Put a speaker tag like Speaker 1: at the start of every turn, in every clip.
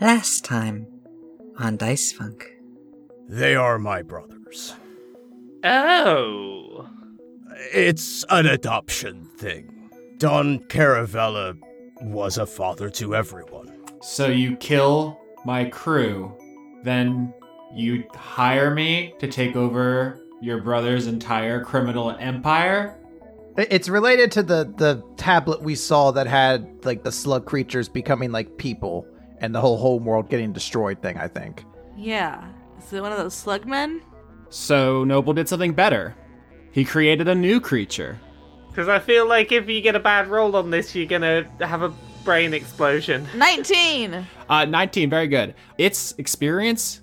Speaker 1: last time on Dice Funk.
Speaker 2: They are my brothers.
Speaker 3: Oh.
Speaker 2: It's an adoption thing. Don Caravella was a father to everyone.
Speaker 4: So you kill my crew, then you hire me to take over your brother's entire criminal empire?
Speaker 5: It- It's related to the the tablet we saw that had like the slug creatures becoming like people and the whole home world getting destroyed thing. I think.
Speaker 6: Yeah. Is it one of those slug men?
Speaker 4: So Noble did something better. He created a new creature.
Speaker 3: Because I feel like if you get a bad roll on this, you're gonna have a brain explosion.
Speaker 6: 19!
Speaker 4: Uh, 19, very good. Its experience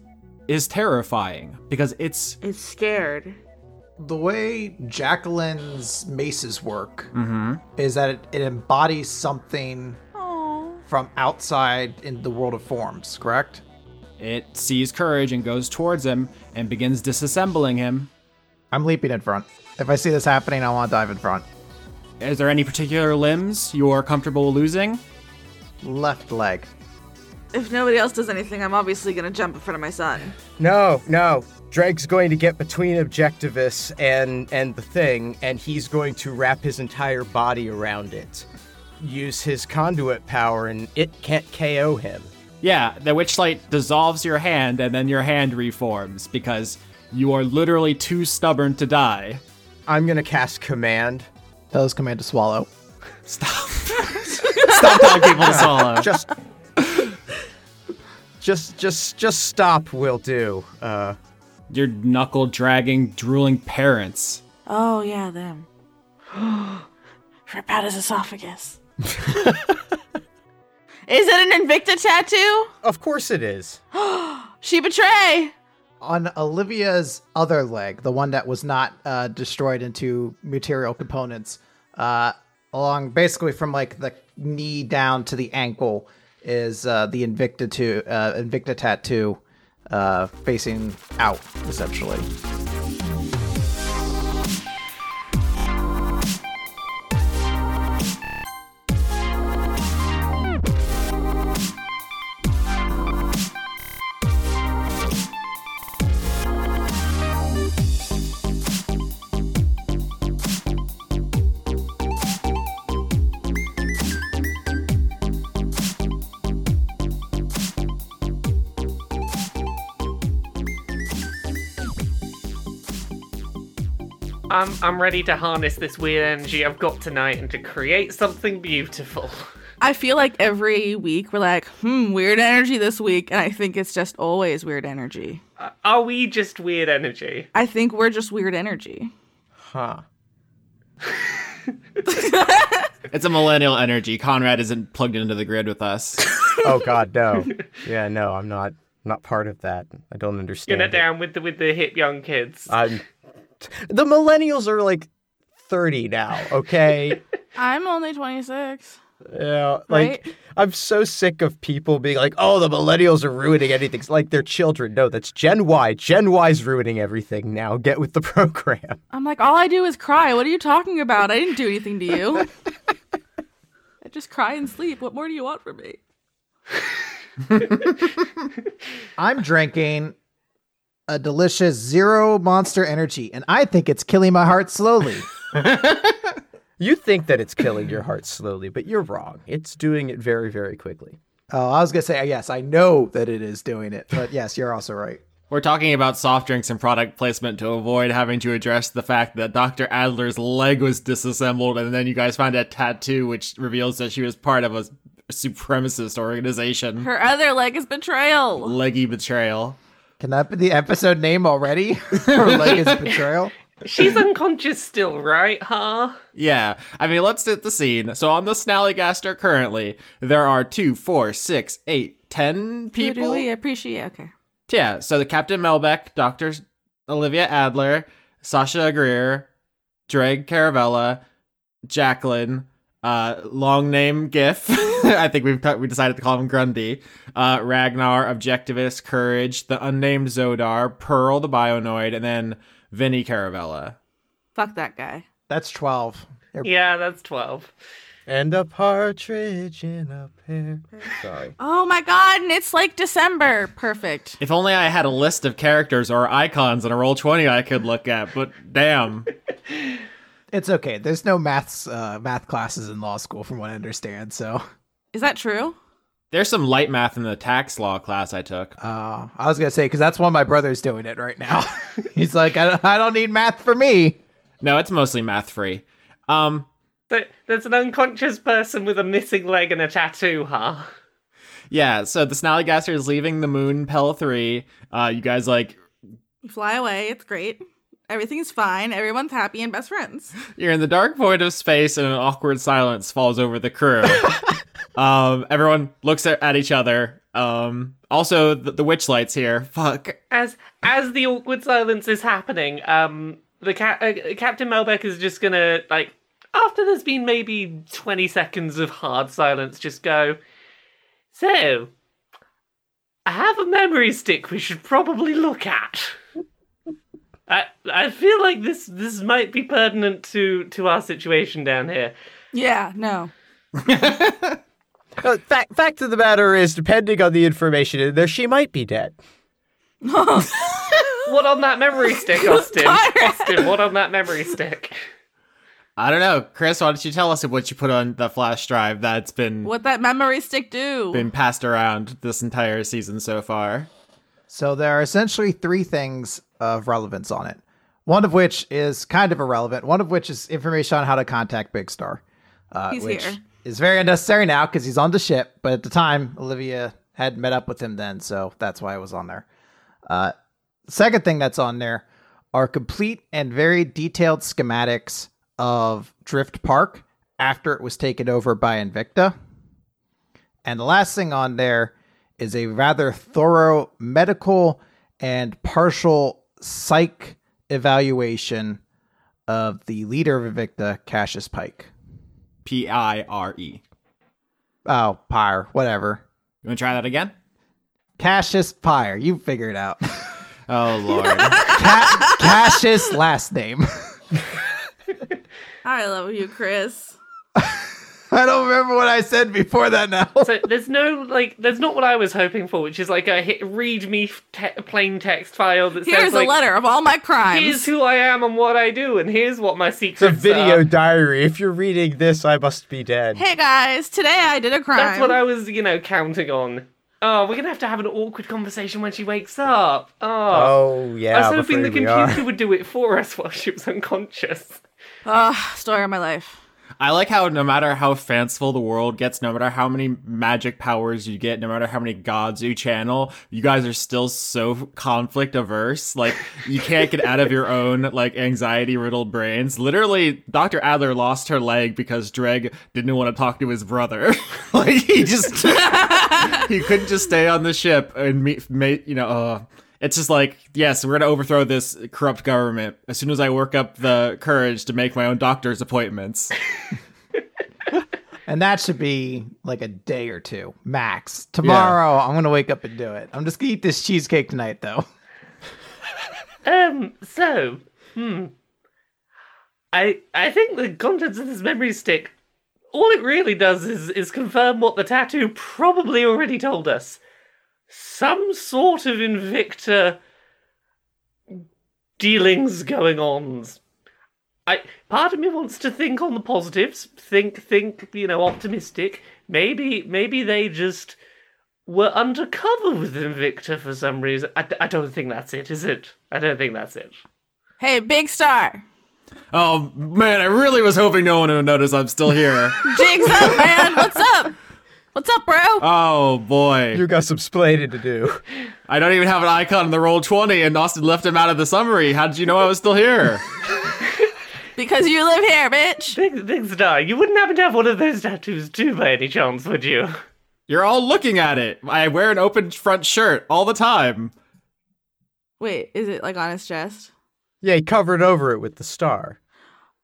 Speaker 4: is terrifying because it's
Speaker 6: It's scared.
Speaker 5: The way Jacqueline's maces work is that it, it embodies something
Speaker 6: Oh.
Speaker 5: from outside in the world of forms. Correct.
Speaker 4: it sees courage and goes towards him and begins disassembling him.
Speaker 5: I'm leaping in front. If I see this happening, I want to dive in front.
Speaker 4: Is there any particular limbs you're comfortable losing?
Speaker 5: Left leg.
Speaker 6: If nobody else does anything, I'm obviously gonna jump in front of my son.
Speaker 2: No, no. Drake's going to get between Objectivus and and the thing, and he's going to wrap his entire body around it. Use his conduit power, and it can't KO him.
Speaker 4: Yeah, the witchlight dissolves your hand and then your hand reforms because you are literally too stubborn to die.
Speaker 2: I'm gonna cast command.
Speaker 5: That was command to swallow.
Speaker 4: Stop. Stop telling people to swallow.
Speaker 2: Just, just, just, just stop. Will do. Uh,
Speaker 4: Your knuckle dragging, drooling parents.
Speaker 6: Oh, yeah, them. Rip out his esophagus. Is it an Invicta tattoo?
Speaker 2: of course it is.
Speaker 6: She betray!
Speaker 5: on Olivia's other leg, the one that was not uh, destroyed into material components, uh, along basically from like the knee down to the ankle, is uh, the Invicta to, uh, Invicta tattoo uh, facing out essentially.
Speaker 3: I'm I'm ready to harness this weird energy I've got tonight and to create something beautiful.
Speaker 6: I feel like every week we're like, hmm, weird energy this week. And I think it's just always weird energy.
Speaker 3: Uh, Are we just weird energy?
Speaker 6: I think we're just weird energy.
Speaker 2: Huh.
Speaker 4: It's a millennial energy. Conrad isn't plugged into the grid with us.
Speaker 2: Oh God, no. Yeah, no. I'm not. Not part of that. I don't
Speaker 3: You're
Speaker 2: understand.
Speaker 3: not
Speaker 2: it.
Speaker 3: down with the with the hip young kids.
Speaker 2: I'm. The millennials are like thirty now. Okay.
Speaker 6: I'm only 26.
Speaker 2: Yeah, like
Speaker 6: Right?
Speaker 2: I'm so sick of people being like, "Oh, the millennials are ruining everything." It's like they're children. No, that's Gen Y. Gen Y's ruining everything now. Get with the program.
Speaker 6: I'm like, all I do is cry. What are you talking about? I didn't do anything to you. I just cry and sleep. What more do you want from me?
Speaker 5: I'm drinking a delicious zero monster energy, and I think it's killing my heart slowly.
Speaker 2: You think that it's killing your heart slowly, but you're wrong. It's doing it very, very quickly.
Speaker 5: oh, I was gonna say yes. I know that it is doing it, but yes, you're also right.
Speaker 4: We're talking about soft drinks and product placement to avoid having to address the fact that Dr. Adler's leg was disassembled, and then you guys find a tattoo which reveals that she was part of a supremacist organization.
Speaker 6: Her other leg is betrayal.
Speaker 4: Leggy betrayal.
Speaker 5: Can that be the episode name already? or like is betrayal?
Speaker 3: She's unconscious still, right? Huh?
Speaker 4: Yeah, I mean, let's set the scene. So on the Snallygaster currently, there are two, four, six, eight, ten
Speaker 6: Who do we
Speaker 4: people.
Speaker 6: appreciate? Okay.
Speaker 4: Yeah, so the Captain Melbeck, Dr. Olivia Adler, Sasha Greer, Dreg Caravella, Jacqueline, uh, long name Gif. I think we've cut, we decided to call him Grundy. Uh, Ragnar, Objectivist, Courage, the unnamed Zodar, Pearl, the Bionoid, and then Vinny Caravella.
Speaker 6: Fuck that guy.
Speaker 5: That's 12. They're-
Speaker 3: Yeah, that's twelve.
Speaker 7: and a partridge in a pear. Sorry.
Speaker 6: Oh my god, and it's like December. Perfect.
Speaker 4: If only I had a list of characters or icons in a roll twenty I could look at. But damn,
Speaker 5: It's okay. There's no maths uh, math classes in law school, from what I understand. So
Speaker 6: Is that true?
Speaker 4: there's some light math in the tax law class I took.
Speaker 5: uh, I was gonna say because that's why my brother's doing it right now. He's like, I don't, I don't need math for me.
Speaker 4: No, it's mostly math free. Um,
Speaker 3: There- There's an unconscious person with a missing leg and a tattoo, huh?
Speaker 4: yeah. So the Snallygaster is leaving the moon Pell three. Uh, you guys like
Speaker 6: You fly away. It's great. Everything's fine. Everyone's happy and best friends.
Speaker 4: You're in the dark void of space, and an awkward silence falls over the crew. um, everyone looks at, at each other. Um, also, the, the witch lights here. Fuck.
Speaker 3: As as the awkward silence is happening, um, the ca- uh, Captain Melbeck is just gonna like after there's been maybe twenty seconds of hard silence, just go. So, I have a memory stick we should probably look at. I I feel like this this might be pertinent to to our situation down here.
Speaker 6: Yeah, no.
Speaker 7: No, fact, Uh, fact of the matter is, depending on the information in there, she might be dead.
Speaker 3: What on that memory stick, Austin?
Speaker 6: tired.
Speaker 3: Austin, what on that memory stick?
Speaker 4: I don't know, Chris. Why don't you tell us what you put on the flash drive that's been
Speaker 6: What that memory stick do?
Speaker 4: been passed around this entire season so far?
Speaker 5: So there are essentially three things of relevance on it. One of which is kind of irrelevant. One of which is information on how to contact Big Star, uh,
Speaker 6: He's
Speaker 5: which
Speaker 6: here.
Speaker 5: is very unnecessary now because he's on the ship. But at the time, Olivia had met up with him then, so that's why it was on there. Uh, second thing that's on there are complete and very detailed schematics of Drift Park after it was taken over by Invicta. And the last thing on there is a rather thorough medical and partial psych evaluation of the leader of Invicta, Cassius Pike.
Speaker 4: P I R E.
Speaker 5: Oh, Pyre, whatever.
Speaker 4: You want to try that again?
Speaker 5: Cassius Pyre, you figure it out.
Speaker 4: Oh lord.
Speaker 5: Ca- Cassius last name.
Speaker 6: I love you, Chris.
Speaker 5: I don't remember what I said before that now.
Speaker 3: So there's no like, there's not what I was hoping for, which is like a hit, read me f- te- plain text file that
Speaker 6: Here's
Speaker 3: says like,
Speaker 6: a letter of all my crimes.
Speaker 3: here's who I am and what I do, and here's what my
Speaker 7: It's a
Speaker 3: secrets
Speaker 7: video
Speaker 3: are.
Speaker 7: diary. If you're reading this, I must be dead.
Speaker 6: hey guys, today I did a crime.
Speaker 3: That's what I was, you know, counting on. Oh, we're gonna have to have an awkward conversation when she wakes up. Oh,
Speaker 7: Oh yeah,
Speaker 3: I was
Speaker 7: I'm
Speaker 3: hoping the
Speaker 7: afraid we are.
Speaker 3: computer would do it for us while she was unconscious.
Speaker 6: Ugh, story of my life.
Speaker 4: I like how no matter how fanciful the world gets, no matter how many magic powers you get, no matter how many gods you channel, you guys are still so conflict averse. Like you can't get out of your own like anxiety riddled brains. Literally, Dr. Adler lost her leg because Dreg didn't want to talk to his brother. like he just he couldn't just stay on the ship and meet, mate, you know, uh, it's just like, yes, we're going to overthrow this corrupt government as soon as I work up the courage to make my own doctor's appointments.
Speaker 5: And that should be like a day or two max. Tomorrow, I'm gonna wake up and do it. I'm just gonna eat this cheesecake tonight, though.
Speaker 3: Um, so, hmm. I I think the contents of this memory stick, all it really does is is confirm what the tattoo probably already told us. Some sort of Invicta dealings going on. I part of me wants to think on the positives, think think, you know, optimistic. Maybe maybe they just were undercover with Invicta for some reason. I, I don't think that's it, is it? I don't think that's it.
Speaker 6: Hey, big star.
Speaker 4: oh, man, I really was hoping no one would notice I'm still here.
Speaker 6: Jigs up, man. What's up? What's up, bro?
Speaker 4: oh, boy.
Speaker 7: You got some splaining to do.
Speaker 4: I don't even have an icon in the roll 20, and Austin left him out of the summary. How did you know I was still here?
Speaker 6: because you live here, bitch.
Speaker 3: Big, big star, you wouldn't happen to have one of those tattoos too, by any chance, would you?
Speaker 4: You're all looking at it. I wear an open front shirt all the time.
Speaker 6: Wait, is it like on his chest?
Speaker 7: Yeah, he covered over it with the star.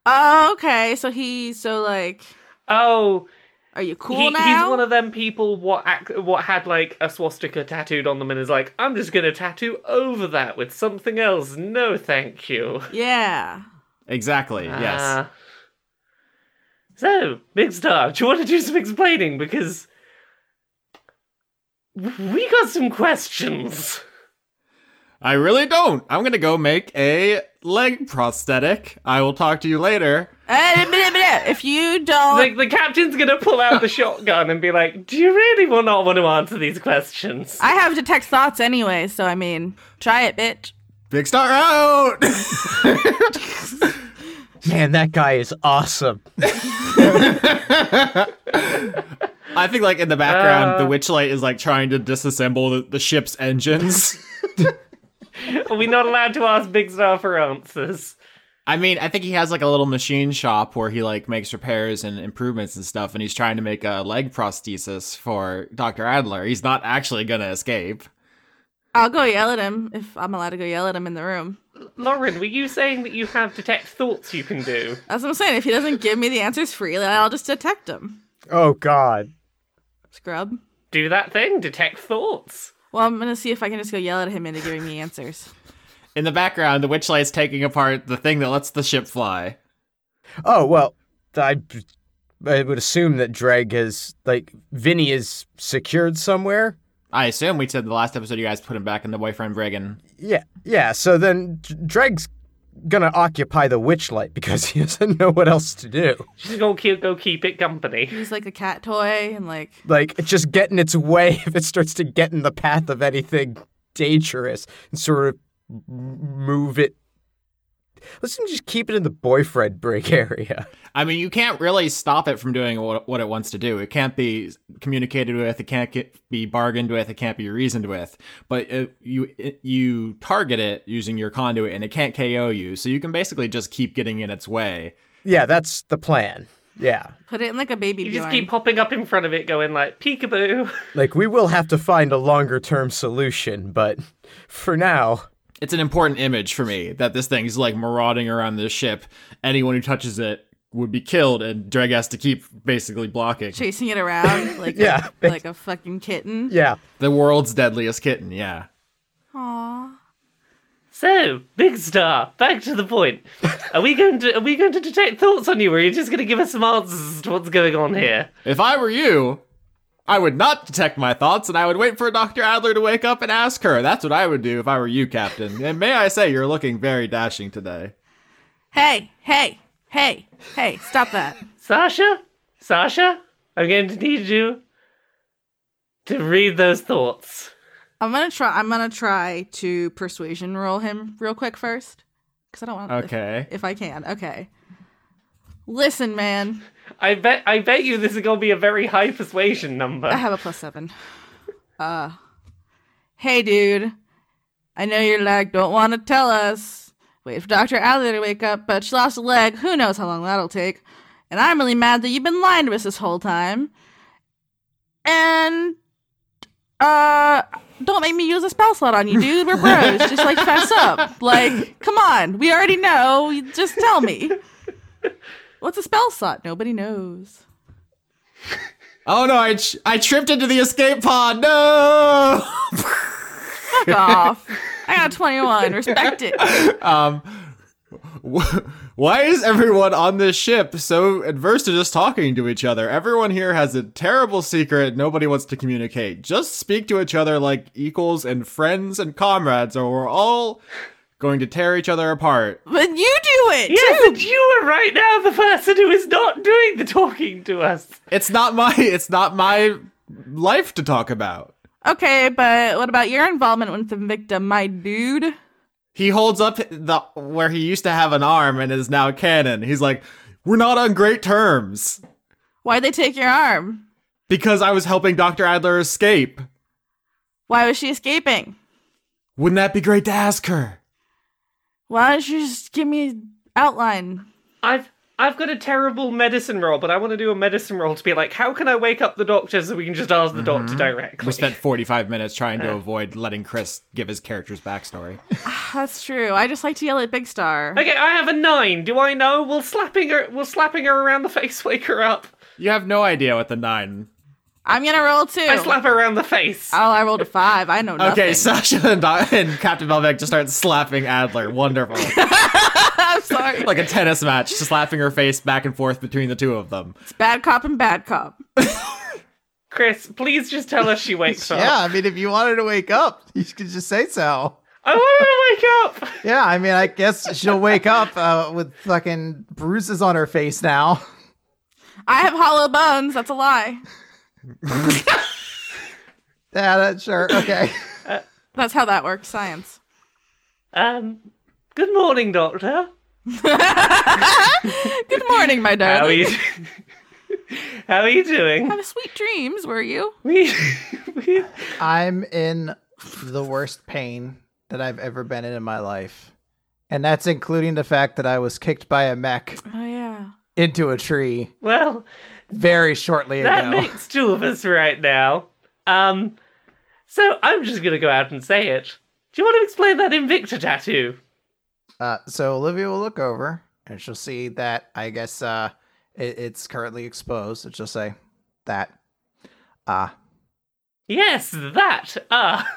Speaker 6: Oh, okay. So he, so like,
Speaker 3: Oh,
Speaker 6: are you cool
Speaker 3: he-
Speaker 6: now?
Speaker 3: he's one of them people what ac- what had like a swastika tattooed on them and is like, I'm just gonna tattoo over that with something else. No, thank you.
Speaker 6: yeah.
Speaker 4: Exactly, yes.
Speaker 3: Ah. So, Big Star, do you want to do some explaining? Because we got some questions.
Speaker 4: I really don't. I'm gonna go make a leg prosthetic. I will talk to you later.
Speaker 6: Eh, minute, minute. If you don't,
Speaker 3: Like, the captain's gonna pull out the shotgun and be like, Do you really will not want to answer these questions?
Speaker 6: I have detect thoughts anyway. So I mean, try it, bitch.
Speaker 4: Big star out.
Speaker 2: Man, that guy is awesome.
Speaker 4: I think like in the background, the witchlight is like trying to disassemble the, the ship's engines.
Speaker 3: Are we not allowed to ask Big Star for answers?
Speaker 4: I mean, I think he has like a little machine shop where he like makes repairs and improvements and stuff, and he's trying to make a leg prosthesis for Dr. Adler. He's not actually gonna escape.
Speaker 6: I'll go yell at him if I'm allowed to go yell at him in the room.
Speaker 3: Lauren, were you saying that you have detect thoughts you can do?
Speaker 6: That's what I'm saying. If he doesn't give me the answers freely, I'll just detect him.
Speaker 2: Oh God.
Speaker 6: Scrub.
Speaker 3: Do that thing, detect thoughts.
Speaker 6: Well, I'm gonna see if I can just go yell at him into giving me answers.
Speaker 4: In the background, the witchlight's taking apart the thing that lets the ship fly.
Speaker 2: Oh well, I, I would assume that Dreg has like Vinny is secured somewhere.
Speaker 4: I assume we said the last episode you guys put him back in the boyfriend Bregan.
Speaker 2: Yeah, yeah. So then D- Dreg's gonna occupy the witchlight because he doesn't know what else to do.
Speaker 3: She's gonna keep, go keep it company.
Speaker 6: He's like a cat toy and like
Speaker 2: Like it's just getting its way if it starts to get in the path of anything dangerous and sort of m- move it. Let's just keep it in the boyfriend break area.
Speaker 4: I mean, you can't really stop it from doing what, what it wants to do. It can't be communicated with. It can't get, be bargained with. It can't be reasoned with. But uh you it, you target it using your conduit, and it can't KO you. So you can basically just keep getting in its way.
Speaker 2: Yeah, that's the plan. Yeah.
Speaker 6: put it in like a baby.
Speaker 3: You just
Speaker 6: Bjorn.
Speaker 3: keep popping up in front of it, going like peekaboo.
Speaker 2: Like we will have to find a longer term solution, but for now,
Speaker 4: It's an important image for me that this thing's like marauding around this ship. Anyone who touches it would be killed, and Dreg has to keep basically blocking.
Speaker 6: chasing it around like
Speaker 2: Yeah.
Speaker 6: a, like a fucking kitten.
Speaker 2: yeah.
Speaker 4: The world's deadliest kitten. Yeah.
Speaker 6: Aww.
Speaker 3: So, Big Star, back to the point. Are we going to are we going to detect thoughts on you, or are you just going to give us some answers to what's going on here?
Speaker 4: If I were you, I would not detect my thoughts and I would wait for Dr. Adler to wake up and ask her. That's what I would do if I were you, Captain. And may I say, you're looking very dashing today.
Speaker 6: Hey, hey, hey, hey! Stop that.
Speaker 3: Sasha, Sasha, I'm going to need you to read those thoughts.
Speaker 6: I'm gonna try. I'm gonna try to persuasion roll him real quick first, because I don't want.
Speaker 4: Okay.
Speaker 6: If, if I can, okay. Listen, man,
Speaker 3: I bet I bet you this is going to be a very high persuasion number.
Speaker 6: I have a plus seven. Uh, hey, dude. I know your leg don't want to tell us. Wait for Doctor Adler to wake up, but she lost a leg. Who knows how long that'll take? And I'm really mad that you've been lying to us this whole time. And uh, don't make me use a spell slot on you, dude. We're bros. just like fess up. Like, come on. We already know. You Just tell me. What's a spell slot? Nobody knows.
Speaker 4: Oh no, I, ch- I tripped into the escape pod. No!
Speaker 6: Fuck off. I got a 21. Respect it.
Speaker 4: Um, Why is everyone on this ship so adverse to just talking to each other? Everyone here has a terrible secret nobody wants to communicate. Just speak to each other like equals and friends and comrades, or we're all going to tear each other apart.
Speaker 6: But you do it.
Speaker 3: Yes,
Speaker 6: too.
Speaker 3: and you are right now the person who is not doing the talking to us.
Speaker 4: It's not my it's not my life to talk about.
Speaker 6: Okay, but what about your involvement with the victim, my dude?
Speaker 4: He holds up the where he used to have an arm and is now canon. He's like, "We're not on great terms
Speaker 6: Why'd they take your arm?
Speaker 4: because I was helping Dr. Adler escape.
Speaker 6: Why was she escaping?
Speaker 4: Wouldn't that be great to ask her?"
Speaker 6: Why don't you just give me an outline?
Speaker 3: I've I've got a terrible medicine roll, but I want to do a medicine roll to be like, how can I wake up the doctor so we can just ask the doctor directly?
Speaker 4: We spent 45 minutes trying to avoid letting Chris give his character's backstory.
Speaker 6: That's true. I just like to yell at Big Star.
Speaker 3: Okay, I have a nine. Do I know? Will slapping her will slapping her around the face wake her up?
Speaker 4: You have no idea what the nine
Speaker 6: I'm gonna roll two.
Speaker 3: I slap her around the face.
Speaker 6: Oh, I rolled a five. I know nothing.
Speaker 4: Okay, Sasha and, Doc- and Captain Belvec just start slapping Adler. Wonderful.
Speaker 6: I'm sorry.
Speaker 4: like a tennis match, just slapping her face back and forth between the two of them.
Speaker 6: It's bad cop and bad cop.
Speaker 3: Chris, please just tell us she wakes up.
Speaker 5: Yeah, I mean, if you wanted to wake up, you could just say so.
Speaker 3: I want her to wake up.
Speaker 5: Yeah, I mean, I guess she'll wake up uh, with fucking bruises on her face now.
Speaker 6: I have hollow bones. That's a lie.
Speaker 5: Yeah, that, sure. Okay.
Speaker 6: That's how that works. Science.
Speaker 3: Um, good morning, Doctor.
Speaker 6: Good morning, my
Speaker 3: How are
Speaker 6: darling.
Speaker 3: you? How are you doing?
Speaker 6: Have sweet dreams, were you?
Speaker 3: We, we,
Speaker 5: I'm in the worst pain that I've ever been in in my life. And that's including the fact that I was kicked by a mech
Speaker 6: Oh yeah.
Speaker 5: into a tree
Speaker 3: well,
Speaker 5: very shortly
Speaker 3: that
Speaker 5: ago.
Speaker 3: makes two of us right now. Um, so I'm just gonna go out and say it. Do you want to explain that Invicta tattoo?
Speaker 5: Uh, so Olivia will look over and she'll see that I guess uh, it, it's currently exposed. And she'll say that uh,
Speaker 3: Yes, that. Ah,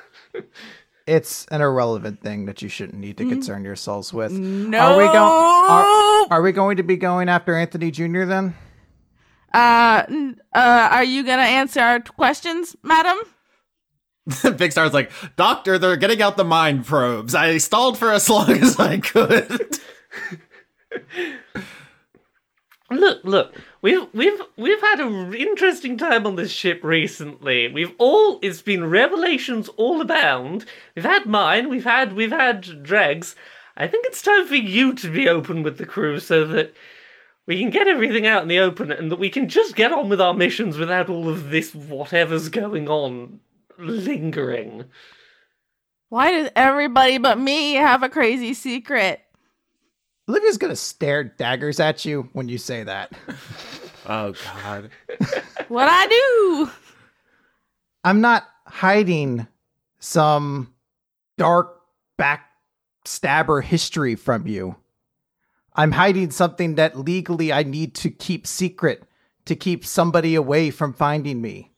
Speaker 5: it's an irrelevant thing that you shouldn't need to concern yourselves with.
Speaker 6: No.
Speaker 5: Are we go- Are we going to be going after Anthony Jr. then?
Speaker 6: uh, n- uh, are you gonna answer our questions, madam?
Speaker 4: Big Star's like, Doctor, they're getting out the mind probes. I stalled for as long as I could.
Speaker 3: look, look. We've we've we've had an interesting time on this ship recently. We've all it's been revelations all abound. We've had mine. We've had we've had dregs. I think it's time for you to be open with the crew so that we can get everything out in the open and that we can just get on with our missions without all of this whatever's going on lingering.
Speaker 6: Why does everybody but me have a crazy secret?
Speaker 5: Olivia's gonna stare daggers at you when you say that.
Speaker 4: Oh God.
Speaker 6: What I do?
Speaker 5: I'm not hiding some dark backstabber history from you. I'm hiding something that legally I need to keep secret to keep somebody away from finding me.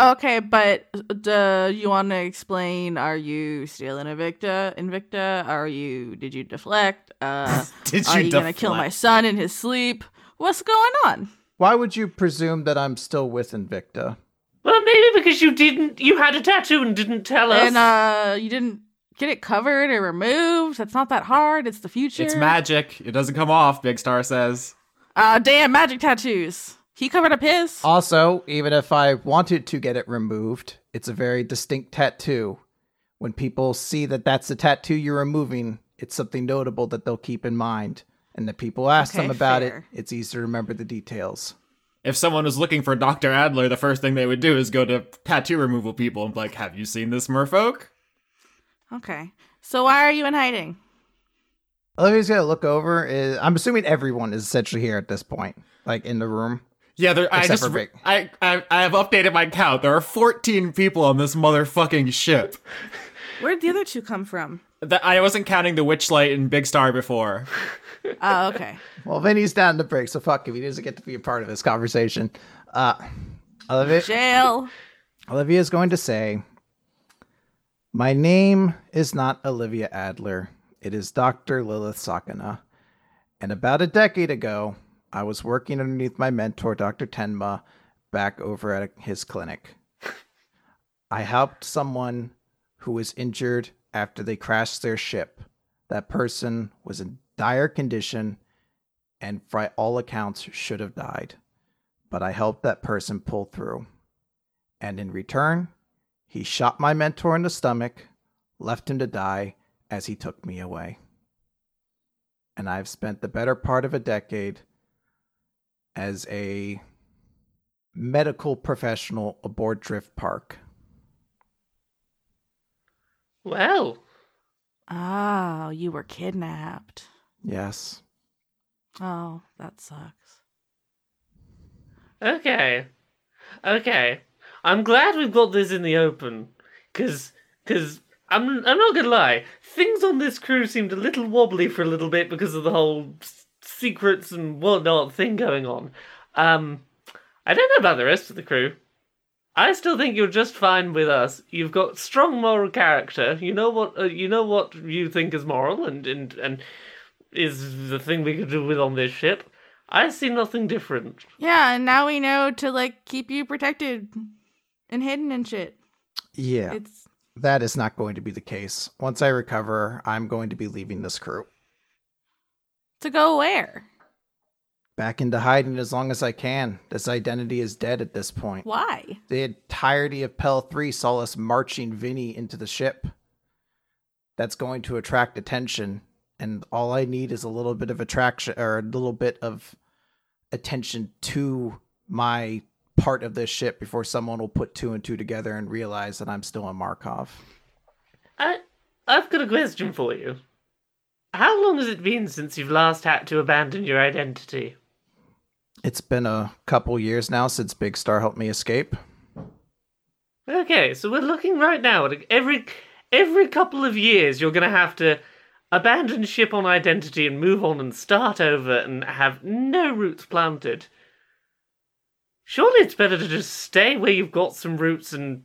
Speaker 6: Okay, but do you want to explain? Are you stealing Invicta? Invicta? Are you? Did you deflect? Uh,
Speaker 4: Did
Speaker 6: are you, gonna
Speaker 4: deflect?
Speaker 6: kill my son in his sleep? What's going on?
Speaker 5: Why would you presume that I'm still with Invicta?
Speaker 3: Well, maybe because you didn't you had a tattoo and didn't tell us.
Speaker 6: And uh, you didn't get it covered or removed. That's not that hard. It's the future.
Speaker 4: It's magic. It doesn't come off, Big Star says.
Speaker 6: Uh, damn magic tattoos. He covered up his.
Speaker 5: Also, even if I wanted to get it removed, it's a very distinct tattoo. When people see that that's the tattoo you're removing, it's something notable that they'll keep in mind. And that people ask
Speaker 6: Okay,
Speaker 5: them about
Speaker 6: fair.
Speaker 5: it, it's easy to remember the details.
Speaker 4: If someone was looking for Dr. Adler, the first thing they would do is go to tattoo removal people and be like, Have you seen this merfolk?
Speaker 6: Okay. So why are you in hiding?
Speaker 5: Olivia's gonna look over. Is, I'm assuming everyone is essentially here at this point, like in the room.
Speaker 4: Yeah, there, I
Speaker 5: Except
Speaker 4: just
Speaker 5: for Vic.
Speaker 4: I, I I have updated my count. There are 14 people on this motherfucking ship.
Speaker 6: Where did the other two come from?
Speaker 4: That I wasn't counting the Witchlight and Big Star before.
Speaker 6: Oh, okay.
Speaker 5: Well, Vinny's down to break, so fuck if he doesn't get to be a part of this conversation. Uh, Olivia,
Speaker 6: Jail.
Speaker 5: Olivia's going to say, My name is not Olivia Adler. It is Dr. Lilith Sakana. And about a decade ago, I was working underneath my mentor, Dr. Tenma, back over at his clinic. I helped someone who was injured after they crashed their ship. That person was in dire condition and, by all accounts, should have died. But I helped that person pull through and in return, he shot my mentor in the stomach, left him to die as he took me away. And I've spent the better part of a decade as a medical professional aboard Drift Park.
Speaker 3: well,
Speaker 6: Oh, you were kidnapped.
Speaker 5: Yes.
Speaker 6: Oh, that sucks.
Speaker 3: Okay. Okay. I'm glad we've got this in the open. Cause, cause I'm I'm not gonna lie, things on this crew seemed a little wobbly for a little bit because of the whole s- secrets and whatnot thing going on. Um I don't know about the rest of the crew. I still think you're just fine with us. You've got strong moral character. You know what uh, you know what you think is moral and and and is the thing we could do with on this ship. I see nothing different.
Speaker 6: Yeah, and now we know to like keep you protected and hidden and shit.
Speaker 5: Yeah.
Speaker 6: It's
Speaker 5: That is not going to be the case. Once I recover, I'm going to be leaving this crew.
Speaker 6: to go where?
Speaker 5: Back into hiding as long as I can. This identity is dead at this point.
Speaker 6: Why?
Speaker 5: The entirety of Pell 3 saw us marching Vinny into the ship. That's going to attract attention, and all I need is a little bit of attraction or a little bit of attention to my part of this ship before someone will put two and two together and realize that I'm still in Markov.
Speaker 3: I I've got a question for you. How long has it been since you've last had to abandon your identity?
Speaker 5: It's been a couple years now since Big Star helped me escape.
Speaker 3: Okay, so we're looking right now at every every couple of years you're going to have to abandon ship on identity and move on and start over and have no roots planted. Surely it's better to just stay where you've got some roots and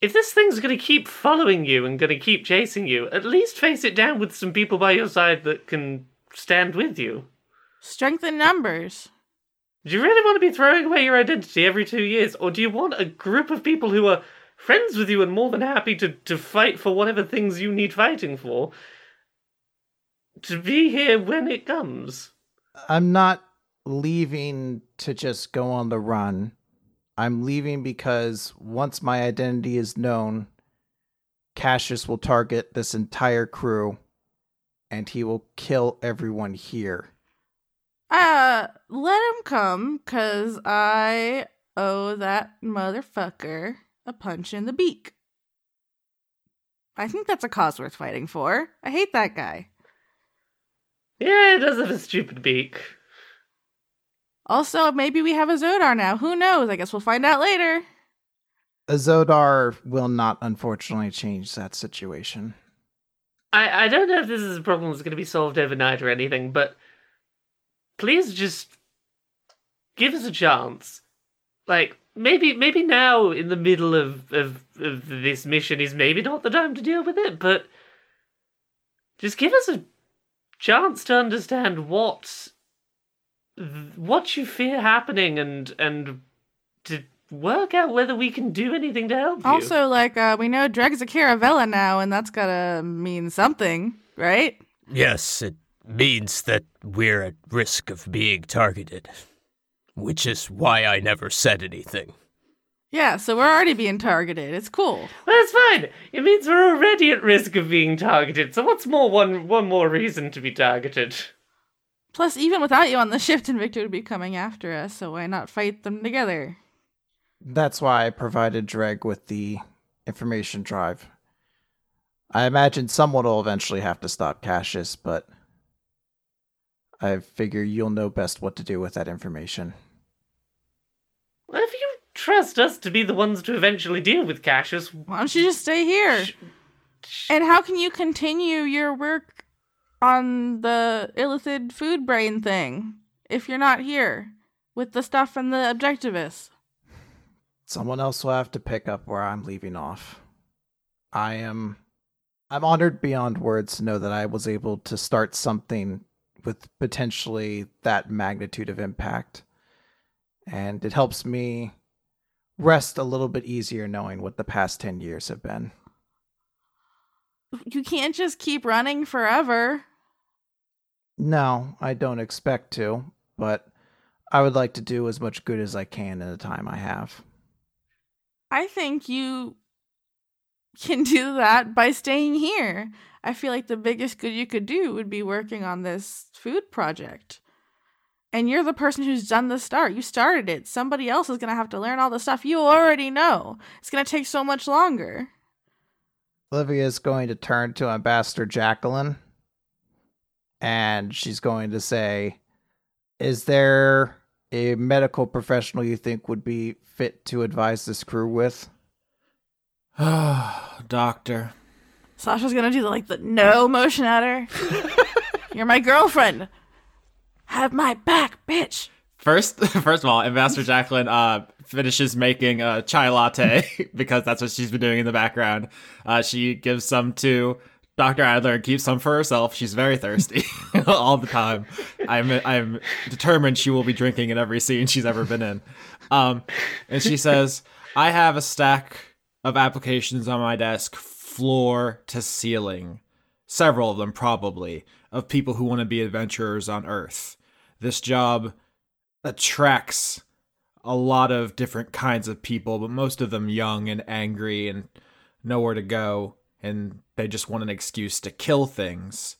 Speaker 3: if this thing's going to keep following you and going to keep chasing you, at least face it down with some people by your side that can stand with you.
Speaker 6: Strength in numbers.
Speaker 3: Do you really want to be throwing away your identity every two years, or do you want a group of people who are friends with you and more than happy to, to fight for whatever things you need fighting for to be here when it comes?
Speaker 5: I'm not leaving to just go on the run. I'm leaving because once my identity is known, Cassius will target this entire crew and he will kill everyone here.
Speaker 6: Uh, let him come, cause I owe that motherfucker a punch in the beak. I think that's a cause worth fighting for. I hate that guy.
Speaker 3: Yeah, it does have a stupid beak.
Speaker 6: Also, maybe we have a Zodar now. Who knows? I guess we'll find out later.
Speaker 5: Azodar will not, unfortunately, change that situation.
Speaker 3: I, I don't know if this is a problem that's going to be solved overnight or anything, but please just give us a chance. Like maybe maybe now in the middle of, of of this mission is maybe not the time to deal with it, but just give us a chance to understand what th- what you fear happening and and to work out whether we can do anything to help you.
Speaker 6: Also, like, uh, we know Dreg's a Caravella now, and that's gotta mean something, right?
Speaker 8: Yes, it means that we're at risk of being targeted, which is why I never said anything.
Speaker 6: Yeah, so we're already being targeted. It's cool.
Speaker 3: Well, that's fine. It means we're already at risk of being targeted. So what's more one one more reason to be targeted?
Speaker 6: Plus, even without you on the shift, Invictor would be coming after us, so why not fight them together?
Speaker 5: That's why I provided Dreg with the information drive. I imagine someone will eventually have to stop Cassius, but I figure you'll know best what to do with that information.
Speaker 3: Well, if you trust us to be the ones to eventually deal with Cassius,
Speaker 6: Why don't you just stay here? And how can you continue your work on the illithid food brain thing if you're not here with the stuff and the objectivists?
Speaker 5: Someone else will have to pick up where I'm leaving off. I am I'm honored beyond words to know that I was able to start something with potentially that magnitude of impact. And it helps me rest a little bit easier knowing what the past 10 years have been.
Speaker 6: You can't just keep running forever.
Speaker 5: No, I don't expect to, but I would like to do as much good as I can in the time I have.
Speaker 6: I think you can do that by staying here. I feel like the biggest good you could do would be working on this food project. And you're the person who's done the start. You started it. Somebody else is going to have to learn all the stuff you already know. It's going to take so much longer.
Speaker 5: Olivia is going to turn to Ambassador Jacqueline and she's going to say, Is there a medical professional you think would be fit to advise this crew with?
Speaker 4: Doctor.
Speaker 6: Sasha's going to do the, like the no motion at her. you're my girlfriend. Have my back, bitch.
Speaker 4: First, first of all, Ambassador Jacqueline uh, finishes making a chai latte because that's what she's been doing in the background. Uh, she gives some to Dr. Adler and keeps some for herself. She's very thirsty all the time. I'm I'm determined she will be drinking in every scene she's ever been in. Um, and she says, "I have a stack of applications on my desk, floor to ceiling, several of them probably of people who want to be adventurers on Earth. This job." attracts a lot of different kinds of people, but most of them young and angry and nowhere to go, and they just want an excuse to kill things.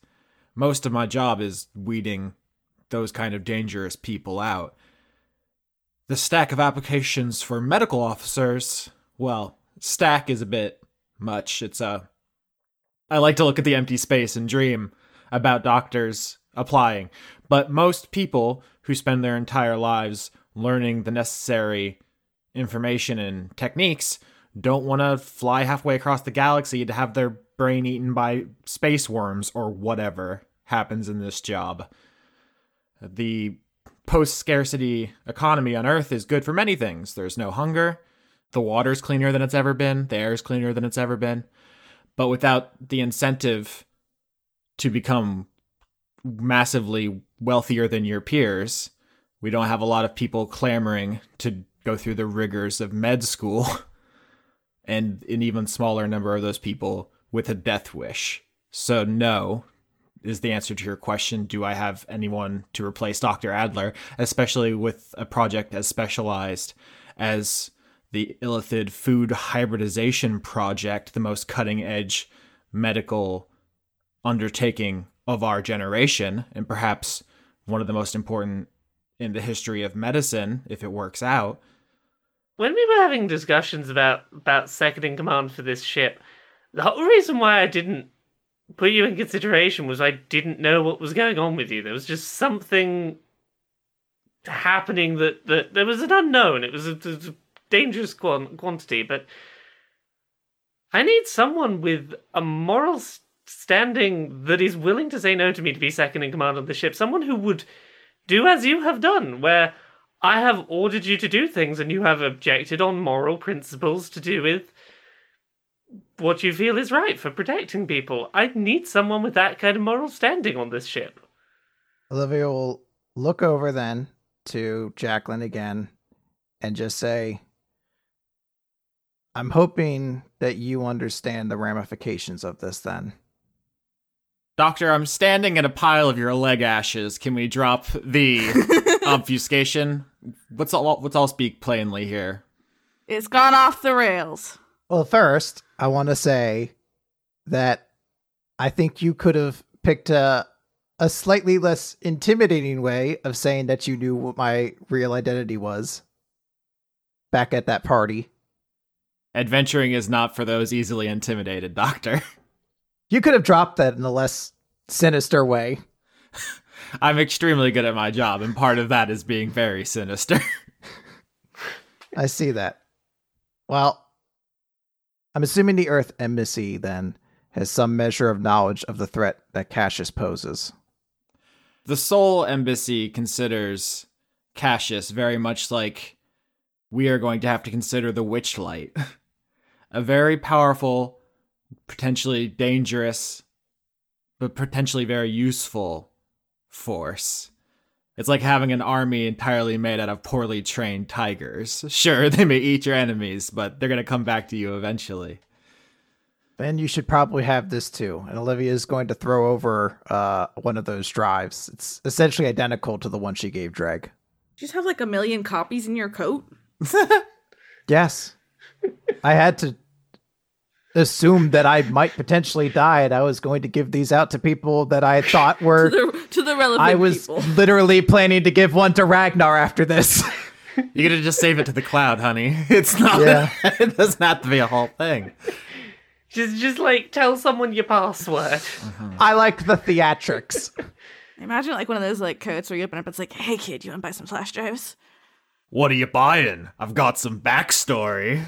Speaker 4: Most of my job is weeding those kind of dangerous people out. The stack of applications for medical officers, well, stack is a bit much. It's a I like to look at the empty space and dream about doctors applying. But most people who spend their entire lives learning the necessary information and techniques don't want to fly halfway across the galaxy to have their brain eaten by space worms or whatever happens in this job. The post scarcity economy on Earth is good for many things. There's no hunger, the water's cleaner than it's ever been, the air's cleaner than it's ever been. But without the incentive to become massively wealthier than your peers. We don't have a lot of people clamoring to go through the rigors of med school, and an even smaller number of those people with a death wish. So, no is the answer to your question. Do I have anyone to replace Dr. Adler, especially with a project as specialized as the Illithid Food Hybridization Project, the most cutting edge medical undertaking of our generation, and perhaps one of the most important in the history of medicine, if it works out.
Speaker 3: When we were having discussions about about second in command for this ship, the whole reason why I didn't put you in consideration was I didn't know what was going on with you. There was just something happening that that there was an unknown. It was a, a dangerous quan- quantity, but I need someone with a moral. St- standing that is willing to say no to me to be second in command on the ship. Someone who would do as you have done, where I have ordered you to do things and you have objected on moral principles to do with what you feel is right for protecting people. I need someone with that kind of moral standing on this ship.
Speaker 5: Olivia will look over then to Jacqueline again and just say, I'm hoping that you understand the ramifications of this then.
Speaker 4: Doctor, I'm standing in a pile of your leg ashes. Can we drop the obfuscation? Let's all, let's all speak plainly here.
Speaker 6: It's gone off the rails.
Speaker 5: Well, first, I want to say that I think you could have picked a a slightly less intimidating way of saying that you knew what my real identity was back at that party.
Speaker 4: Adventuring is not for those easily intimidated, Doctor.
Speaker 5: You could have dropped that in a less sinister way.
Speaker 4: I'm extremely good at my job, and part of that is being very sinister.
Speaker 5: I see that. Well, I'm assuming the Earth Embassy then has some measure of knowledge of the threat that Cassius poses.
Speaker 4: The Soul Embassy considers Cassius very much like we are going to have to consider the Witchlight, a very powerful potentially dangerous, but potentially very useful force. It's like having an army entirely made out of poorly trained tigers. Sure, they may eat your enemies, but they're going to come back to you eventually.
Speaker 5: Then you should probably have this too. And Olivia is going to throw over uh, one of those drives. It's essentially identical to the one she gave Dreg.
Speaker 6: You just have like a million copies in your coat.
Speaker 5: Yes. I had to assumed that I might potentially die, and I was going to give these out to people that I thought
Speaker 6: To
Speaker 5: were.
Speaker 6: the, to the relevant
Speaker 5: I was
Speaker 6: people.
Speaker 5: literally planning to give one to Ragnar after this.
Speaker 4: You're going to just save it to the cloud, honey. It's not,
Speaker 5: Yeah.
Speaker 4: it doesn't have to be a whole thing.
Speaker 3: Just just like tell someone your password.
Speaker 5: I like the theatrics.
Speaker 6: Imagine like one of those like coats where you open up, it's like, hey kid, you want to buy some flash drives?
Speaker 4: What are you buying? I've got some backstory.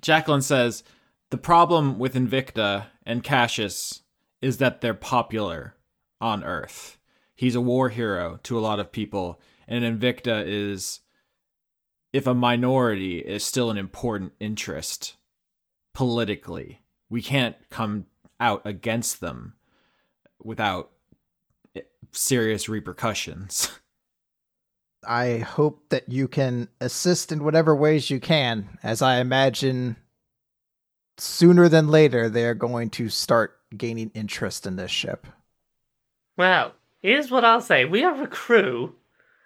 Speaker 4: Jacqueline says the problem with Invicta and Cassius is that they're popular on Earth. He's a war hero to a lot of people, and Invicta is, if a minority, is still an important interest politically. We can't come out against them without serious repercussions.
Speaker 5: I hope that you can assist in whatever ways you can, as I imagine sooner than later they're going to start gaining interest in this ship.
Speaker 3: Well, here's what I'll say. We are a crew,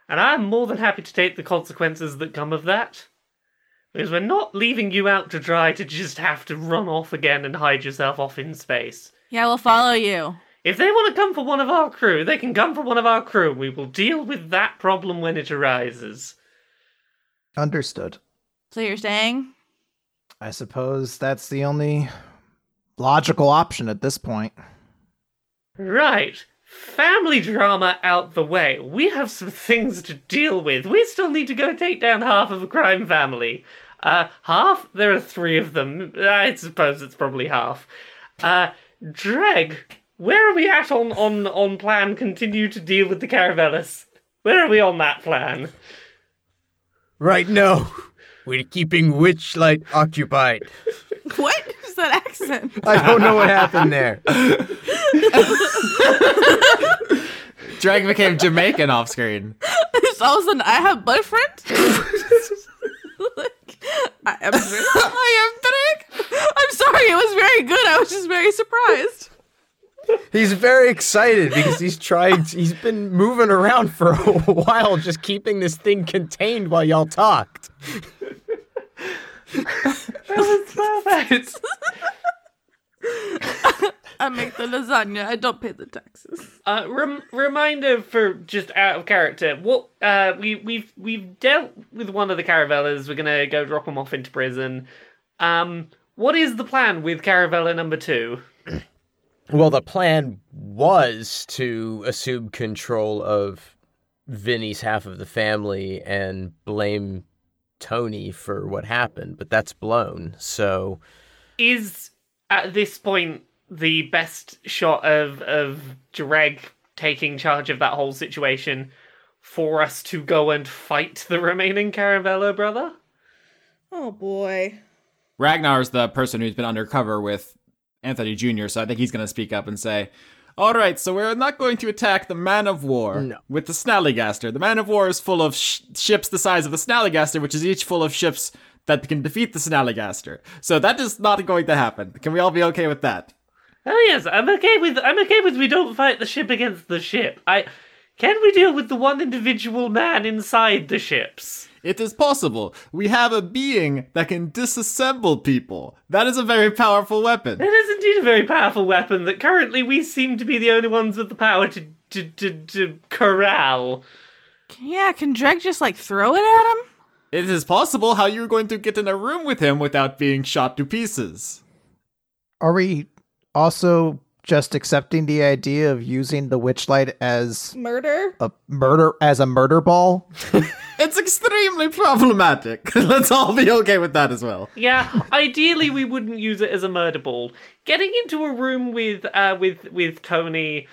Speaker 3: and I'm more than happy to take the consequences that come of that. Because we're not leaving you out to dry to just have to run off again and hide yourself off in space.
Speaker 6: Yeah, we'll follow you.
Speaker 3: If they want to come for one of our crew, they can come for one of our crew. We will deal with that problem when it arises.
Speaker 5: Understood.
Speaker 6: So you're saying?
Speaker 5: I suppose that's the only logical option at this point.
Speaker 3: Right. Family drama out the way. We have some things to deal with. We still need to go take down half of a crime family. Uh, half? There are three of them. I suppose it's probably half. Uh, Dreg, where are we at on, on, on plan continue to deal with the Caravellas? Where are we on that plan?
Speaker 7: Right now, we're keeping Witchlight occupied.
Speaker 6: What is that accent?
Speaker 7: I don't know what happened there.
Speaker 4: Drag became Jamaican off screen.
Speaker 6: Just all of a sudden, I have boyfriend. like, I am. I am Drake. I'm sorry. It was very good. I was just very surprised.
Speaker 7: He's very excited because he's trying. To, he's been moving around for a while, just keeping this thing contained while y'all talked.
Speaker 3: Perfect.
Speaker 6: I make the lasagna. I don't pay the taxes.
Speaker 3: Uh, rem- reminder for just out of character. What uh, we we've we've dealt with one of the Caravellas. We're gonna go drop him off into prison. Um, what is the plan with Caravella number two?
Speaker 7: Well, the plan was to assume control of Vinny's half of the family and blame Tony for what happened, but that's blown. So
Speaker 3: Is at this point the best shot of of Dreg taking charge of that whole situation for us to go and fight the remaining Caravella brother?
Speaker 6: Oh boy.
Speaker 4: Ragnar's the person who's been undercover with Anthony Jr., so I think he's going to speak up and say, all right, so we're not going to attack the man of war with the Snallygaster. The man of war is full of sh- ships the size of the Snallygaster, which is each full of ships that can defeat the Snallygaster. So that is not going to happen. Can we all be okay with that?
Speaker 3: Oh yes, I'm okay with I'm okay with we don't fight the ship against the ship. I can we deal with the one individual man inside the ships?
Speaker 4: It is possible. We have a being that can disassemble people. That is a very powerful
Speaker 3: It
Speaker 4: weapon.
Speaker 3: is indeed a very powerful weapon that currently we seem to be the only ones with the power to to to, to corral.
Speaker 6: Yeah, can Dreg just like throw it at him?
Speaker 4: It is possible how you're going to get in a room with him without being shot to pieces.
Speaker 5: Are we also just accepting the idea of using the witchlight as
Speaker 6: Murder?
Speaker 5: a murder as a murder ball?
Speaker 4: It's extremely problematic. Let's all be okay with that as well.
Speaker 3: Yeah, ideally we wouldn't use it as a murder ball. Getting into a room with uh with with Tony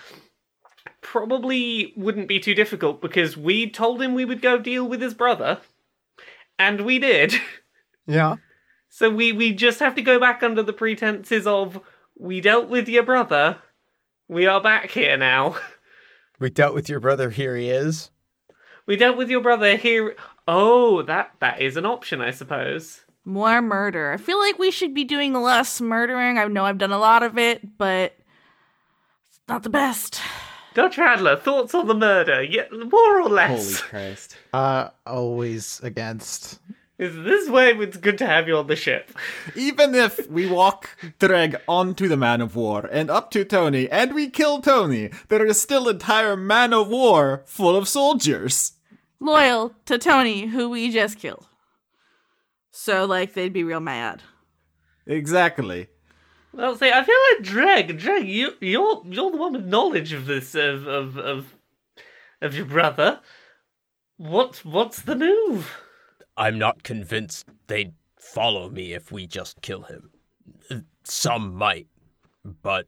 Speaker 3: probably wouldn't be too difficult because we told him we would go deal with his brother and we did.
Speaker 2: Yeah.
Speaker 3: So we we just have to go back under the pretenses of we dealt with your brother. We are back here now.
Speaker 2: We dealt with your brother. Here he is.
Speaker 3: We dealt with your brother here. Oh, that that is an option, I suppose.
Speaker 6: More murder. I feel like we should be doing less murdering. I know I've done a lot of it, but it's not the best.
Speaker 3: Dr. Adler, thoughts on the murder? Yeah, more or
Speaker 4: Holy
Speaker 3: less.
Speaker 4: Christ.
Speaker 5: Uh always against
Speaker 3: Is this way it's good to have you on the ship?
Speaker 4: Even if we walk Dreg onto the man of war and up to Tony and we kill Tony, there is still entire man of war full of soldiers.
Speaker 6: Loyal to Tony, who we just killed. So, like, they'd be real mad.
Speaker 4: Exactly.
Speaker 3: Well, see, I feel like Dreg, Dreg, you you're you're the one with knowledge of this of of of, of your brother. What what's the move?
Speaker 8: I'm not convinced they'd follow me if we just kill him. Some might, but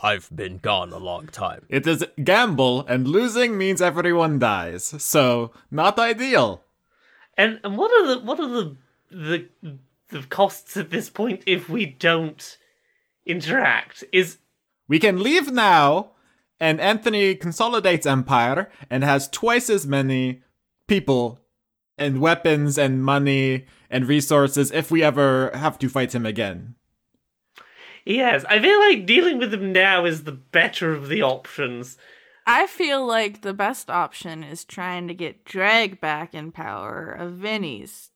Speaker 8: I've been gone a long time.
Speaker 4: It is gamble, and losing means everyone dies. So not ideal.
Speaker 3: And and what are the what are the the the costs at this point if we don't interact? Is
Speaker 4: We can leave now, and Anthony consolidates empire and has twice as many people and weapons and money and resources if we ever have to fight him again.
Speaker 3: yes, I feel like dealing with them now is the better of the options.
Speaker 6: I feel like the best option is trying to get Drag back in power of Vinny's.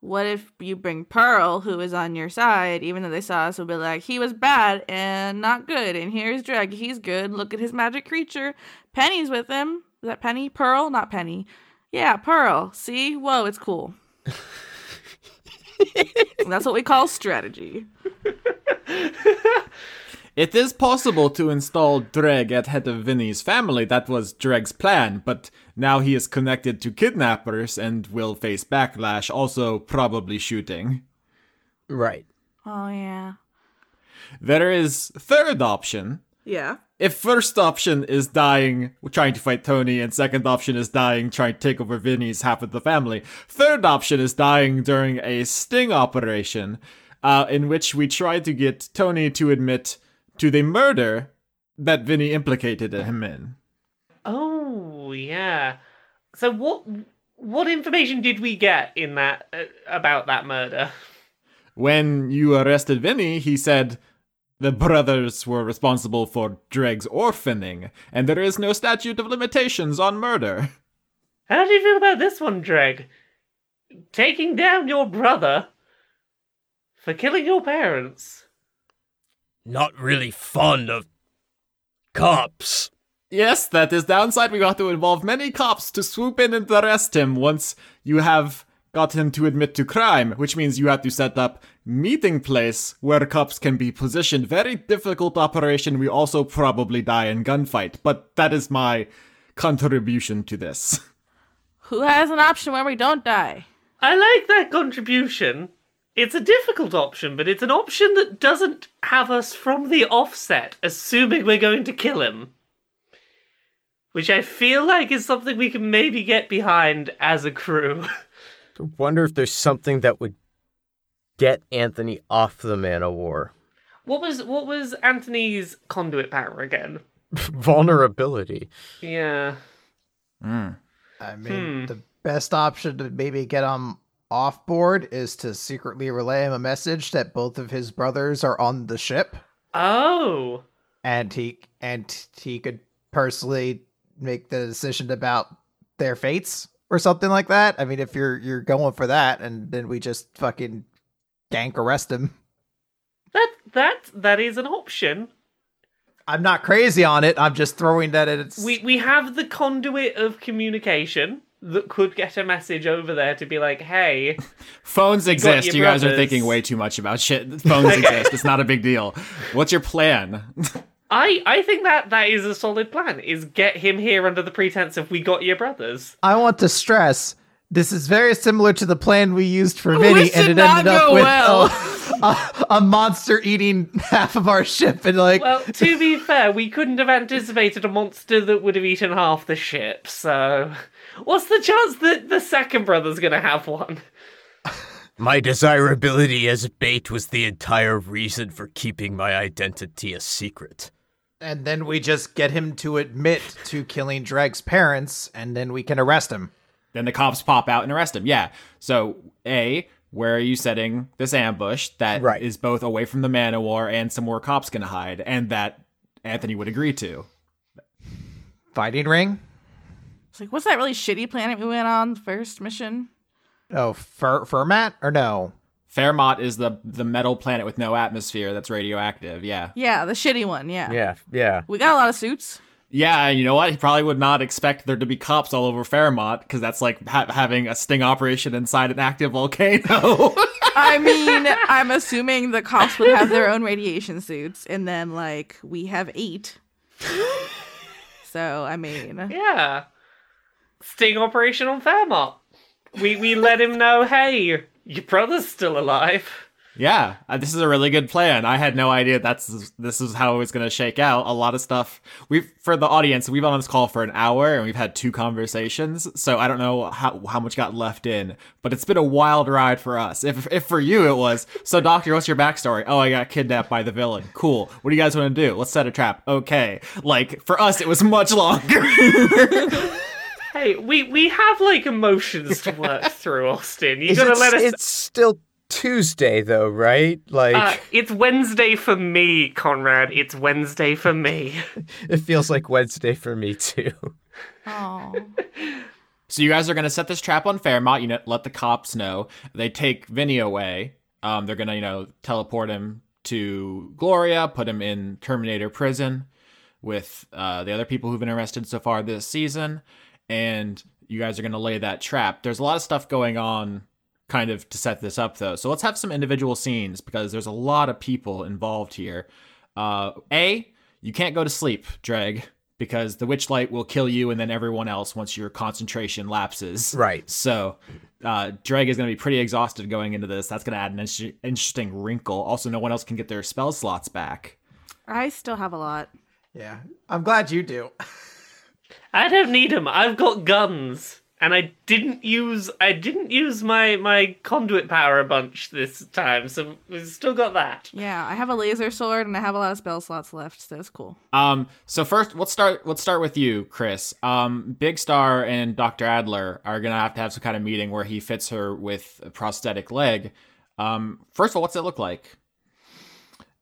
Speaker 6: What if you bring Pearl, who is on your side, even though they saw us, will be like, he was bad and not good, and here's Drag, he's good, look at his magic creature. Penny's with him. Is that Penny? Pearl? Not Penny. Yeah, Pearl. See? Whoa, it's cool. That's what we call strategy.
Speaker 4: It is possible to install Dreg at head of Vinny's family. That was Dreg's plan, but now he is connected to kidnappers and will face backlash, also probably shooting.
Speaker 7: Right.
Speaker 6: Oh, yeah.
Speaker 4: There is third option.
Speaker 6: Yeah.
Speaker 4: If first option is dying trying to fight Tony, and second option is dying trying to take over Vinny's half of the family, third option is dying during a sting operation, uh, in which we try to get Tony to admit to the murder that Vinny implicated him in.
Speaker 3: Oh yeah. So what what information did we get in that uh, about that murder?
Speaker 4: When you arrested Vinny, he said the brothers were responsible for Dreg's orphaning, and there is no statute of limitations on murder.
Speaker 3: How do you feel about this one, Dreg? Taking down your brother for killing your parents.
Speaker 8: Not really fond of cops.
Speaker 4: Yes, that is downside. We got to involve many cops to swoop in and arrest him once you have got him to admit to crime, which means you have to set up meeting place where cops can be positioned. Very difficult operation. We also probably die in gunfight, but that is my contribution to this.
Speaker 6: Who has an option where we don't die?
Speaker 3: I like that contribution. It's a difficult option, but it's an option that doesn't have us from the offset, assuming we're going to kill him. Which I feel like is something we can maybe get behind as a crew.
Speaker 7: Wonder if there's something that would get Anthony off the man of war.
Speaker 3: what was what was Anthony's conduit power again?
Speaker 7: Vulnerability.
Speaker 3: Yeah.
Speaker 5: I mean, the best option to maybe get him off board is to secretly relay him a message that both of his brothers are on the ship,
Speaker 3: Oh.
Speaker 5: and he and he could personally make the decision about their fates or something like that. I mean, if you're you're going for that, and then we just fucking gank arrest him.
Speaker 3: That that that is an option.
Speaker 5: I'm not crazy on it. I'm just throwing that it's
Speaker 3: We we have the conduit of communication that could get a message over there to be like, "Hey,
Speaker 4: Phones exist.
Speaker 3: your
Speaker 4: You guys are
Speaker 3: brothers.
Speaker 4: thinking way too much about shit. Phones exist. It's not a big deal. What's your plan?
Speaker 3: I I think that that is a solid plan. Is get him here under the pretense of we got your brothers."
Speaker 5: I want to stress this is very similar to the plan we used for
Speaker 6: Which
Speaker 5: Vinny, and
Speaker 6: did
Speaker 5: it
Speaker 6: not
Speaker 5: ended up
Speaker 6: go
Speaker 5: with
Speaker 6: well.
Speaker 5: a, a, a monster eating half of our ship. And like,
Speaker 3: Well, to be fair, we couldn't have anticipated a monster that would have eaten half the ship. So, what's the chance that the second brother's going to have one?
Speaker 8: My desirability as bait was the entire reason for keeping my identity a secret.
Speaker 5: and then we just get him to admit to killing Dreg's parents, and then we can arrest him.
Speaker 4: Then the cops pop out and arrest him. Yeah. So, A, where are you setting this ambush that is
Speaker 7: Right.
Speaker 4: both away from the man o' war and somewhere cops can hide and that Anthony would agree to?
Speaker 5: Fighting ring?
Speaker 6: It's like, what's that really shitty planet we went on the first mission?
Speaker 5: Oh, fur Fermat or no?
Speaker 4: Fairmont is the, the metal planet with no atmosphere that's radioactive. Yeah.
Speaker 6: Yeah, the shitty one. Yeah.
Speaker 7: Yeah, yeah.
Speaker 6: We got a lot of suits.
Speaker 4: Yeah. and You know what? He probably would not expect there to be cops all over Fairmont because that's like ha- having a sting operation inside an active volcano.
Speaker 6: I mean, I'm assuming the cops would have their own radiation suits, and then like we have eight. So I mean,
Speaker 3: Yeah. Sting operation on Fairmont. We we let him know, "Hey, your brother's still alive."
Speaker 4: Yeah, uh, this is a really good plan. I had no idea that's this is how it was going to shake out. A lot of stuff. We've for the audience, we've been on this call for an hour and we've had two conversations. So I don't know how how much got left in, but it's been a wild ride for us. If if for you it was, so doctor, what's your backstory? Oh, I got kidnapped by the villain. Cool. What do you guys want to do? Let's set a trap. Okay. Like for us, it was much longer.
Speaker 3: Hey, we we have like emotions to work through, Austin. You
Speaker 7: Is
Speaker 3: gotta
Speaker 7: it-
Speaker 3: let us. It's,
Speaker 7: It's still Tuesday though, right? Like
Speaker 3: uh, it's Wednesday for me, Conrad. It's Wednesday for me.
Speaker 7: it feels like Wednesday for me too.
Speaker 6: Oh.
Speaker 4: So you guys are gonna set this trap on Fairmont. You know, let the cops know. They take Vinny away. Um, they're gonna you know teleport him to Gloria, put him in Terminator prison with uh, the other people who've been arrested so far this season, and you guys are gonna lay that trap. There's a lot of stuff going on, kind of to set this up though. So let's have some individual scenes because there's a lot of people involved here. Uh, a, you can't go to sleep, Dreg, because the witch light will kill you and then everyone else once your concentration lapses.
Speaker 7: Right.
Speaker 4: So, uh, Dreg is going to be pretty exhausted going into this. That's going to add an inter- interesting wrinkle. Also, no one else can get their spell slots back.
Speaker 6: I still have a lot.
Speaker 5: Yeah, I'm glad you do.
Speaker 3: I don't need them. I've got guns, and I didn't use I didn't use my my conduit power a bunch this time, so we've still got that.
Speaker 6: Yeah, I have a laser sword and I have a lot of spell slots left, so it's cool.
Speaker 4: Um, so first, let's start. Let's start with you, Chris. Um, Big Star and Doctor Adler are gonna have to have some kind of meeting where he fits her with a prosthetic leg. Um, first of all, what's it look like?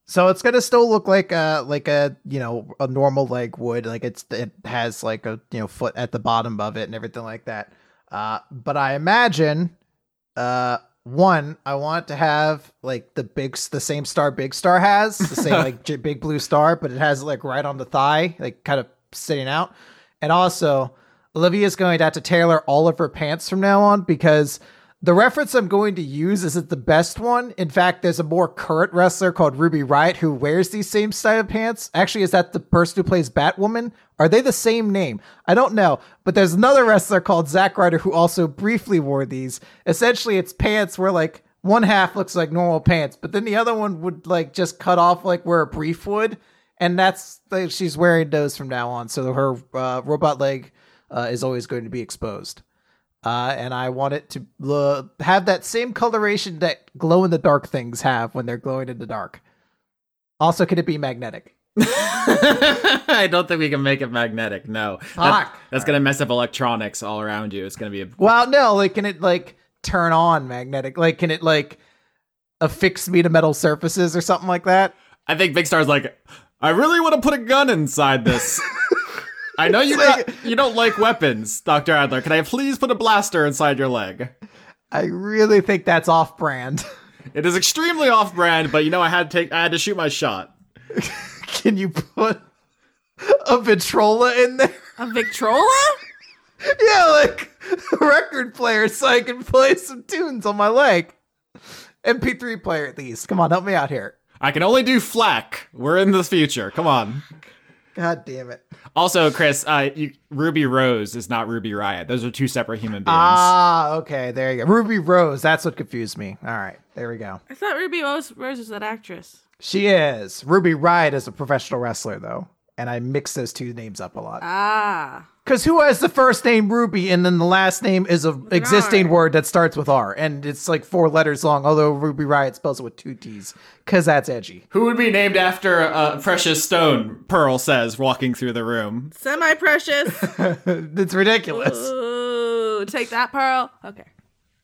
Speaker 5: So it's gonna still look like a like a you know a normal leg would like it's it has like a you know foot at the bottom of it and everything like that. Uh, but I imagine, uh, one I want to have like the big s- the same star Big Star has the same like j- big blue star, but it has it, like right on the thigh, like kind of sitting out. And also, Olivia's going to have to tailor all of her pants from now on because the reference I'm going to use isn't the best one. In fact, there's a more current wrestler called Ruby Riot who wears these same style of pants. Actually, is that the person who plays Batwoman? Are they the same name? I don't know. But there's another wrestler called Zack Ryder who also briefly wore these. Essentially, it's pants where like one half looks like normal pants, but then the other one would like just cut off like where a brief would and that's like, she's wearing those from now on. So her uh, robot leg uh, is always going to be exposed. Uh, and I want it to lo- have that same coloration that glow in the dark things have when they're glowing in the dark. Also, could it be magnetic?
Speaker 4: I don't think we can make it magnetic. No, That-
Speaker 5: Fuck.
Speaker 4: that's gonna mess up electronics all around you. It's gonna be a
Speaker 5: Well, no. Like, can it like turn on magnetic? Like, can it like affix me to metal surfaces or something like that?
Speaker 4: I think Big Star's like, I really want to put a gun inside this. I know you not- you don't like weapons, Doctor Adler. Can I please put a blaster inside your leg?
Speaker 5: I really think that's off-brand.
Speaker 4: It is extremely off-brand, but you know I had to take I had to shoot my shot.
Speaker 5: can you put a Vitrola in there?
Speaker 6: A Victrola?
Speaker 5: Yeah, like a record player so I can play some tunes on my leg. MP3 player at least. Come on, help me out here.
Speaker 4: I can only do flack. We're in the future. Come on.
Speaker 5: God damn it.
Speaker 4: Also, Chris, uh, you, Ruby Rose is not Ruby Riot. Those are two separate human beings.
Speaker 5: Ah, okay, there you go. Ruby Rose, that's what confused me. All right, there we go.
Speaker 6: I thought Ruby Rose, Rose was that actress.
Speaker 5: She is. Ruby Riot is a professional wrestler, though. And I mix those two names up a lot.
Speaker 6: Ah.
Speaker 5: Because who has the first name Ruby and then the last name is a existing word that starts with R and it's like four letters long, although Ruby Riot spells it with two T's. Because that's edgy.
Speaker 4: Who would be named after uh, precious stone? Pearl says, walking through the room.
Speaker 6: Semi precious.
Speaker 5: it's ridiculous.
Speaker 6: Ooh, take that, Pearl. Okay.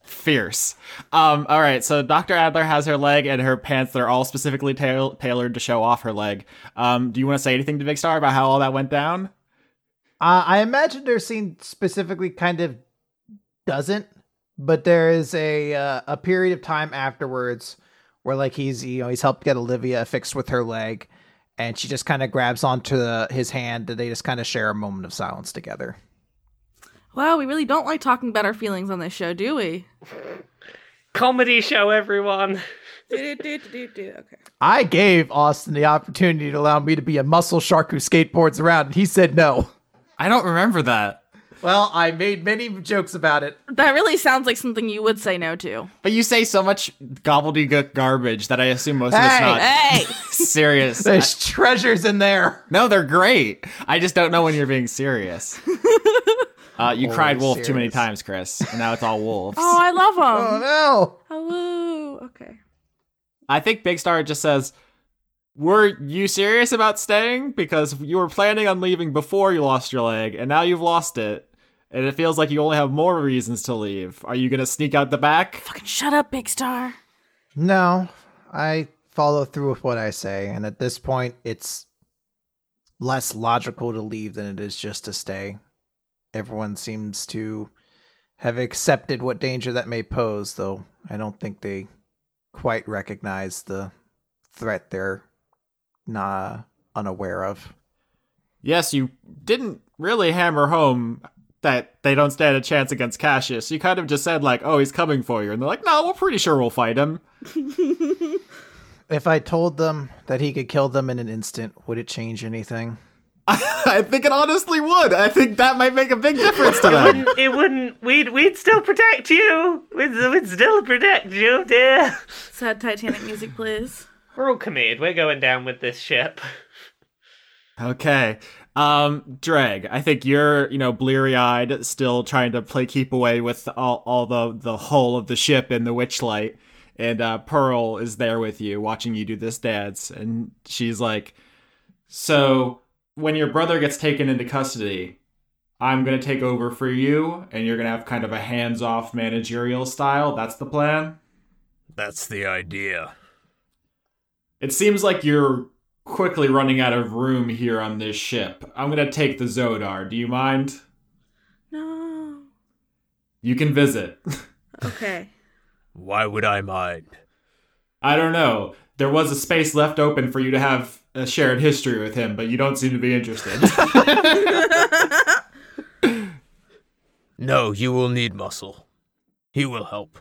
Speaker 4: fierce. Um, all right, so Dr. Adler has her leg and her pants. They're all specifically tail- tailored to show off her leg. Um, do you want to say anything to Big Star about how all that went down?
Speaker 5: Uh, I imagine their scene specifically kind of doesn't, but there is a uh, a period of time afterwards where like he's you know he's helped get Olivia fixed with her leg, and she just kind of grabs onto the, his hand, and they just kind of share a moment of silence together.
Speaker 6: Well, we really don't like talking about our feelings on this show, do we?
Speaker 3: Comedy show, everyone.
Speaker 6: do, do, do, do, do. Okay.
Speaker 5: I gave Austin the opportunity to allow me to be a muscle shark who skateboards around, and he said no.
Speaker 4: I don't remember that.
Speaker 5: Well, I made many jokes about it.
Speaker 6: That really sounds like something you would say no to.
Speaker 4: But you say so much gobbledygook garbage that I assume most of it's
Speaker 5: Hey!
Speaker 4: not
Speaker 6: Hey!
Speaker 4: serious.
Speaker 5: There's treasures in there.
Speaker 4: no, they're great. I just don't know when you're being serious. Uh, you cried wolf too many
Speaker 5: serious.
Speaker 4: times, Chris, and now it's all wolves.
Speaker 6: Oh, I love
Speaker 5: Oh
Speaker 6: them.
Speaker 5: no.
Speaker 6: Hello. Okay.
Speaker 4: I think Big Star just says, "Were you serious about staying? Because you were planning on leaving before you lost your leg, and now you've lost it, and it feels like you only have more reasons to leave. Are you gonna sneak out the back?"
Speaker 6: Fucking shut up, Big Star.
Speaker 5: No, I follow through with what I say, and at this point, it's less logical to leave than it is just to stay. Everyone seems to have accepted what danger that may pose, though I don't think they quite recognize the threat they're nah, unaware of.
Speaker 4: Yes, you didn't really hammer home that they don't stand a chance against Cassius. You kind of just said like, "Oh, he's coming for you," and they're like, "No, we're pretty sure we'll fight him."
Speaker 5: If I told them that he could kill them in an instant, would it change anything?
Speaker 4: I think it honestly would. I think that might make a big difference to them.
Speaker 3: wouldn't, it wouldn't. We'd we'd still protect you. We'd, we'd still protect you, dear.
Speaker 6: Sad Titanic music, please.
Speaker 3: We're all committed. We're going down with this ship.
Speaker 4: Okay. Um, Dreg, I think you're, you know, bleary eyed, still trying to play keep away with all, all the, the hull of the ship and the witch light. And uh, Pearl is there with you, watching you do this dance. And she's like, So when your brother gets taken into custody, I'm going to take over for you, and you're going to have kind of a hands off managerial style. That's the plan.
Speaker 8: That's the idea.
Speaker 4: It seems like you're quickly running out of room here on this ship. I'm gonna take the Zodar. Do you mind?
Speaker 6: No.
Speaker 4: You can visit.
Speaker 6: Okay.
Speaker 8: Why would I mind?
Speaker 4: I don't know. There was a space left open for you to have a shared history with him, but you don't seem to be interested.
Speaker 8: No, you will need muscle. He will help.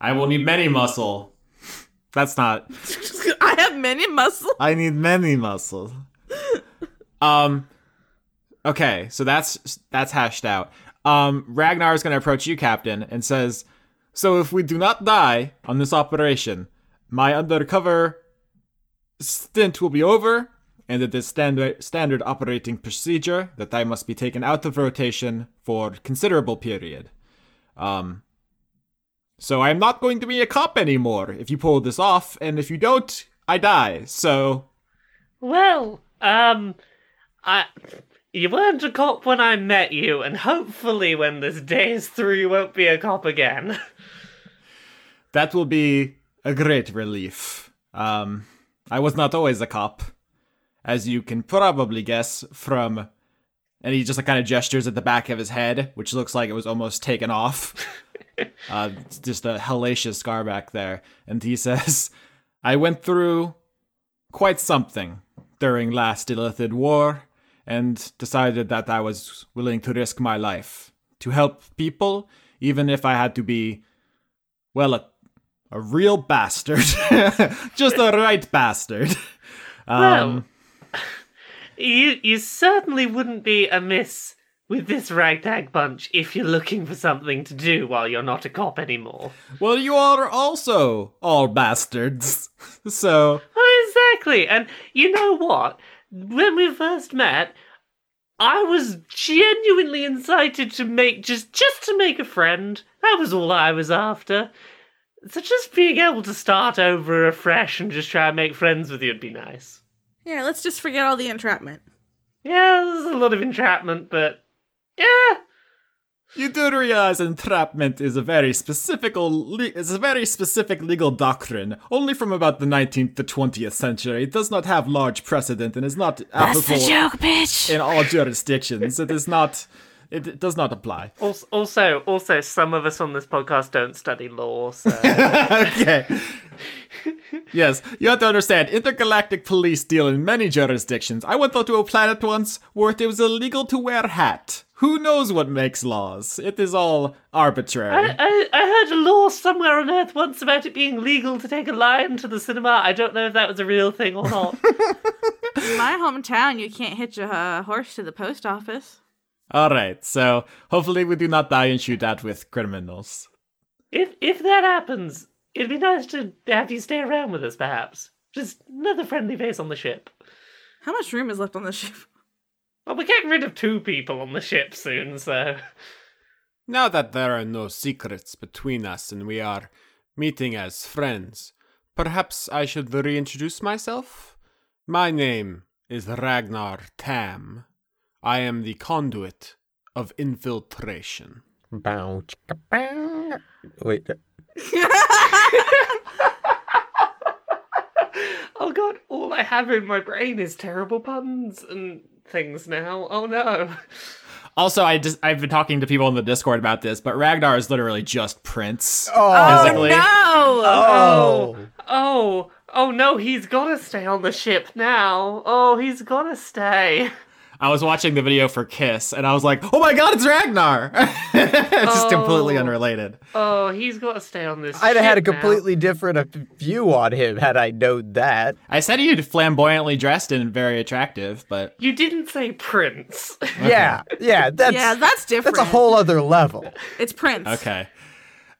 Speaker 4: I will need many muscle. That's not.
Speaker 6: I have many muscles.
Speaker 4: I need many muscle. um. Okay, so that's that's hashed out. Um, Ragnar is going to approach you, Captain, and says, "So if we do not die on this operation, my undercover stint will be over, and it is standard standard operating procedure that I must be taken out of rotation for considerable period. Um, so I am not going to be a cop anymore. If you pull this off, and if you don't, I die. So
Speaker 3: Well, um, I. You weren't a cop when I met you, and hopefully, when this day is through, you won't be a cop again.
Speaker 4: That will be a great relief. Um, I was not always a cop, as you can probably guess from. And he just like, kind of gestures at the back of his head, which looks like it was almost taken off. uh, it's just a hellacious scar back there. And he says, I went through quite something during last Illithid War and decided that I was willing to risk my life to help people, even if I had to be, well, a a real bastard. Just a right bastard. Um,
Speaker 3: You you certainly wouldn't be amiss with this ragtag bunch if you're looking for something to do while you're not a cop anymore.
Speaker 4: well, you are also all bastards. So,
Speaker 3: Oh, exactly. And you know what? When we first met, I was genuinely incited to make just just to make a friend. That was all I was after. So just being able to start over afresh and just try and make friends with you would be nice.
Speaker 6: Yeah, let's just forget all the entrapment.
Speaker 3: Yeah, there's a lot of entrapment, but yeah,
Speaker 4: you do realize entrapment is a very specific, le- is a very specific legal doctrine, only from about the 19th to 20th century. It does not have large precedent and is not applicable
Speaker 6: joke, bitch.
Speaker 4: in all jurisdictions. It is not. It it does not apply.
Speaker 3: Also, also, also, some of us on this podcast don't study law, so
Speaker 4: okay. yes, you have to understand. Intergalactic police deal in many jurisdictions. I went onto a planet once where it was illegal to wear a hat. Who knows what makes laws? It is all arbitrary.
Speaker 3: I, I, I heard a law somewhere on Earth once about it being legal to take a lion to the cinema. I don't know if that was a real thing or not.
Speaker 6: In my hometown, you can't hitch a uh, horse to the post office.
Speaker 4: All right. So hopefully we do not die in shootout with criminals.
Speaker 3: If if that happens, it'd be nice to have you stay around with us, perhaps. Just another friendly face on the ship.
Speaker 6: How much room is left on the ship?
Speaker 3: Well, we're getting rid of two people on the ship soon, so
Speaker 4: Now that there are no secrets between us and we are meeting as friends, perhaps I should reintroduce myself? My name is Ragnar Tam. I am the conduit of infiltration.
Speaker 7: Bow, chicka, bow. Wait, th-
Speaker 3: Oh god, all I have in my brain is terrible puns and things now. Oh no.
Speaker 4: Also, I just I've been talking to people in the Discord about this, but Ragnar is literally just Prince.
Speaker 6: Oh
Speaker 4: Physically.
Speaker 6: no!
Speaker 3: Oh. Oh. Oh no, he's gotta stay on the ship now. Oh, he's gotta stay.
Speaker 4: I was watching the video for Kiss, and I was like, "Oh my God, it's Ragnar!" it's just completely
Speaker 3: Oh.
Speaker 4: unrelated.
Speaker 3: Oh, he's gotta stay on this
Speaker 2: I'd
Speaker 3: ship
Speaker 2: have had a
Speaker 3: now.
Speaker 2: completely different uh, view on him had I known that.
Speaker 4: I said he'd flamboyantly dressed and very attractive, but
Speaker 3: You didn't say Prince.
Speaker 2: Yeah, yeah, that's
Speaker 6: yeah, that's different.
Speaker 2: that's a whole other level.
Speaker 6: It's Prince.
Speaker 4: okay.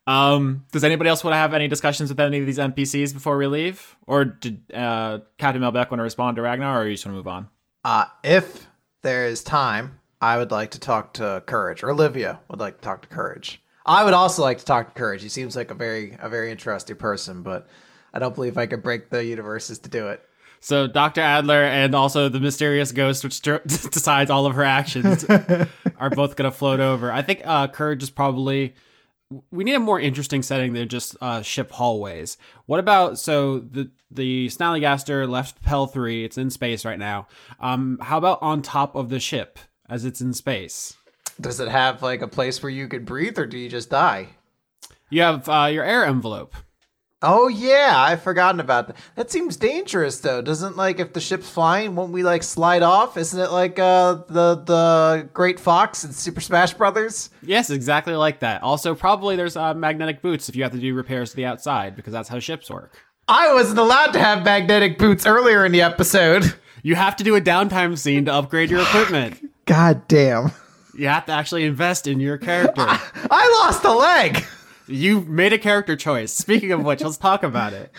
Speaker 4: Um, does anybody else want to have any discussions with any of these NPCs before we leave, or did uh, Captain Melbeck want to respond to Ragnar, or you just want to move on?
Speaker 5: Uh, if there is time, I would like to talk to Courage. Or Olivia would like to talk to Courage. I would also like to talk to Courage. He seems like a very a very interesting person, but I don't believe I could break the universes to do it.
Speaker 4: So Dr. Adler and also the mysterious ghost, which dr- decides all of her actions, are both going to float over. I think uh, Courage is probably. We need a more interesting setting than just uh, ship hallways. What about so the the Snallygaster left Pell three? It's in space right now. Um, how about on top of the ship as it's in space?
Speaker 5: Does it have like a place where you could breathe, or do you just die?
Speaker 4: You have uh, your air envelope.
Speaker 5: Oh yeah, I've forgotten about that. That seems dangerous though. Doesn't like if the ship's flying, won't we like slide off? Isn't it like uh the the Great Fox and Super Smash Brothers?
Speaker 4: Yes, exactly like that. Also, probably there's uh, magnetic boots if you have to do repairs to the outside because that's how ships work.
Speaker 5: I wasn't allowed to have magnetic boots earlier in the episode.
Speaker 4: You have to do a downtime scene to upgrade your equipment.
Speaker 5: God damn.
Speaker 4: You have to actually invest in your character.
Speaker 5: I lost a leg.
Speaker 4: You made a character choice. Speaking of which, let's talk about it.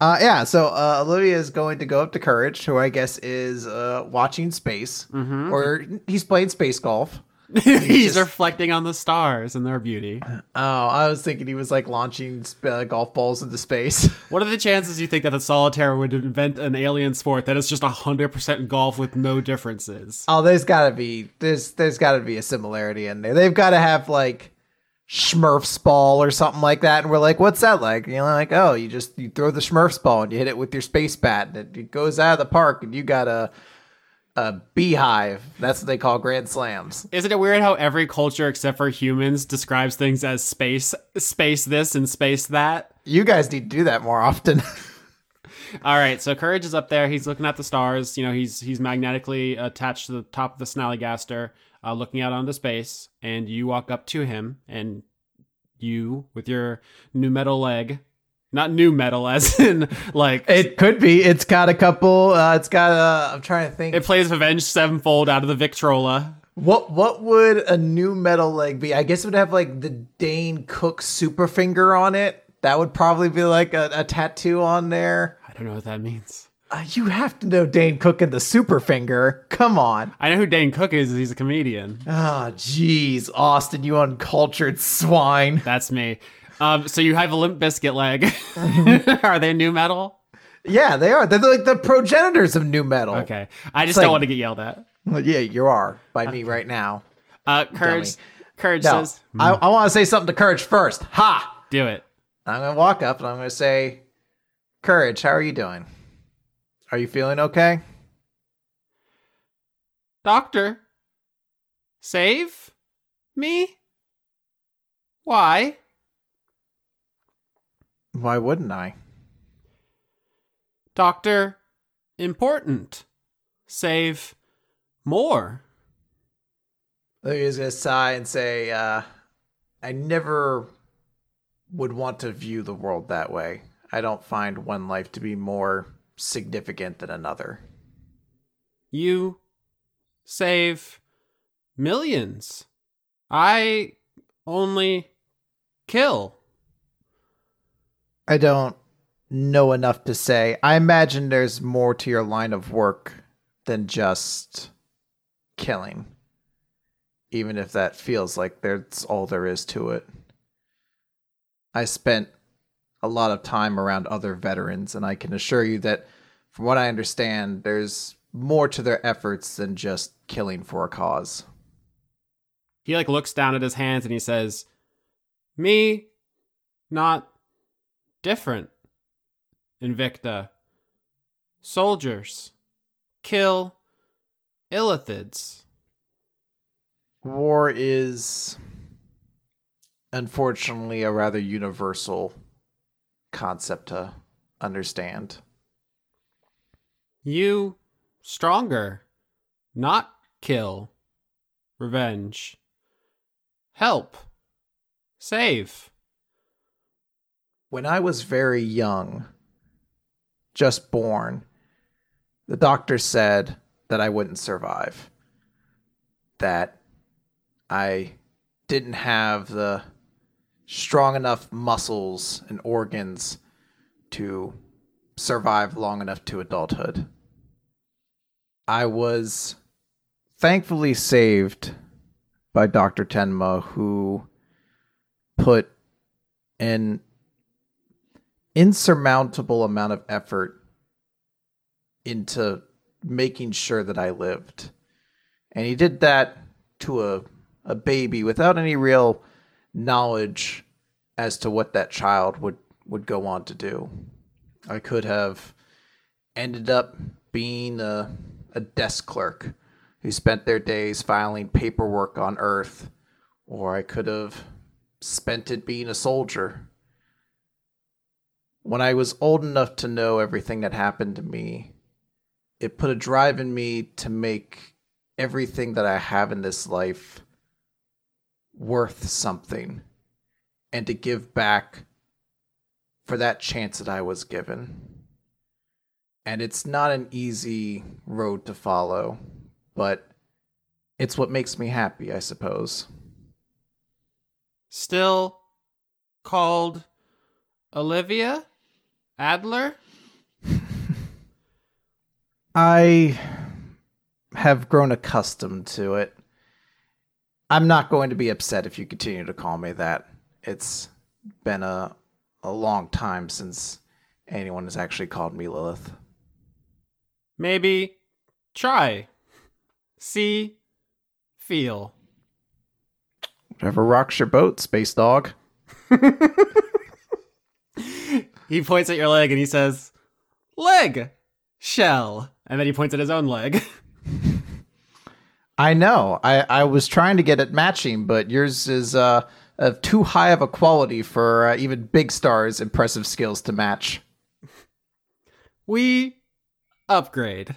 Speaker 5: Uh, yeah, so uh, Olivia is going to go up to Courage, who I guess is uh, watching space, or he's playing space golf.
Speaker 4: He's reflecting on the stars and their beauty.
Speaker 5: Oh, I was thinking he was like launching sp- uh, golf balls into space.
Speaker 4: What are the chances you think that the solitaire would invent an alien sport that is just 100% golf with no differences?
Speaker 5: Oh, there's gotta be there's there's gotta be a similarity in there. They've gotta have like Schmurfs ball or something like that, and we're like, what's that like? And you're like, oh, you just you throw the Schmurfs ball and you hit it with your space bat, and it, it goes out of the park, and you got a a beehive. That's what they call grand slams.
Speaker 4: Isn't it weird how every culture except for humans describes things as space, space this and space that?
Speaker 5: You guys need to do that more often.
Speaker 4: All right, so Courage is up there. He's looking at the stars. You know, he's he's magnetically attached to the top of the Snallygaster, uh, looking out onto space. And you walk up to him, and you, with your new metal leg, not new metal as in like it,
Speaker 5: it could be. It's got a couple. Uh, it's got a. I'm trying to think.
Speaker 4: plays Avenged Sevenfold out of the Victrola.
Speaker 5: What what would a new metal leg be? I guess it would have like the Dane Cook super finger on it. That would probably be like a, a tattoo on there.
Speaker 4: I don't know what that means.
Speaker 5: Uh, you have to know Dane Cook and the super finger. Come on.
Speaker 4: I know who Dane Cook is. He's a comedian.
Speaker 5: Ah, jeez, Austin, you uncultured swine.
Speaker 4: That's me. Um, so you have a Limp Biscuit leg.
Speaker 5: Mm-hmm.
Speaker 4: Are they new metal?
Speaker 5: Yeah, they are. They're like the progenitors of new metal.
Speaker 4: Okay, I just
Speaker 5: like-
Speaker 4: don't want to get yelled at.
Speaker 5: Well, yeah, you are by me right now.
Speaker 4: Uh, Courage, Courage
Speaker 5: No,
Speaker 4: says,
Speaker 5: I, I want to say something to Courage first. Ha!
Speaker 4: "Do it."
Speaker 5: I'm gonna walk up and I'm gonna say, Courage, how are you doing? Are you feeling okay?
Speaker 4: Doctor, save me? Why?
Speaker 5: Why wouldn't I?
Speaker 4: Doctor, important. Save more.
Speaker 5: Olivia's gonna sigh and say, uh, I never would want to view the world that way. I don't find one life to be more significant than another.
Speaker 4: You save millions. I only kill.
Speaker 5: I don't know enough to say. I imagine there's more to your line of work than just killing. Even if that feels like that's all there is to it. I spent a lot of time around other veterans, and I can assure you that, from what I understand, there's more to their efforts than just killing for a cause.
Speaker 4: He like looks down at his hands and he says, "Me, not different. Invicta, soldiers, kill illithids."
Speaker 5: War is, unfortunately, a rather universal concept to understand.
Speaker 4: You stronger, not kill, revenge, help, save.
Speaker 5: When I was very young, just born, the doctor said that I wouldn't survive. That I didn't have the strong enough muscles and organs to survive long enough to adulthood. I was thankfully saved by Dr. Tenma, who put an insurmountable amount of effort into making sure that I lived. And he did that to a, a baby without any real knowledge as to what that child would, would go on to do. I could have ended up being a, a desk clerk who spent their days filing paperwork on Earth, or I could have spent it being a soldier. When I was old enough to know everything that happened to me, it put a drive in me to make everything that I have in this life worth something and to give back for that chance that I was given. And it's not an easy road to follow, but it's what makes me happy, I suppose.
Speaker 4: Still called Olivia Adler?
Speaker 5: I have grown accustomed to it. I'm not going to be upset if you continue to call me that. It's been a a long time since anyone has actually called me Lilith.
Speaker 4: Maybe try. See, feel.
Speaker 5: Whatever rocks your boat, space dog.
Speaker 4: He points at your leg and he says, Leg! Shell! And then he points at his own leg.
Speaker 5: I know. I, I was trying to get it matching, but yours is uh, of too high of a quality for uh, even Big Star's impressive skills to match.
Speaker 4: we upgrade.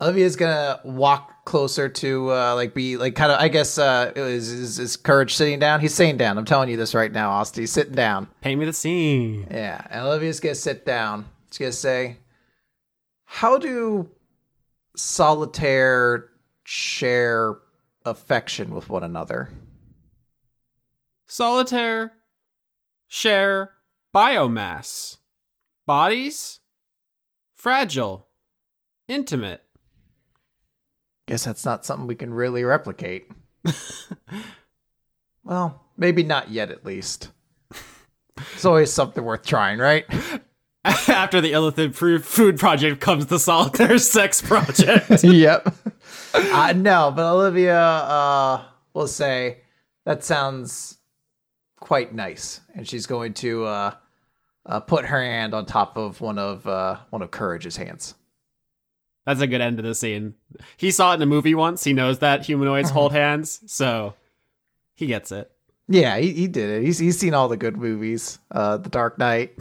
Speaker 5: Olivia's gonna walk closer to uh, like be like kind of I guess uh, is, is is courage sitting down? He's sitting down. I'm telling you this right now, Austin. He's sitting down.
Speaker 4: Paint me the scene.
Speaker 5: Yeah, and Olivia's gonna sit down. She's gonna say, "How do solitaire share affection with one another?"
Speaker 4: Solitaire. Share. Biomass. Bodies. Fragile. Intimate.
Speaker 5: Guess that's not something we can really replicate. well, maybe not yet, at least. It's always something worth trying, right?
Speaker 4: After the Illithid Pro- Food Project comes the Solitaire Sex Project.
Speaker 5: yep. Uh, no, but Olivia uh, will say that sounds quite nice, and she's going to uh, uh, put her hand on top of one of uh, one of Courage's hands.
Speaker 4: That's a good end to the scene. He saw it in a movie once. He knows that humanoids
Speaker 3: Uh-huh.
Speaker 4: hold hands, so he gets it.
Speaker 5: Yeah, he, he did it. He's he's seen all the good movies, uh, The Dark Knight,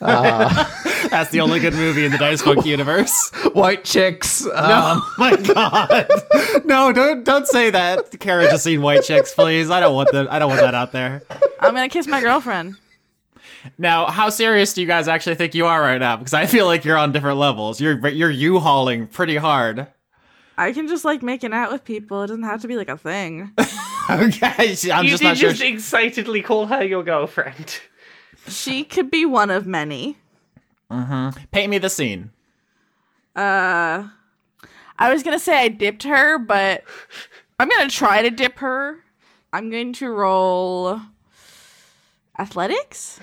Speaker 5: uh,
Speaker 4: That's the only good movie in the Dice Funk universe.
Speaker 5: White Chicks. Um,
Speaker 4: oh my god! No, don't don't say that. Carriage has seen white chicks, please. I don't want that. I don't want that out there.
Speaker 6: I'm gonna kiss my girlfriend.
Speaker 4: Now, how serious do you guys actually think you are right now? Because I feel like you're on different levels. You're you're u-hauling pretty hard.
Speaker 6: I can just like making out with people. It doesn't have to be like a thing.
Speaker 4: okay, she- I'm
Speaker 3: you
Speaker 4: just
Speaker 3: did
Speaker 4: not sure.
Speaker 3: just excitedly call her your girlfriend.
Speaker 6: she could be one of many.
Speaker 4: Paint me the scene.
Speaker 6: Uh, I was gonna say I dipped her, but I'm gonna try to dip her. I'm going to roll athletics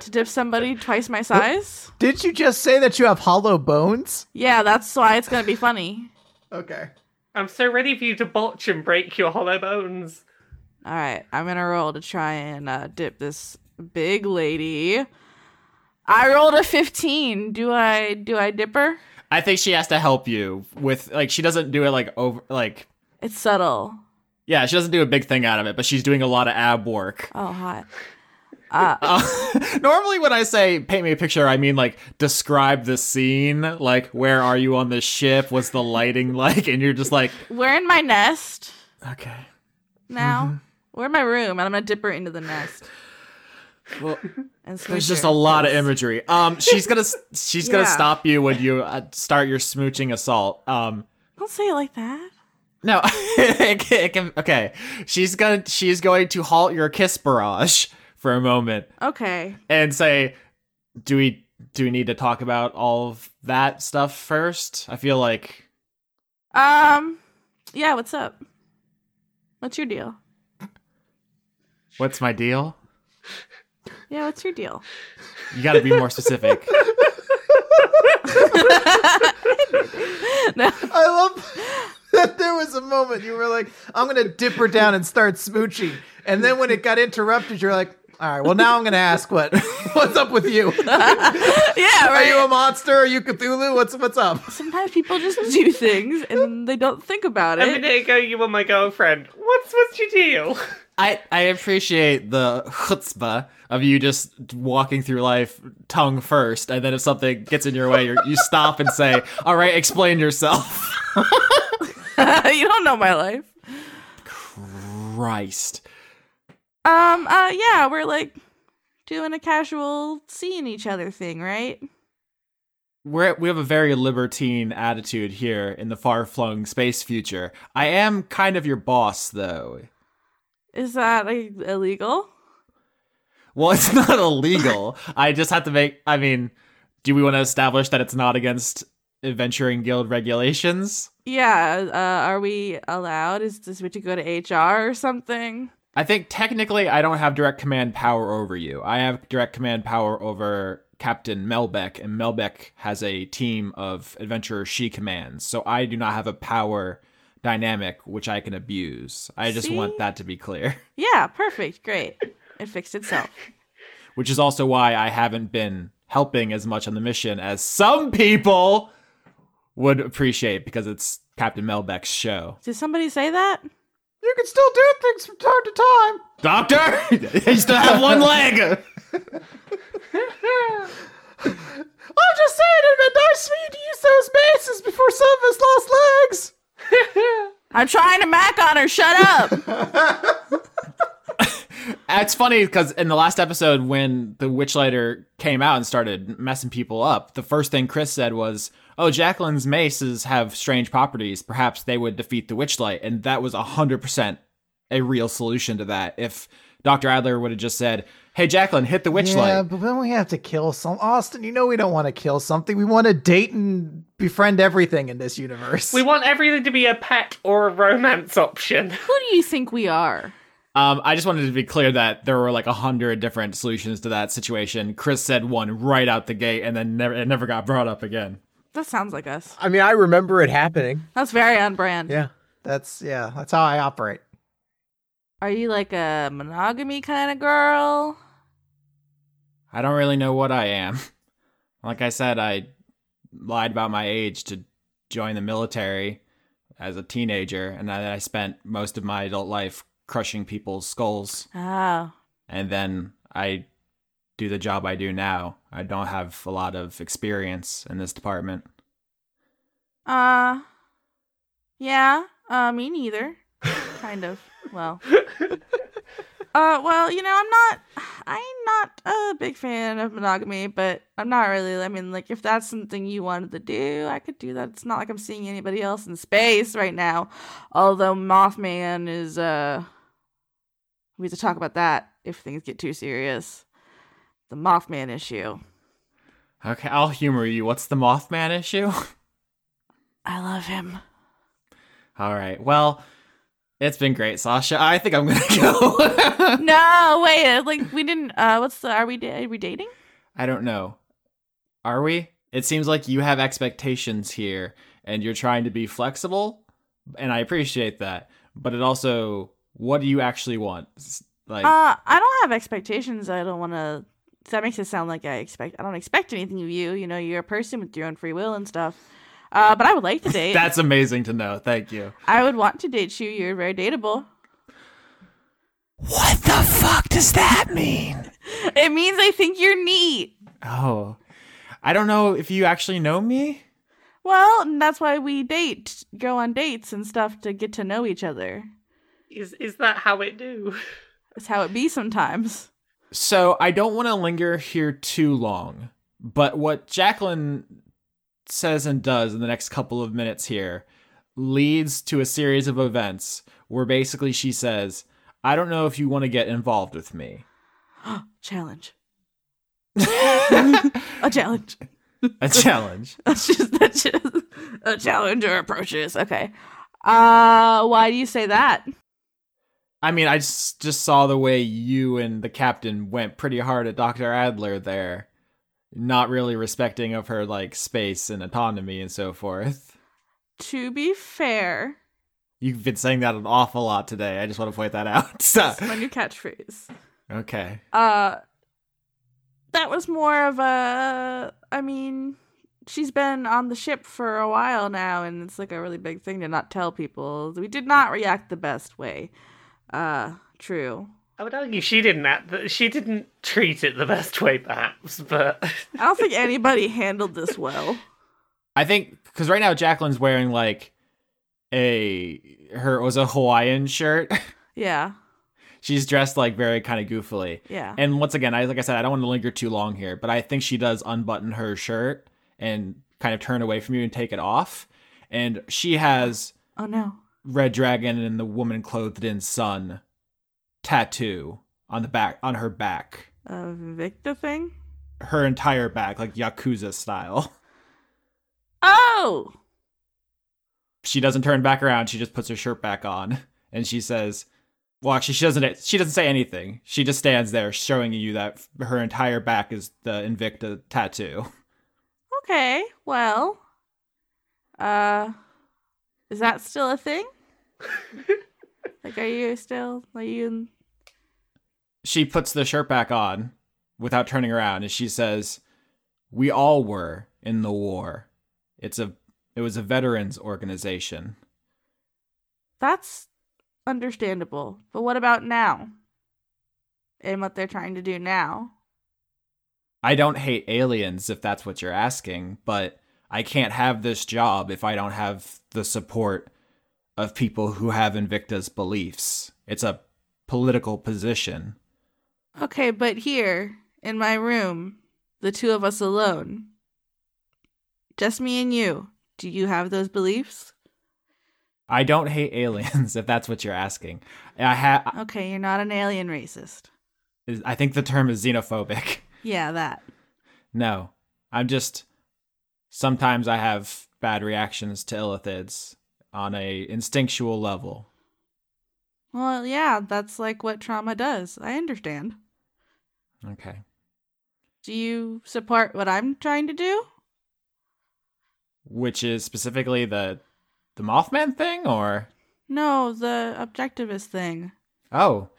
Speaker 6: to dip somebody twice my size.
Speaker 5: Did you just say that you have hollow bones?
Speaker 6: Yeah, that's why it's gonna be funny.
Speaker 5: Okay.
Speaker 3: I'm so ready for you to botch and break your hollow bones.
Speaker 6: All right, I'm gonna roll to try and uh, dip this big lady. I rolled a 15. Do I do I dip her?
Speaker 4: I think she has to help you with like she doesn't do it like over like
Speaker 6: It's subtle.
Speaker 4: yeah she doesn't do a big thing out of it, but she's doing a lot of ab work.
Speaker 6: Oh, hot.
Speaker 4: Uh, normally when I say paint me a picture, I mean like describe the scene, like where are you on the ship, what's the lighting like, and you're just like
Speaker 6: We're in my nest
Speaker 4: okay. Mm-hmm.
Speaker 6: now. We're in my room, and I'm gonna dip her into the nest.
Speaker 4: Well,
Speaker 6: And
Speaker 4: there's
Speaker 6: smooch
Speaker 4: just
Speaker 6: her.
Speaker 4: a lot of imagery. Um, she's gonna s- she's gonna
Speaker 6: Yeah.
Speaker 4: stop you when you uh, start your smooching assault. Um.
Speaker 6: Don't say it like that.
Speaker 4: No, it can, it can- okay. She's gonna she's going to halt your kiss barrage for a moment
Speaker 6: Okay.
Speaker 4: and say, "Do we do we need to talk about all of that stuff first? I feel like
Speaker 6: Um. Yeah. What's up? What's your deal?
Speaker 4: what's my deal?
Speaker 6: Yeah. What's your deal?
Speaker 4: You got to be more specific.
Speaker 6: No.
Speaker 5: I love that there was a moment you were like, I'm going to dip her down and start smooching. And then when it got interrupted, you're like, all right, well, now I'm going to ask what what's up with you?
Speaker 6: Yeah.
Speaker 5: Are
Speaker 6: Right.
Speaker 5: you a monster? Are you Cthulhu? What's what's up?
Speaker 6: Sometimes people just do things and they don't think about
Speaker 3: A
Speaker 6: it.
Speaker 3: minute ago, you were my girlfriend. What's what's your deal?
Speaker 4: I I appreciate the chutzpah of you just walking through life tongue first, and then if something gets in your way, you're, you stop and say, "All right, explain yourself."
Speaker 6: you don't know my life.
Speaker 4: Christ.
Speaker 6: Um. Uh. Yeah. We're like doing a casual seeing each other thing, right?
Speaker 4: we're we have a very libertine attitude here in the far flung space future. I am kind of your boss, though.
Speaker 6: Is that like, illegal?
Speaker 4: Well, it's not illegal. I just have to make. I mean, do we want to establish that it's not against adventuring guild regulations?
Speaker 6: Yeah. Uh. Are we allowed? Is this we to go to HR or something?
Speaker 4: I think technically I don't have direct command power over you. I have direct command power over Captain Melbeck, and Melbeck has a team of adventurers she commands. So I do not have a power dynamic which I can abuse. I just
Speaker 6: See?
Speaker 4: want that to be clear.
Speaker 6: Yeah. Perfect. Great. It fixed itself.
Speaker 4: which is also why I haven't been helping as much on the mission as some people would appreciate because it's Captain Melbeck's show.
Speaker 6: Did somebody say that?
Speaker 5: You can still do things from time to time.
Speaker 4: Doctor, you still have one leg.
Speaker 5: I'm just saying it would be nice for you to use those bases before some of us lost legs.
Speaker 6: I'm trying to mac on her. Shut up.
Speaker 4: It's funny because in the last episode, when the Witchlighter came out and started messing people up, the first thing Chris said was, "Oh, Jacqueline's maces have strange properties. Perhaps they would defeat the Witchlight." And that was hundred percent a real solution to that. If Doctor Adler would have just said, "Hey, Jacqueline, hit the Witchlight,"
Speaker 5: Yeah, but when we have to kill some Austin, you know we don't want to kill something. We want to date and befriend everything in this universe.
Speaker 3: We want everything to be a pet or a romance option.
Speaker 6: Who do you think we are?
Speaker 4: Um, I just wanted to be clear that there were like a hundred different solutions to that situation. Chris said one right out the gate, and then never it never got brought up again.
Speaker 6: That sounds like us.
Speaker 2: I mean, I remember it happening.
Speaker 6: That's very on brand.
Speaker 2: Yeah.
Speaker 5: that's yeah, that's how I operate.
Speaker 6: Are you like a monogamy kind of girl?
Speaker 4: I don't really know what I am. Like I said, I lied about my age to join the military as a teenager, and I, I spent most of my adult life crushing people's skulls.
Speaker 6: Oh.
Speaker 4: And then I do the job I do now. I don't have a lot of experience in this department.
Speaker 6: Uh. Yeah. Uh, me neither. kind of. Well. Uh, well, you know, I'm not. I'm not a big fan of monogamy, but I'm not really. I mean, like, if that's something you wanted to do, I could do that. It's not like I'm seeing anybody else in space right now. Although Mothman is, uh, we have to talk about that if things get too serious. The Mothman issue.
Speaker 4: Okay, I'll humor you. What's the Mothman issue?
Speaker 6: I love him.
Speaker 4: All right. Well, it's been great, Sasha. I think I'm gonna go.
Speaker 6: no, wait. Like, we didn't. Uh, what's the? Are we? da- Are we dating?
Speaker 4: I don't know. Are we? It seems like you have expectations here, and you're trying to be flexible, and I appreciate that. But it also, what do you actually want? S- Like,
Speaker 6: Uh, I don't have expectations. I don't want to. That makes it sound like I expect. I don't expect anything of you. You know, you're a person with your own free will and stuff. Uh, but I would like to date.
Speaker 4: that's amazing to know. Thank you.
Speaker 6: I would want to date you. You're very dateable.
Speaker 4: What the fuck does that mean?
Speaker 6: It means I think you're neat.
Speaker 4: Oh, I don't know if you actually know me.
Speaker 6: Well, and that's why we date, go on dates and stuff to get to know each other.
Speaker 3: Is is that how it do?
Speaker 6: That's how it be sometimes.
Speaker 4: So I don't want to linger here too long, but what Jacqueline says and does in the next couple of minutes here leads to a series of events where basically she says, I don't know if you want to get involved with me.
Speaker 6: challenge.
Speaker 4: a
Speaker 6: A challenge.
Speaker 4: challenge.
Speaker 6: That's just that's just a challenger approaches. Okay. Uh, why do you say that?
Speaker 4: I mean, I just, just saw the way you and the captain went pretty hard at Dr. Adler there, not really respecting of her like space and autonomy and so forth.
Speaker 6: To be fair,
Speaker 4: You've been saying that an awful lot today. I just want to point that out. So-
Speaker 6: that's my new catchphrase.
Speaker 4: okay.
Speaker 6: Uh, that was more of a. I mean, she's been on the ship for a while now, and it's like a really big thing to not tell people. We did not react the best way. Uh, true.
Speaker 3: I would argue she didn't act, she didn't treat it the best way, perhaps. But
Speaker 6: I don't think anybody handled this well.
Speaker 4: I think because right now Jacqueline's wearing like a her it was a Hawaiian shirt.
Speaker 6: Yeah,
Speaker 4: She's dressed like very kind of goofily.
Speaker 6: yeah.
Speaker 4: And once again, I like I said, I don't want to linger too long here, but I think she does unbutton her shirt and kind of turn away from you and take it off. And she has
Speaker 6: Oh no.
Speaker 4: Red Dragon and the woman clothed in sun tattoo on the back on her back.
Speaker 6: A Victor thing?
Speaker 4: Her entire back, like Yakuza style.
Speaker 6: Oh!
Speaker 4: she doesn't turn back around. She just puts her shirt back on and she says, "Well, actually, she doesn't. She doesn't say anything. She just stands there, showing you that her entire back is the Invicta tattoo.
Speaker 6: Okay, well. Uh. Is that still a thing? like, are you still. Are you. in-
Speaker 4: She puts the shirt back on without turning around, and she says, "We all were in the war. It's a. It was a veterans organization.
Speaker 6: That's understandable. But what about now? And what they're trying to do now?
Speaker 4: I don't hate aliens if that's what you're asking, but I can't have this job if I don't have the support of people who have Invicta's beliefs. It's a political position.
Speaker 6: Okay, but here, in my room, the two of us alone, just me and you, do you have those beliefs?
Speaker 4: I don't hate aliens if that's what you're asking. I ha-
Speaker 6: Okay, you're not an alien racist.
Speaker 4: I think the term is xenophobic.
Speaker 6: Yeah, that.
Speaker 4: No. I'm just sometimes I have bad reactions to illithids on a instinctual level.
Speaker 6: Well, yeah, that's like what trauma does. I understand.
Speaker 4: Okay.
Speaker 6: Do you support what I'm trying to do?
Speaker 4: Which is specifically the the Mothman thing or
Speaker 6: No, the objectivist thing.
Speaker 4: Oh,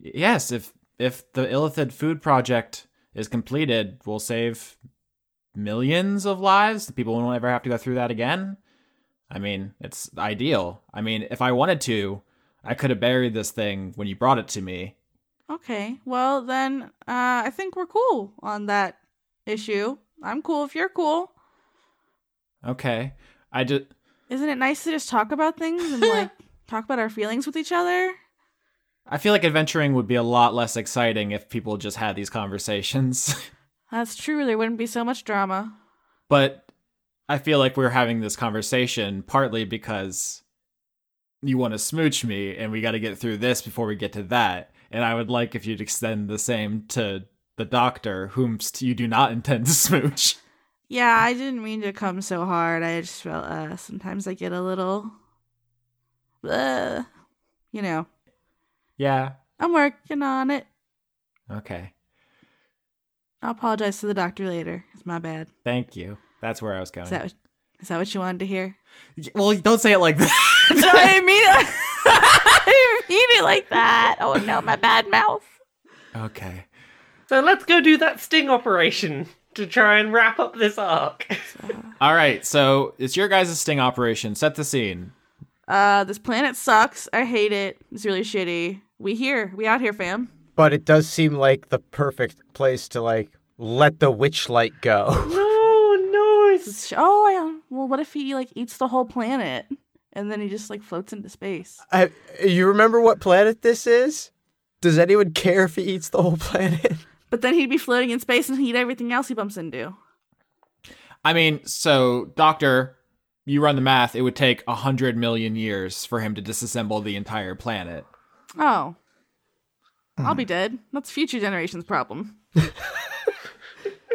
Speaker 4: y- yes. If if the Illithid Food Project is completed, we'll save millions of lives. People won't ever have to go through that again. I mean, it's ideal. I mean, if I wanted to, I could have buried this thing when you brought it to me.
Speaker 6: Okay, well, then uh, I think we're cool on that issue. I'm cool if you're cool.
Speaker 4: Okay. I just
Speaker 6: Isn't it nice to just talk about things and like talk about our feelings with each other?
Speaker 4: I feel like adventuring would be a lot less exciting if people just had these conversations.
Speaker 6: That's true. There wouldn't be so much drama.
Speaker 4: but I feel like we're having this conversation partly because you want to smooch me and we got to get through this before we get to that. And I would like if you'd extend the same to the doctor, whom you do not intend to smooch.
Speaker 6: Yeah, I didn't mean to come so hard. I just felt uh sometimes I get a little Ugh. you know.
Speaker 4: Yeah.
Speaker 6: I'm working on it.
Speaker 4: Okay.
Speaker 6: I'll apologize to the doctor later. It's my bad.
Speaker 4: Thank you. That's where I was going.
Speaker 6: Is that is that what you wanted to hear?
Speaker 4: well, don't say it like
Speaker 6: No,
Speaker 4: that.
Speaker 6: I didn't mean it. I didn't mean it like that. Oh no, my bad mouth.
Speaker 4: okay.
Speaker 3: So let's go do that sting operation to try and wrap up this arc.
Speaker 4: All right. So it's your guys' sting operation. Set the scene.
Speaker 6: Uh, this planet sucks. I hate it. It's really shitty. We here. We out here, fam.
Speaker 2: But it does seem like the perfect place to like let the witch light go.
Speaker 3: no, no, it's
Speaker 6: Sh- Oh, yeah. well, what if he like eats the whole planet and then he just like floats into space?
Speaker 2: I, you remember what planet this is? Does anyone care if he eats the whole planet?
Speaker 6: But then he'd be floating in space and he'd eat everything else he bumps into.
Speaker 4: I mean, so doctor, you run the math. It would take a hundred million years for him to disassemble the entire planet.
Speaker 6: Oh, I'll be dead. That's future generations' problem.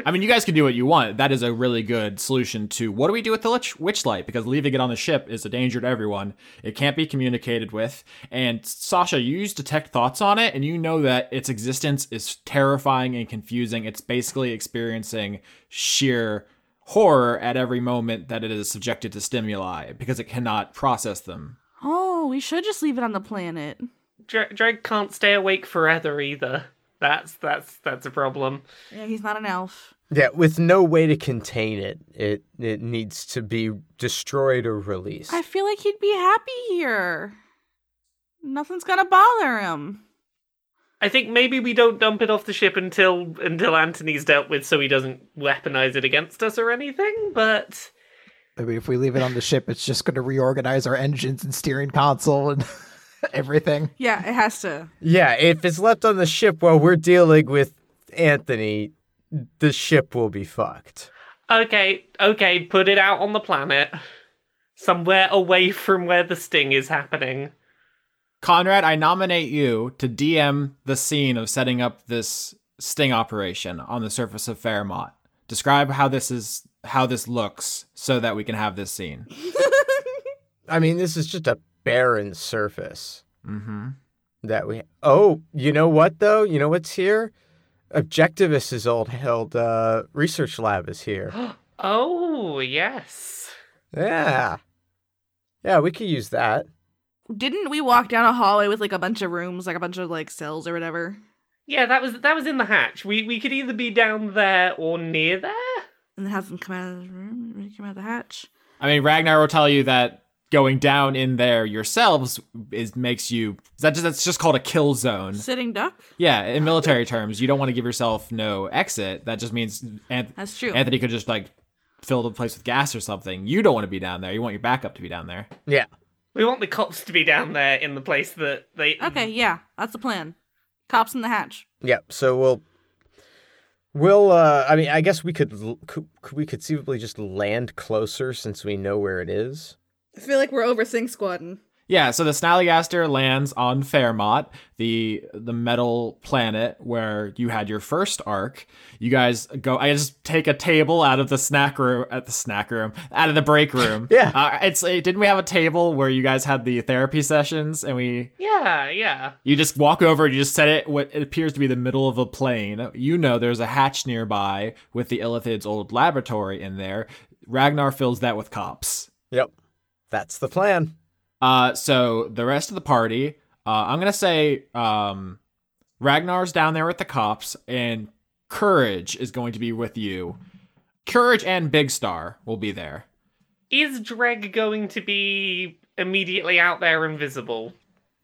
Speaker 4: I mean, you guys can do what you want. That is a really good solution to what do we do with the lich- witch light? Because leaving it on the ship is a danger to everyone. It can't be communicated with. And Sasha, you use detect thoughts on it, and you know that its existence is terrifying and confusing. It's basically experiencing sheer horror at every moment that it is subjected to stimuli because it cannot process them.
Speaker 6: Oh, we should just leave it on the planet.
Speaker 3: Dre- Dreg can't stay awake forever either. That's that's that's a problem.
Speaker 6: Yeah, he's not an elf.
Speaker 7: Yeah, with no way to contain it, it it needs to be destroyed or released.
Speaker 6: I feel like he'd be happy here. Nothing's gonna bother him.
Speaker 3: I think maybe we don't dump it off the ship until until Anthony's dealt with, so he doesn't weaponize it against us or anything. But
Speaker 5: I mean, if we leave it on the ship, it's just going to reorganize our engines and steering console and everything.
Speaker 6: Yeah, it has to.
Speaker 2: Yeah, if it's left on the ship while we're dealing with Anthony, the ship will be fucked.
Speaker 3: okay, okay, put it out on the planet, somewhere away from where the sting is happening.
Speaker 4: Conrad, I nominate you to DM the scene of setting up this sting operation on the surface of Fairmont. Describe how this is how this looks so that we can have this scene.
Speaker 2: I mean, this is just a barren surface
Speaker 4: Mm-hmm.
Speaker 2: that we. Oh, you know what though? You know what's here? Objectivist's old held uh, research lab is here.
Speaker 3: Oh yes.
Speaker 2: Yeah, yeah, we could use that.
Speaker 6: Didn't we walk down a hallway with like a bunch of rooms, like a bunch of like cells or whatever?
Speaker 3: Yeah, that was that was in the hatch. We we could either be down there or near there.
Speaker 6: And then have them come out of the room, and come out of the hatch.
Speaker 4: I mean, Ragnar will tell you that going down in there yourselves is makes you that just, that's just called a kill zone.
Speaker 6: Sitting duck?
Speaker 4: Yeah, in military terms, you don't want to give yourself no exit. That just means Anth-
Speaker 6: That's true.
Speaker 4: Anthony could just like fill the place with gas or something. You don't want to be down there. You want your backup to be down there.
Speaker 3: We want the cops to be down there in the place that they.
Speaker 6: okay, yeah, that's the plan. Cops in the hatch.
Speaker 2: Yep. So we'll we'll. Uh, I mean, I guess we could, l- could we conceivably just land closer since we know where it is.
Speaker 6: I feel like we're over sync squadding.
Speaker 4: Yeah, so the Snallygaster lands on Fairmont, the the metal planet where you had your first arc. You guys go. I just take a table out of the snack room, at the snack room, out of the break room.
Speaker 2: Yeah.
Speaker 4: uh, it's uh, didn't we have a table where you guys had the therapy sessions and we
Speaker 3: Yeah, yeah.
Speaker 4: you just walk over and you just set it what it appears to be the middle of a plane. You know there's a hatch nearby with the Illithid's old laboratory in there. Ragnar fills that with cops.
Speaker 2: Yep. That's the plan.
Speaker 4: Uh, so the rest of the party, uh, I'm gonna say, um, Ragnar's down there with the cops, and Courage is going to be with you. Courage and Big Star will be there.
Speaker 3: Is Dreg going to be immediately out there, invisible?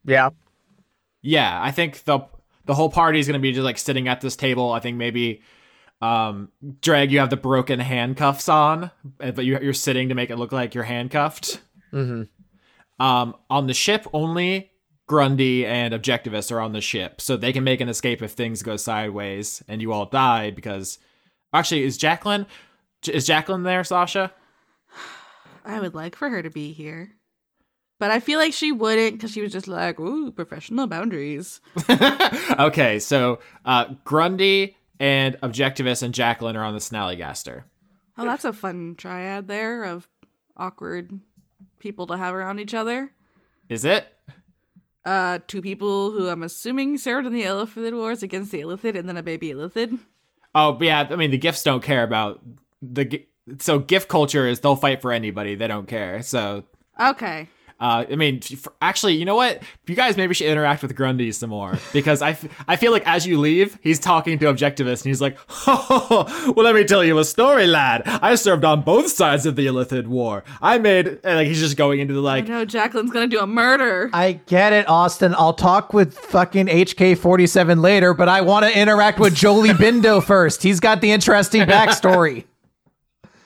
Speaker 2: Yeah.
Speaker 4: Yeah, I think the the whole party is gonna be just like sitting at this table. I think maybe, um, Drag, you have the broken handcuffs on, eh, but you, you're sitting to make it look like you're handcuffed.
Speaker 2: Mm-hmm.
Speaker 4: Um, on the ship, only Grundy and Objectivist are on the ship, so they can make an escape if things go sideways and you all die because actually is Jacqueline J- is Jacqueline there, Sasha?
Speaker 6: I would like for her to be here. But I feel like she wouldn't because she was just like, ooh, professional boundaries.
Speaker 4: okay, so uh, Grundy and Objectivist and Jacqueline are on the Snallygaster.
Speaker 6: Oh, that's a fun triad there of awkward people to have around each other.
Speaker 4: Is it?
Speaker 6: Uh, two people who I'm assuming served in the Illithid Wars against the Illithid and then a baby Illithid.
Speaker 4: Oh, but yeah. I mean, the gifts don't care about the. gi- So gift culture is they'll fight for anybody. They don't care. So
Speaker 6: Okay.
Speaker 4: uh, I mean, f- actually, you know what? You guys maybe should interact with Grundy some more because I, f- I feel like as you leave, he's talking to Objectivist and he's like, well, let me tell you a story, lad. I served on both sides of the Illithid War. I made and, like he's just going into the
Speaker 6: I
Speaker 4: like.
Speaker 6: know Jacqueline's gonna do a murder.
Speaker 5: I get it, Austin. I'll talk with fucking HK47 later, but I want to interact with Jolie Bindo first. He's got the interesting backstory.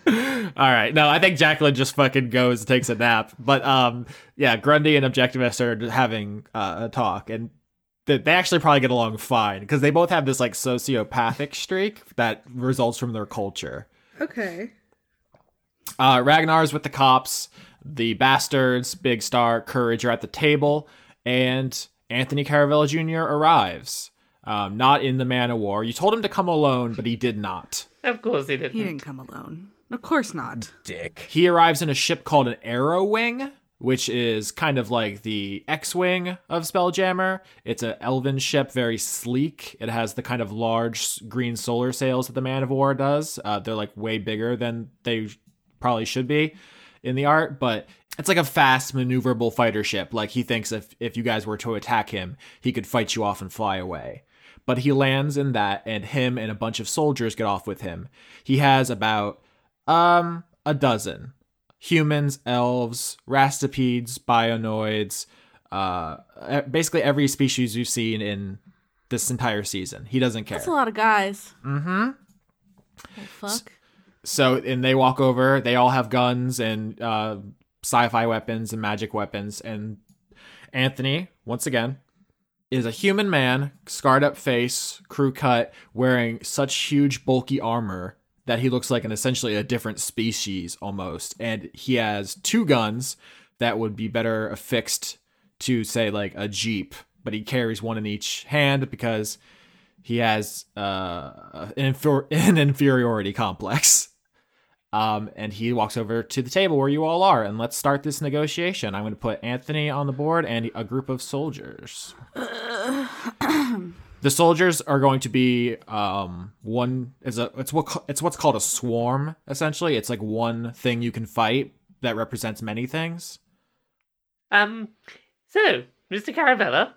Speaker 4: All right, no, I think Jacqueline just fucking goes and takes a nap. But um, yeah, Grundy and Objectivist are having uh, a talk, and they, they actually probably get along fine because they both have this like sociopathic streak that results from their culture.
Speaker 6: okay.
Speaker 4: Uh, Ragnar's with the cops, the bastards, Big Star, Courage are at the table, and Anthony Caravella Jr. arrives. Um, not in the man of war. You told him to come alone, but he did not.
Speaker 3: Of course he
Speaker 6: He
Speaker 3: didn't.
Speaker 6: didn't come alone. Of course not.
Speaker 7: Dick.
Speaker 4: He arrives in a ship called an Arrow Wing, which is kind of like the X Wing of Spelljammer. It's an elven ship, very sleek. It has the kind of large s- green solar sails that the Man of War does. Uh, they're like way bigger than they probably should be in the art, but it's like a fast, maneuverable fighter ship. Like he thinks if, if you guys were to attack him, he could fight you off and fly away but he lands in that and him and a bunch of soldiers get off with him he has about um a dozen humans elves rastipedes bionoids uh e- basically every species you've seen in this entire season he doesn't care
Speaker 6: That's a lot of guys. Mm-hmm. Oh, fuck.
Speaker 4: so and they walk over they all have guns and uh sci-fi weapons and magic weapons and anthony once again is a human man scarred up face crew cut wearing such huge bulky armor that he looks like an essentially a different species almost and he has two guns that would be better affixed to say like a jeep but he carries one in each hand because he has uh, an, infer- an inferiority complex. Um, and he walks over to the table where you all are, and let's start this negotiation. I'm going to put Anthony on the board and a group of soldiers. the soldiers are going to be um, one is a it's what it's what's called a swarm. Essentially, it's like one thing you can fight that represents many things.
Speaker 3: Um, so, Mr. Caravella,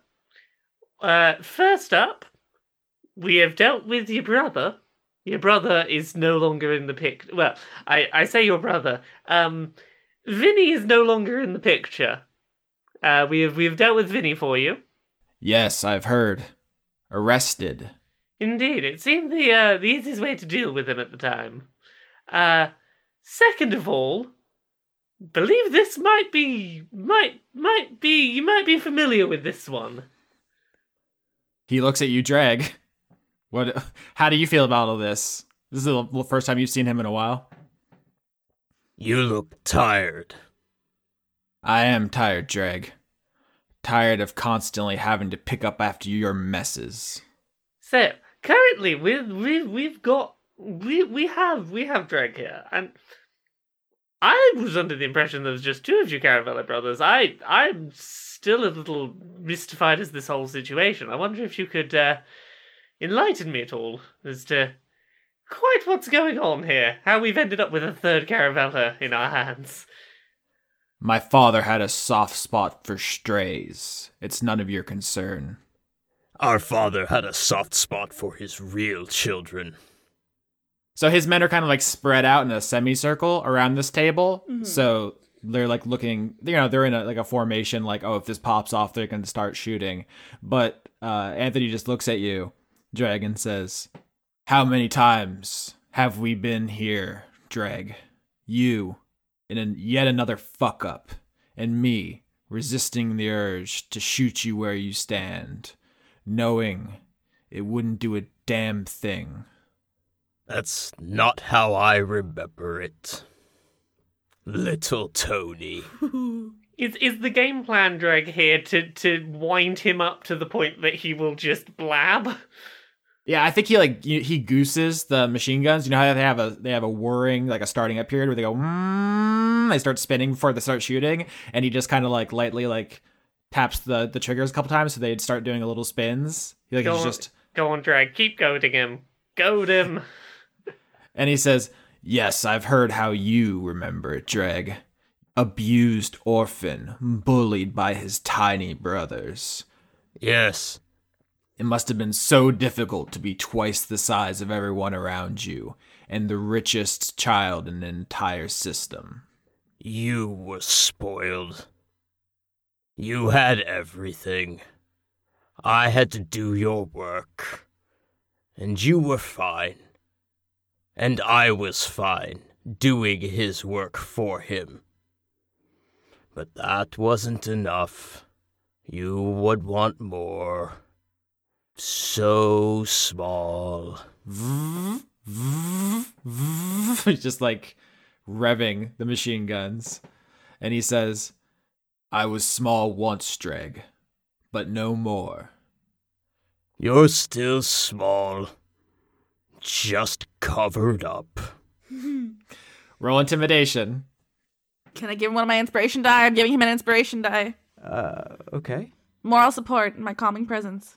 Speaker 3: uh, first up, we have dealt with your brother. Your brother is no longer in the pic. Well, I, I say your brother. Um, Vinny is no longer in the picture. Uh, we have we've dealt with Vinny for you.
Speaker 4: Yes, I've heard. Arrested.
Speaker 3: Indeed, it seemed the uh, the easiest way to deal with him at the time. Uh, second of all, believe this might be might might be you might be familiar with this one.
Speaker 4: He looks at you, Drag. What? How do you feel about all this? This is the l- first time you've seen him in a while.
Speaker 8: You look tired.
Speaker 4: I am tired, Drag. Tired of constantly having to pick up after your messes.
Speaker 3: So currently, we we we've got we we have we have drag here, and I was under the impression there was just two of you Caravella brothers. I I'm still a little mystified as this whole situation. I wonder if you could uh, enlighten me at all as to quite what's going on here, how we've ended up with a third Caravella in our hands.
Speaker 4: My father had a soft spot for strays. It's none of your concern.
Speaker 8: Our father had a soft spot for his real children.
Speaker 4: So his men are kind of like spread out in a semicircle around this table. So they're like looking, you know, they're in a, like a formation, like, oh, if this pops off, they're going to start shooting. But uh, Anthony just looks at you, Drag, and says, How many times have we been here, Drag? You, in an, yet another fuck up, and me
Speaker 9: resisting the urge to shoot you where you stand, knowing it wouldn't do a damn thing.
Speaker 8: That's not how I remember it. Little Tony.
Speaker 3: Is is the game plan drag here to to wind him up to the point that he will just blab?
Speaker 4: Yeah, I think he like y- he gooses the machine guns. You know how they have a they have a whirring like a starting up period where they go, mm, they start spinning before they start shooting, and he just kind of like lightly like taps the the triggers a couple times so they'd start doing a little spins. He like
Speaker 3: Go
Speaker 4: he's
Speaker 3: on,
Speaker 4: just
Speaker 3: go on, drag. Keep goading him. Goad him.
Speaker 9: And he says, Yes, I've heard how you remember it, Dreg. Abused orphan, bullied by his tiny brothers.
Speaker 8: Yes,
Speaker 9: It must have been so difficult to be twice the size of everyone around you and the richest child in the entire system.
Speaker 8: you were spoiled. You had everything. I had to do your work. And you were fine. And I was fine doing his work for him. But that wasn't enough. You would want more. So small.
Speaker 4: he's just like revving the machine guns.
Speaker 9: And he says, I was small once, Dreg, but no more.
Speaker 8: You're still small. Just covered up.
Speaker 4: Roll intimidation.
Speaker 6: Can I give him one of my inspiration die? I'm giving him an inspiration die.
Speaker 2: Okay.
Speaker 6: Moral support, my calming presence.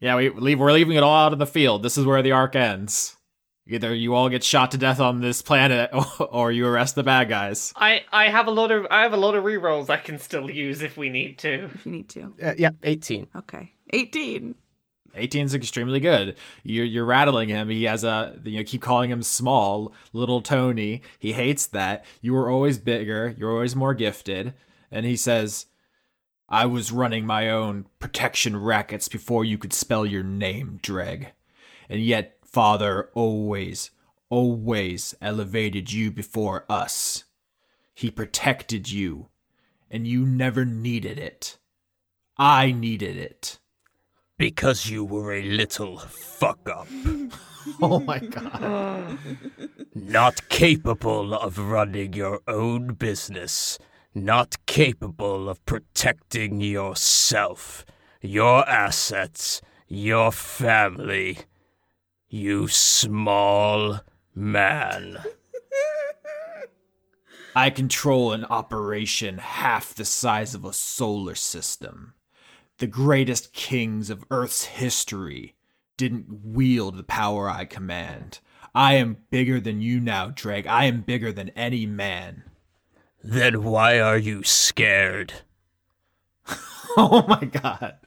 Speaker 4: Yeah, we leave. We're leaving it all out in the field. This is where the arc ends. Either you all get shot to death on this planet, or, or you arrest the bad guys.
Speaker 3: I I have a lot of I have a lot of rerolls I can still use if we need to.
Speaker 6: If you need to.
Speaker 2: Uh, yeah.
Speaker 7: 18.
Speaker 6: Okay. 18.
Speaker 4: 18's extremely good. You're, you're rattling him. He has a you know keep calling him small, little Tony. He hates that. You were always bigger. You're always more gifted.
Speaker 9: And he says, I was running my own protection rackets before you could spell your name, Dreg. And yet, Father always, always elevated you before us. He protected you, and you never needed it. I needed it.
Speaker 8: Because you were a little fuck up.
Speaker 4: Oh my god.
Speaker 8: Not capable of running your own business. Not capable of protecting yourself, your assets, your family. You small man.
Speaker 9: I control an operation half the size of a solar system. The greatest kings of Earth's history didn't wield the power I command. I am bigger than you now, Drake. I am bigger than any man.
Speaker 8: Then why are you scared?
Speaker 4: Oh my god.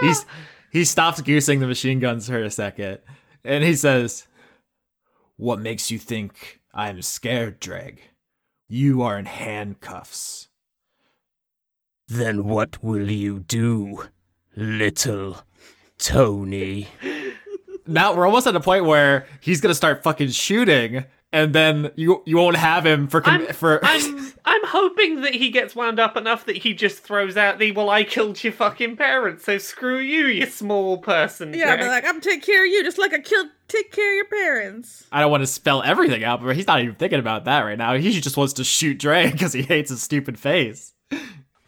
Speaker 4: He's he stops goosing the machine guns for a second, and he says,
Speaker 9: What makes you think I am scared, Dreg? You are in handcuffs.
Speaker 8: Then what will you do, little Tony?
Speaker 4: now we're almost at a point where he's gonna start fucking shooting, and then you you won't have him for con-
Speaker 3: I'm,
Speaker 4: for.
Speaker 3: I'm I'm hoping that he gets wound up enough that he just throws out the well I killed your fucking parents, so screw you, you small person.
Speaker 6: Yeah,
Speaker 3: Jack."
Speaker 6: but like, I'm take care of you, just like I killed, take care of your parents.
Speaker 4: I don't want to spell everything out, but he's not even thinking about that right now. He just wants to shoot Dre because he hates his stupid face.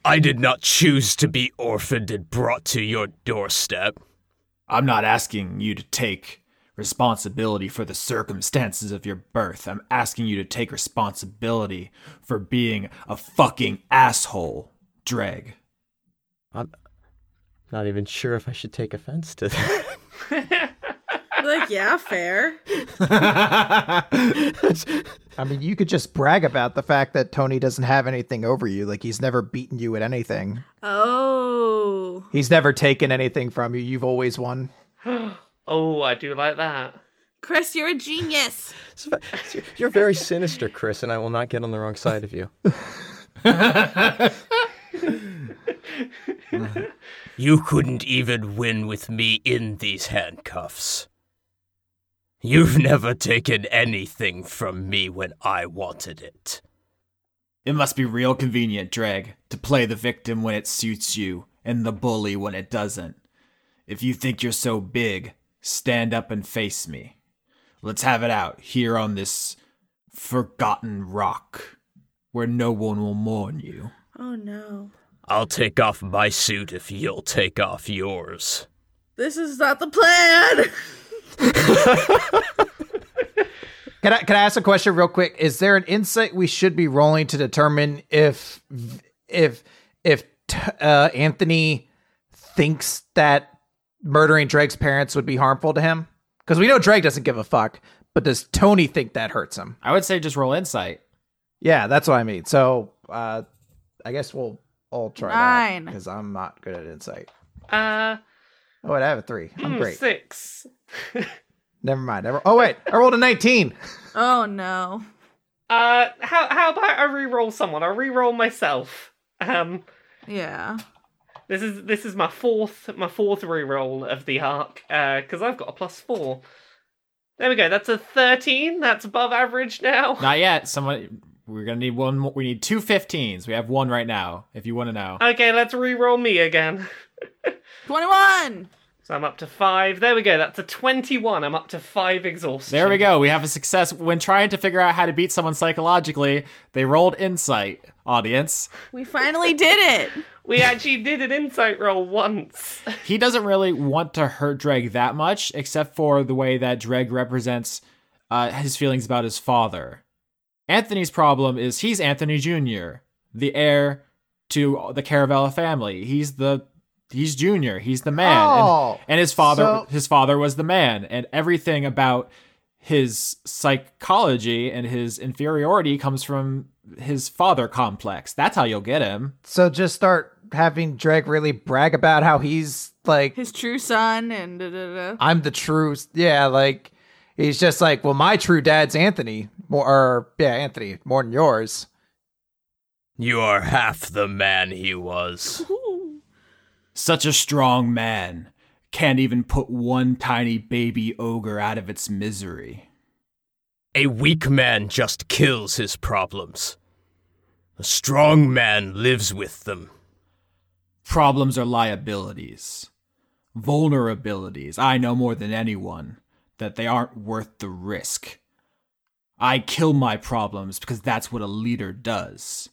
Speaker 8: I did not choose to be orphaned and brought to your doorstep.
Speaker 9: I'm not asking you to take responsibility for the circumstances of your birth. I'm asking you to take responsibility for being a fucking asshole, Dreg.
Speaker 7: I'm not even sure if I should take offense to that.
Speaker 6: like, yeah, fair.
Speaker 5: I mean, you could just brag about the fact that Tony doesn't have anything over you. Like, he's never beaten you at anything,
Speaker 6: Oh.
Speaker 5: he's never taken anything from you. You've always won.
Speaker 3: Oh, I do like that.
Speaker 6: Chris, you're a genius.
Speaker 7: You're very sinister, Chris, and I will not get on the wrong side of you.
Speaker 8: You couldn't even win with me in these handcuffs. You've never taken anything from me when I wanted it.
Speaker 4: It must be real convenient, Dreg, to play the victim when it suits you and the bully when it doesn't. If you think you're so big, stand up and face me. Let's have it out here on this forgotten rock where no one will mourn you.
Speaker 6: Oh no.
Speaker 8: I'll take off my suit if you'll take off yours.
Speaker 6: This is not the plan.
Speaker 5: Can I can I ask a question real quick? Is there an insight we should be rolling to determine if if if t- uh, Anthony thinks that murdering Drake's parents would be harmful to him? Because we know Drake doesn't give a fuck, but does Tony think that hurts him?
Speaker 10: I would say just roll insight.
Speaker 5: Yeah, that's what I mean. So uh, I guess we'll all try that
Speaker 6: Nine.
Speaker 5: because I'm not good at insight.
Speaker 3: Uh,
Speaker 5: Oh, wait, I have a three. I'm
Speaker 3: hmm,
Speaker 5: great.
Speaker 3: six.
Speaker 5: Never mind. I ro- oh wait, I rolled a nineteen.
Speaker 6: oh no.
Speaker 3: Uh, how how about I re-roll someone? I re-roll myself. Um,
Speaker 6: Yeah.
Speaker 3: this is this is my fourth my fourth re-roll of the arc. Uh, because I've got a plus four. There we go. That's a thirteen. That's above average now.
Speaker 10: Not yet. Someone we're gonna need one. More, we need two 15s. We have one right now. If you want to know,
Speaker 3: Okay, let's re-roll me again.
Speaker 6: 21.
Speaker 3: So I'm up to five. There we go. That's a twenty-one. I'm up to five exhaustion.
Speaker 10: there we go. We have a success when trying to figure out how to beat someone psychologically. They rolled insight, audience.
Speaker 6: We finally did it.
Speaker 3: We actually did an insight roll once.
Speaker 10: he doesn't really want to hurt Dreg that much, except for the way that Dreg represents uh, his feelings about his father. Anthony's problem is he's Anthony Jr., the heir to the Caravella family. He's the he's Jr. He's the man, And-
Speaker 5: Oh,
Speaker 10: and, his father
Speaker 5: so-
Speaker 10: his father was the man, and everything about his psychology and his inferiority comes from his father complex. That's how you'll get him.
Speaker 5: So just start having Drake really brag about how he's like
Speaker 6: His true son and da da da.
Speaker 5: I'm the true. Yeah, like he's just like, well, my true dad's Anthony, more or yeah, Anthony more than yours.
Speaker 8: You are half the man he was.
Speaker 4: Such a strong man can't even put one tiny baby ogre out of its misery.
Speaker 8: A weak man just kills his problems. A strong man lives with them.
Speaker 4: Problems are liabilities, vulnerabilities. I know more than anyone that they aren't worth the risk. I kill my problems because that's what a leader does.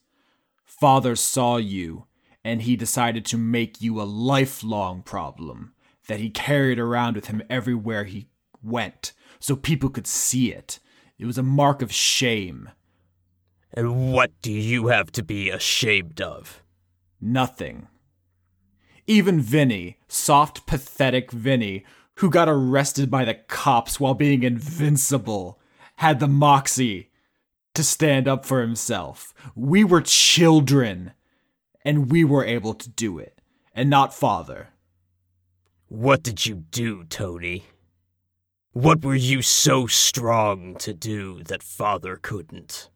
Speaker 4: Father saw you, and he decided to make you a lifelong problem that he carried around with him everywhere he went so people could see it. It was a mark of shame.
Speaker 8: And what do you have to be ashamed of?
Speaker 4: Nothing. Even Vinny, soft, pathetic Vinny, who got arrested by the cops while being invincible, had the moxie to stand up for himself. We were children, and we were able to do it, and not father.
Speaker 8: What did you do, Tony? What were you so strong to do that father couldn't?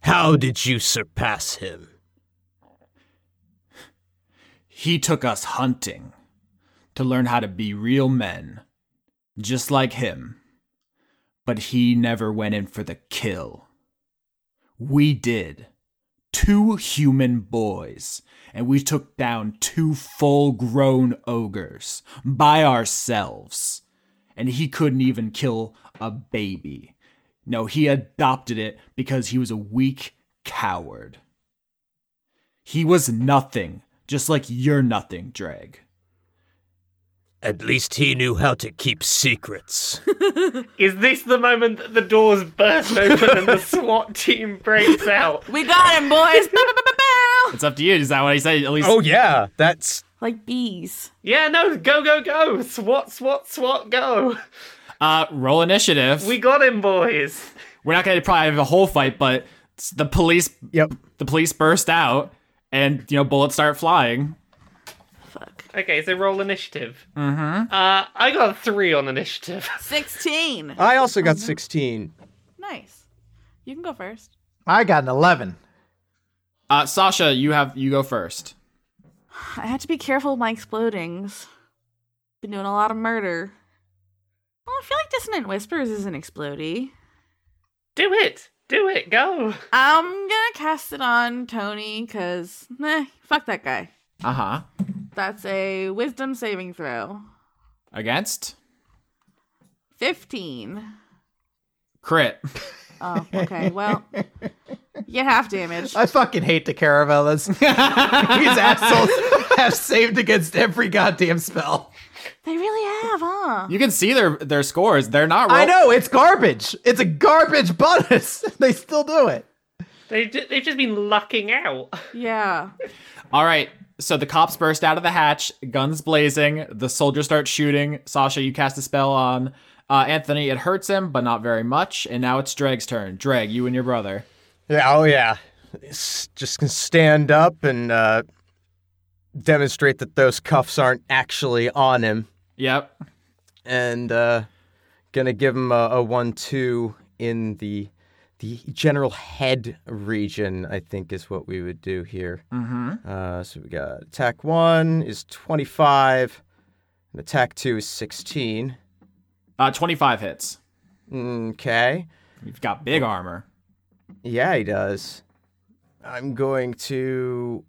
Speaker 8: How did you surpass him?
Speaker 4: He took us hunting to learn how to be real men, just like him. But he never went in for the kill. We did. Two human boys, and we took down two full grown ogres by ourselves. And he couldn't even kill a baby. No, he adopted it because he was a weak coward. He was nothing, just like you're nothing, Drag.
Speaker 8: At least he knew how to keep secrets.
Speaker 3: Is this the moment that the doors burst open and the SWAT team breaks out?
Speaker 6: We got him, boys. Bow, bow, bow, bow, bow.
Speaker 10: It's up to you. Is that what he said? At least
Speaker 2: Oh yeah, that's
Speaker 6: like bees.
Speaker 3: Yeah, no, go, go, go! SWAT, SWAT, SWAT, go!
Speaker 10: uh, roll initiative.
Speaker 3: We got him, boys!
Speaker 10: We're not going to probably have a whole fight, but s- the police
Speaker 2: yep.
Speaker 10: the police burst out, and you know bullets start flying.
Speaker 3: Okay, so roll initiative. Mm-hmm. Uh, I got a three on initiative.
Speaker 6: 16.
Speaker 2: I also got 16.
Speaker 6: Nice. You can go first.
Speaker 5: I got an eleven.
Speaker 10: Uh, Sasha, you have you go first.
Speaker 6: I had to be careful of my explodings. Been doing a lot of murder. Well, I feel like Dissonant Whispers isn't explodey.
Speaker 3: Do it! Do it. Go.
Speaker 6: I'm gonna cast it on Tony because eh, fuck that guy.
Speaker 4: Uh huh.
Speaker 10: Uh-huh.
Speaker 6: That's a wisdom saving throw.
Speaker 4: Against?
Speaker 6: Fifteen.
Speaker 4: Crit.
Speaker 6: Oh, okay. Well, you half damage.
Speaker 5: I fucking hate the caravellas. These assholes have saved against every goddamn spell.
Speaker 6: They really have, huh?
Speaker 4: You can see their their scores. They're not roll-
Speaker 5: I know it's garbage. It's a garbage bonus. they still do it.
Speaker 3: They ju- they've just been lucking out.
Speaker 6: Yeah.
Speaker 4: All right. So the cops burst out of the hatch, guns blazing. The soldiers start shooting. Sasha, you cast a spell on uh, Anthony. It hurts him, but not very much. And now it's Dreg's turn. Dreg, you and your brother.
Speaker 2: Yeah, oh yeah. S- just can stand up and uh, demonstrate that those cuffs aren't actually on him,
Speaker 4: Yep.
Speaker 2: and uh, gonna give him a, a one-two in the the general head region. I think is what we would do here. Mm-hmm. Uh, so we got attack one is twenty-five, and attack two is sixteen.
Speaker 4: Uh, 25 hits.
Speaker 2: Okay.
Speaker 4: You've got big armor.
Speaker 2: Yeah, he does. I'm going to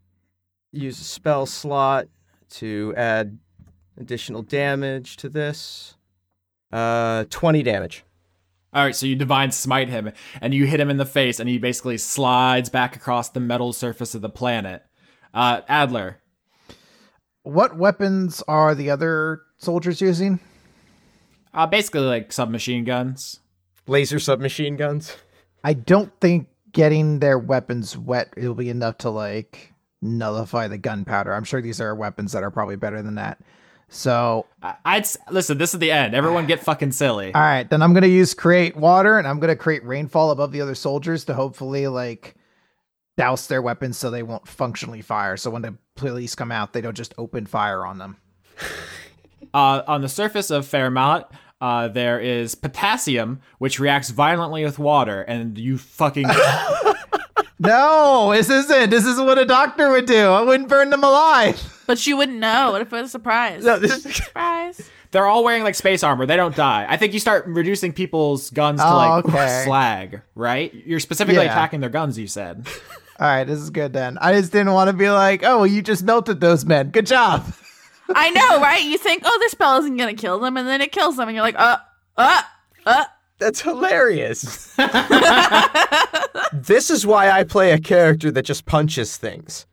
Speaker 2: use a spell slot to add additional damage to this. Uh, 20 damage.
Speaker 4: All right, so you divine smite him, and you hit him in the face, and he basically slides back across the metal surface of the planet. Uh, Adler,
Speaker 5: What weapons are the other soldiers using?
Speaker 4: uh, basically like submachine guns.
Speaker 2: Laser submachine guns.
Speaker 5: I don't think getting their weapons wet will be enough to like nullify the gunpowder. I'm sure these are weapons that are probably better than that. So,
Speaker 4: I- I'd s- listen. This is the end. Everyone get fucking silly.
Speaker 5: all right, then I'm going to use create water and I'm going to create rainfall above the other soldiers to hopefully like douse their weapons so they won't functionally fire. So when the police come out, they don't just open fire on them.
Speaker 4: Uh, on the surface of Fairmount, uh, there is potassium, which reacts violently with water, and you fucking
Speaker 5: No, this isn't. This is what a doctor would do. I wouldn't burn them alive.
Speaker 6: But you wouldn't know. What if it was a surprise? No, this surprise.
Speaker 4: they're all wearing like space armor. They don't die. I think you start reducing people's guns to
Speaker 5: Oh,
Speaker 4: like
Speaker 5: okay.
Speaker 4: slag, right? You're specifically
Speaker 5: Yeah.
Speaker 4: attacking their guns. You said.
Speaker 5: All right, this is good then. I just didn't want to be like, oh, you just melted those men. Good job.
Speaker 6: I know, right? You think, oh, this spell isn't gonna kill them, and then it kills them, and you're like, uh, uh, uh.
Speaker 2: That's hilarious. this is why I play a character that just punches things.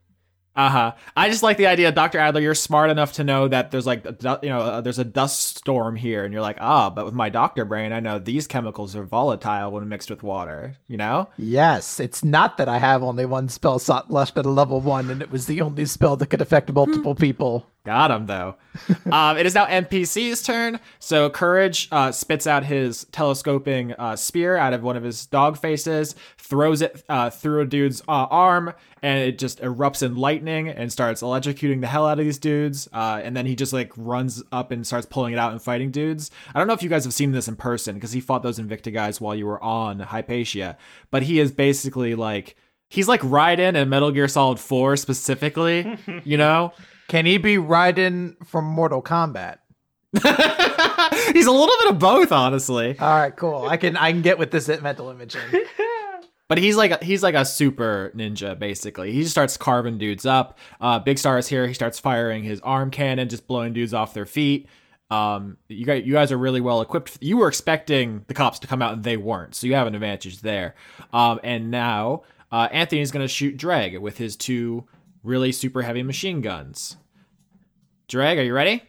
Speaker 4: Uh huh. I just like the idea, Doctor Adler. You're smart enough to know that there's like, a du- you know, uh, there's a dust storm here, and you're like, ah, but with my doctor brain, I know these chemicals are volatile when mixed with water. You know.
Speaker 5: Yes, it's not that I have only one spell slot left at a level one, and it was the only spell that could affect multiple
Speaker 2: Hmm.
Speaker 5: people.
Speaker 4: Got him though. um, it is now NPC's turn. So Courage uh, spits out his telescoping uh, spear out of one of his dog faces, throws it uh, through a dude's uh, arm, and it just erupts in lightning and starts electrocuting the hell out of these dudes. Uh, and then he just like runs up and starts pulling it out and fighting dudes. I don't know if you guys have seen this in person because he fought those Invicta guys while you were on Hypatia, but he is basically like he's like Raiden in Metal Gear Solid 4 specifically, you know.
Speaker 5: Can he be Raiden from Mortal Kombat?
Speaker 4: He's a little bit of both, honestly.
Speaker 5: All right, cool. I can I can get with this mental imaging.
Speaker 4: But he's like he's like a super ninja, basically. He just starts carving dudes up. Uh, Big Star is here. He starts firing his arm cannon, just blowing dudes off their feet. Um, you guys, you guys are really well equipped. You were expecting the cops to come out, and they weren't, so you have an advantage there. Um, and now uh, Anthony's going to shoot Dreg with his two really super heavy machine guns. Dreg, are you ready?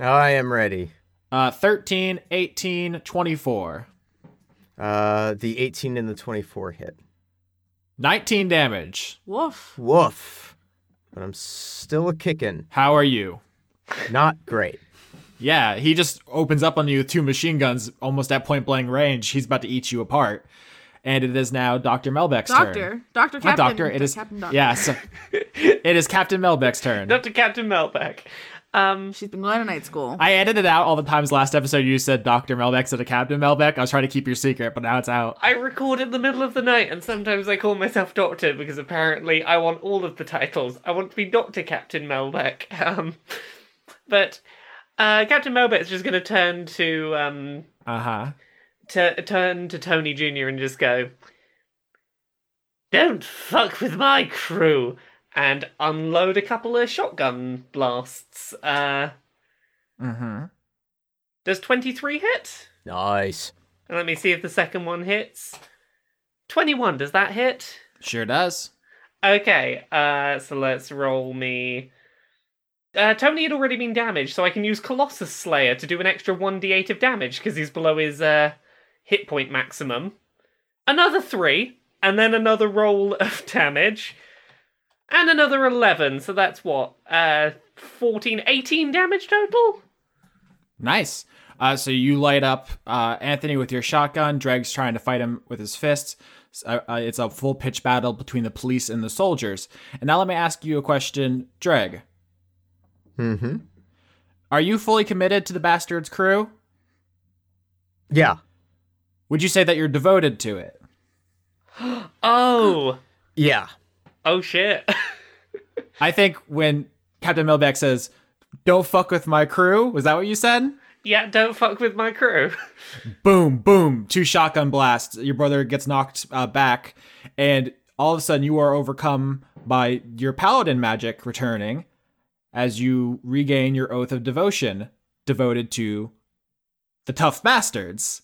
Speaker 2: I am ready.
Speaker 4: Uh, 13, 18, 24.
Speaker 2: Uh, the 18 and the 24 hit.
Speaker 4: 19 damage.
Speaker 6: Woof.
Speaker 2: Woof. But I'm still a kicking.
Speaker 4: How are you?
Speaker 2: Not great.
Speaker 4: Yeah, he just opens up on you with two machine guns almost at point blank range. He's about to eat you apart. And it is now Dr. Melbeck's turn.
Speaker 6: Doctor, Doctor,
Speaker 4: Not
Speaker 6: Captain,
Speaker 4: doctor, it is
Speaker 6: Captain Doctor.
Speaker 4: yeah. So, it is Captain Melbeck's turn.
Speaker 3: Dr. Captain Melbeck. Um,
Speaker 6: She's been going to night school.
Speaker 4: I edited out all the times last episode you said Dr. Melbeck instead of Captain Melbeck. I was trying to keep your secret, but now it's out.
Speaker 3: I record in the middle of the night, and sometimes I call myself Doctor because apparently I want all of the titles. I want to be Doctor Captain Melbeck. Um, but uh, Captain Melbeck's just going to turn to um,
Speaker 4: Uh huh.
Speaker 3: to turn to Tony Junior and just go, don't fuck with my crew, and unload a couple of shotgun blasts. Uh,
Speaker 4: Mm-hmm.
Speaker 3: does 23 hit?
Speaker 7: Nice.
Speaker 3: And let me see if the second one hits. 21, does that hit?
Speaker 4: Sure does.
Speaker 3: Okay, uh, so let's roll me. Uh, Tony had already been damaged, so I can use Colossus Slayer to do an extra 1d8 of damage because he's below his uh, hit point maximum. Another 3, and then another roll of damage. And another 11, so that's what? Uh, 14, 18 damage total?
Speaker 4: Nice. Uh, so you light up uh, Anthony with your shotgun. Dreg's trying to fight him with his fists. S- uh, uh, it's a full pitch battle between the police and the soldiers. And now let me ask you a question, Dreg.
Speaker 2: Mm-hmm.
Speaker 4: Are you fully committed to the bastard's crew?
Speaker 2: Yeah.
Speaker 4: Would you say that you're devoted to it?
Speaker 3: Oh!
Speaker 2: Yeah.
Speaker 3: Oh shit.
Speaker 4: I think when Captain Milbeck says, "Don't fuck with my crew," was that what you said?
Speaker 3: yeah, don't fuck with my crew.
Speaker 4: boom, boom, two shotgun blasts. Your brother gets knocked uh, back, and all of a sudden you are overcome by your paladin magic returning as you regain your oath of devotion devoted to the tough bastards.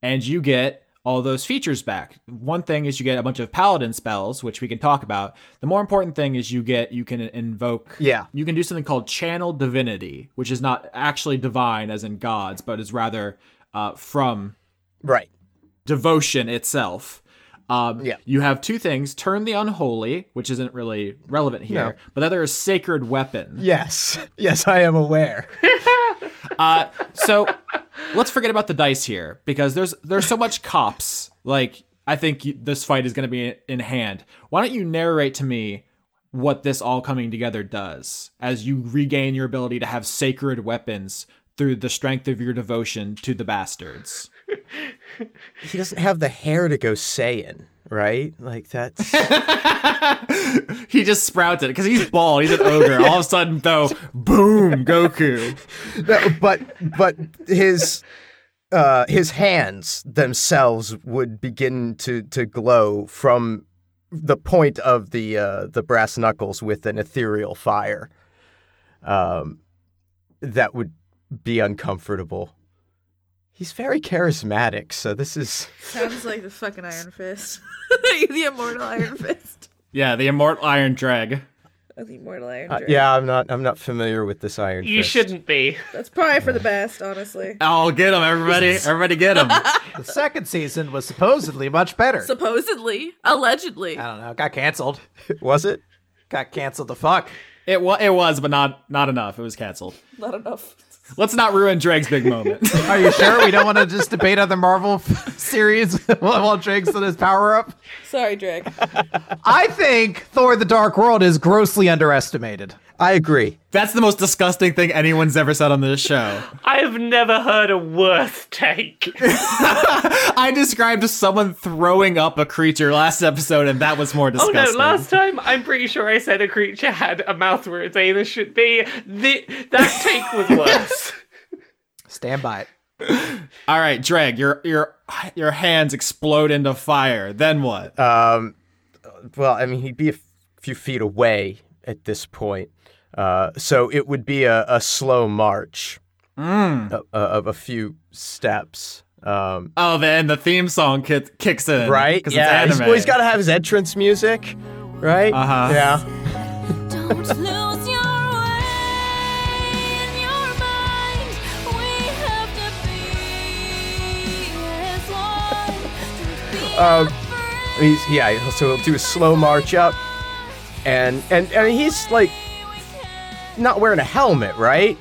Speaker 4: And you get all those features back. One thing is you get a bunch of paladin spells, which we can talk about. The more important thing is you get you can invoke
Speaker 2: Yeah.
Speaker 4: you can do something called channel divinity, which is not actually divine as in gods, but is rather uh, from
Speaker 2: Right.
Speaker 4: devotion itself. Um,
Speaker 2: Yeah.
Speaker 4: You have two things turn the unholy, which isn't really relevant here,
Speaker 2: No.
Speaker 4: but the other is sacred weapon.
Speaker 2: Yes. Yes, I am aware.
Speaker 4: Uh, so let's forget about the dice here because there's there's so much cops. Like I think you, this fight is going to be in hand. Why don't you narrate to me what this all coming together does as you regain your ability to have sacred weapons through the strength of your devotion to the bastards?
Speaker 2: He doesn't have the hair to go saying, right? Like that's
Speaker 4: he just sprouts it because he's bald. He's an ogre. All of a sudden, though, boom, Goku.
Speaker 2: No, but but his uh his hands themselves would begin to to glow from the point of the uh the brass knuckles with an ethereal fire. Um that would be uncomfortable. He's very charismatic, so this is
Speaker 6: Sounds like the fucking Iron Fist. the immortal Iron Fist.
Speaker 4: Yeah, the immortal Iron Drag.
Speaker 6: The immortal Iron
Speaker 2: uh, yeah, I'm not I'm not familiar with this iron
Speaker 3: You
Speaker 2: Fist.
Speaker 3: shouldn't be.
Speaker 6: That's probably for the best, honestly.
Speaker 4: Oh, get him, everybody! Everybody, get him.
Speaker 5: The second season was supposedly much better.
Speaker 6: Supposedly, allegedly.
Speaker 5: I don't know. Got canceled.
Speaker 2: was it?
Speaker 5: Got canceled the fuck.
Speaker 4: It was, it was, but not not enough. It was canceled.
Speaker 6: Not enough.
Speaker 4: Let's not ruin Drake's big moment.
Speaker 5: Are you sure we don't want to just debate other Marvel series while while Drake's in his power up?
Speaker 6: Sorry, Drake.
Speaker 5: I think Thor: The Dark World is grossly underestimated.
Speaker 2: I agree.
Speaker 4: That's the most disgusting thing anyone's ever said on this show.
Speaker 3: I have never heard a worse take.
Speaker 4: I described someone throwing up a creature last episode, and that was more
Speaker 3: Oh
Speaker 4: disgusting.
Speaker 3: no! Last time, I'm pretty sure I said a creature had a mouth where its anus should be. Thi- that take was worse.
Speaker 5: Stand by it.
Speaker 4: All right, Dreg, your your your hands explode into fire. Then what?
Speaker 2: Um, well, I mean, he'd be a f- few feet away at this point. Uh, so it would be a, a slow march
Speaker 4: Mm.
Speaker 2: o- o- of a few steps. Um,
Speaker 4: oh, then the theme song ki- kicks in,
Speaker 2: right?
Speaker 4: Because
Speaker 2: yeah.
Speaker 4: it's
Speaker 2: he's-
Speaker 4: anime.
Speaker 2: well, he's got to have his entrance music, right?
Speaker 4: Uh-huh.
Speaker 2: Yeah.
Speaker 11: Don't lose your way in your mind. We have to be as one to be
Speaker 2: Um,
Speaker 11: free.
Speaker 2: He's, yeah. So he'll do a slow march up, and and and he's like
Speaker 11: We can
Speaker 2: not wearing a helmet, right?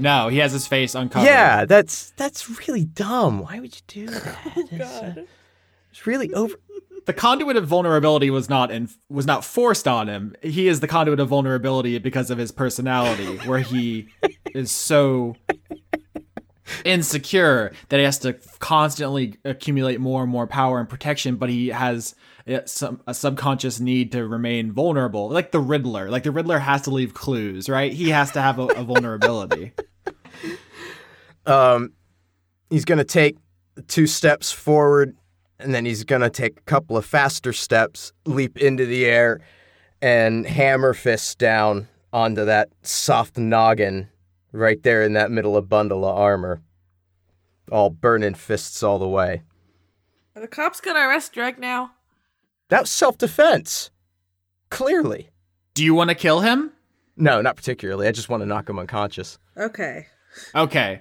Speaker 4: no, he has his face uncovered.
Speaker 2: Yeah. That's that's really dumb. Why would you do that?
Speaker 4: Oh,
Speaker 2: It's, uh, it's really over.
Speaker 4: the conduit of vulnerability was not in, was not forced on him. He is the conduit of vulnerability because of his personality, where he is so insecure that he has to constantly accumulate more and more power and protection. But he has uh, some a subconscious need to remain vulnerable, like the Riddler. Like the Riddler has to leave clues, right? He has to have a, a vulnerability.
Speaker 2: um, he's going to take two steps forward and then he's gonna take a couple of faster steps, leap into the air, and hammer fist down onto that soft noggin right there in that middle of bundle of armor. All burning fists all the way.
Speaker 6: Are the cops gonna arrest Dreg now?
Speaker 2: That was self defense. Clearly.
Speaker 4: Do you want to kill him?
Speaker 2: No, not particularly. I just want to knock him unconscious.
Speaker 6: Okay.
Speaker 4: Okay.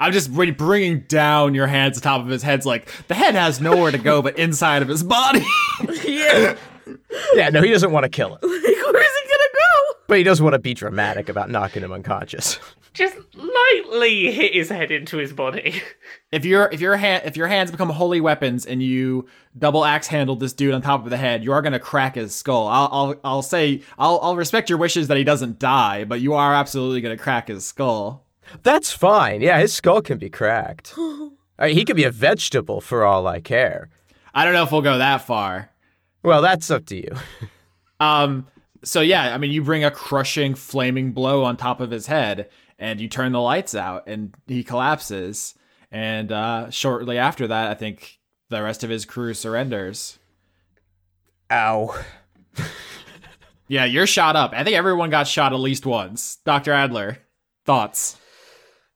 Speaker 4: I'm just really bringing down your hands on top of his head's like the head has nowhere to go but inside of his body.
Speaker 6: Yeah.
Speaker 2: Yeah, no, he doesn't want to kill him,
Speaker 6: like, where's it gonna go?
Speaker 2: but he does want to be dramatic about knocking him unconscious.
Speaker 3: Just lightly hit his head into his body.
Speaker 4: if your if your hand if your hands become holy weapons and you double axe handle this dude on top of the head, you are gonna crack his skull. I'll I'll, I'll say I'll I'll respect your wishes that he doesn't die, but you are absolutely gonna crack his skull.
Speaker 2: That's fine. Yeah, his skull can be cracked. I mean, he could be a vegetable for all I care.
Speaker 4: I don't know if we'll go that far.
Speaker 2: Well, that's up to you.
Speaker 4: Um, so yeah, I mean, you bring a crushing, flaming blow on top of his head, and you turn the lights out, and he collapses. And uh, shortly after that, I think the rest of his crew surrenders.
Speaker 2: Ow.
Speaker 4: Yeah, you're shot up. I think everyone got shot at least once. Doctor Adler, thoughts?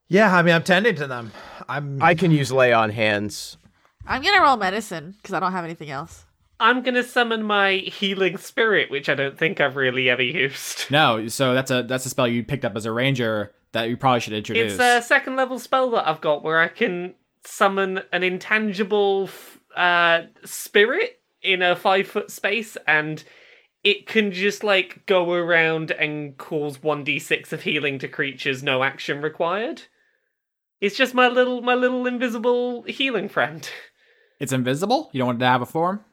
Speaker 5: Yeah, I mean, I'm tending to them. I'm.
Speaker 2: I can use lay on hands.
Speaker 6: I'm gonna roll medicine because I don't have anything else.
Speaker 3: I'm gonna summon my healing spirit, which I don't think I've really ever used.
Speaker 4: No, so that's a that's a spell you picked up as a ranger that you probably should introduce.
Speaker 3: It's a second level spell that I've got where I can summon an intangible f- uh, spirit in a five foot space, and it can just like go around and cause one d six of healing to creatures, no action required. It's just my little my little invisible healing friend.
Speaker 4: it's invisible. You don't want it to have a form.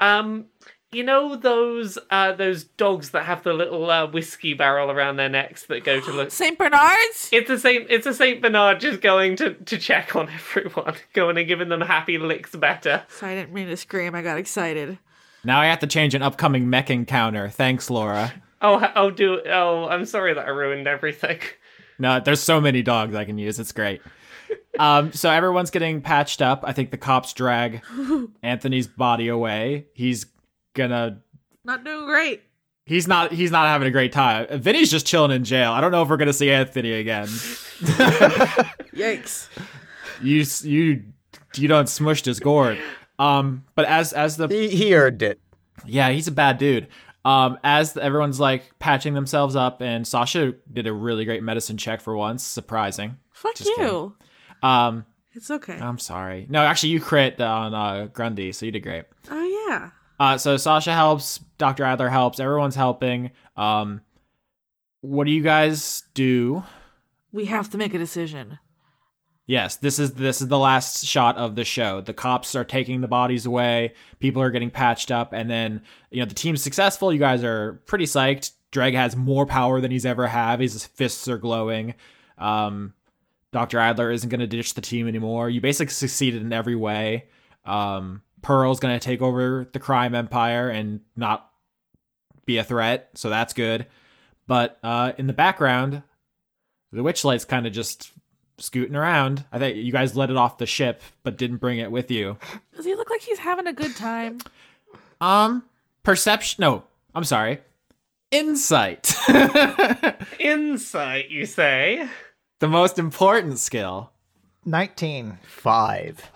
Speaker 3: Um, you know those uh those dogs that have the little uh, whiskey barrel around their necks that go to look
Speaker 6: St. Bernard's?
Speaker 3: It's a Saint. It's a Saint Bernard just going to to check on everyone, going and giving them happy licks better.
Speaker 6: Sorry, I didn't mean to scream. I got excited.
Speaker 4: Now I have to change an upcoming mech encounter. Thanks, Laura.
Speaker 3: Oh, h- I'll do. Oh, I'm sorry that I ruined everything.
Speaker 4: No, there's so many dogs I can use. It's great. Um, so everyone's getting patched up. I think the cops drag Anthony's body away. He's gonna.
Speaker 6: Not doing great.
Speaker 4: He's not. He's not having a great time. Vinny's just chilling in jail. I don't know if we're gonna see Anthony again.
Speaker 6: Yikes.
Speaker 4: You s- you you don't smushed his gourd. Um, but as as the
Speaker 2: He, he earned it.
Speaker 4: Yeah, he's a bad dude. Um, as everyone's like patching themselves up, and Sasha did a really great medicine check for once. Surprising.
Speaker 6: Fuck
Speaker 4: Just
Speaker 6: you.
Speaker 4: kidding. Um,
Speaker 6: It's okay.
Speaker 4: I'm sorry. No, actually, you crit on uh, Grundy, so you did great.
Speaker 6: oh yeah.
Speaker 4: Uh, so Sasha helps, Doctor Adler helps, everyone's helping. Um, what do you guys do?
Speaker 6: We have to make a decision.
Speaker 4: Yes, this is this is the last shot of the show. The cops are taking the bodies away. People are getting patched up, and then you know the team's successful. You guys are pretty psyched. Dreg has more power than he's ever had. His fists are glowing. Um, Doctor Adler isn't going to ditch the team anymore. You basically succeeded in every way. Um, Pearl's going to take over the crime empire and not be a threat, so that's good. But uh, in the background, the witch light's kind of just scooting around. I think you guys let it off the ship, but didn't bring it with you.
Speaker 6: Does he look like he's having a good time?
Speaker 4: Um, perception. No, I'm sorry. Insight.
Speaker 3: Insight, you say?
Speaker 4: the most important skill.
Speaker 5: 19.
Speaker 2: Five.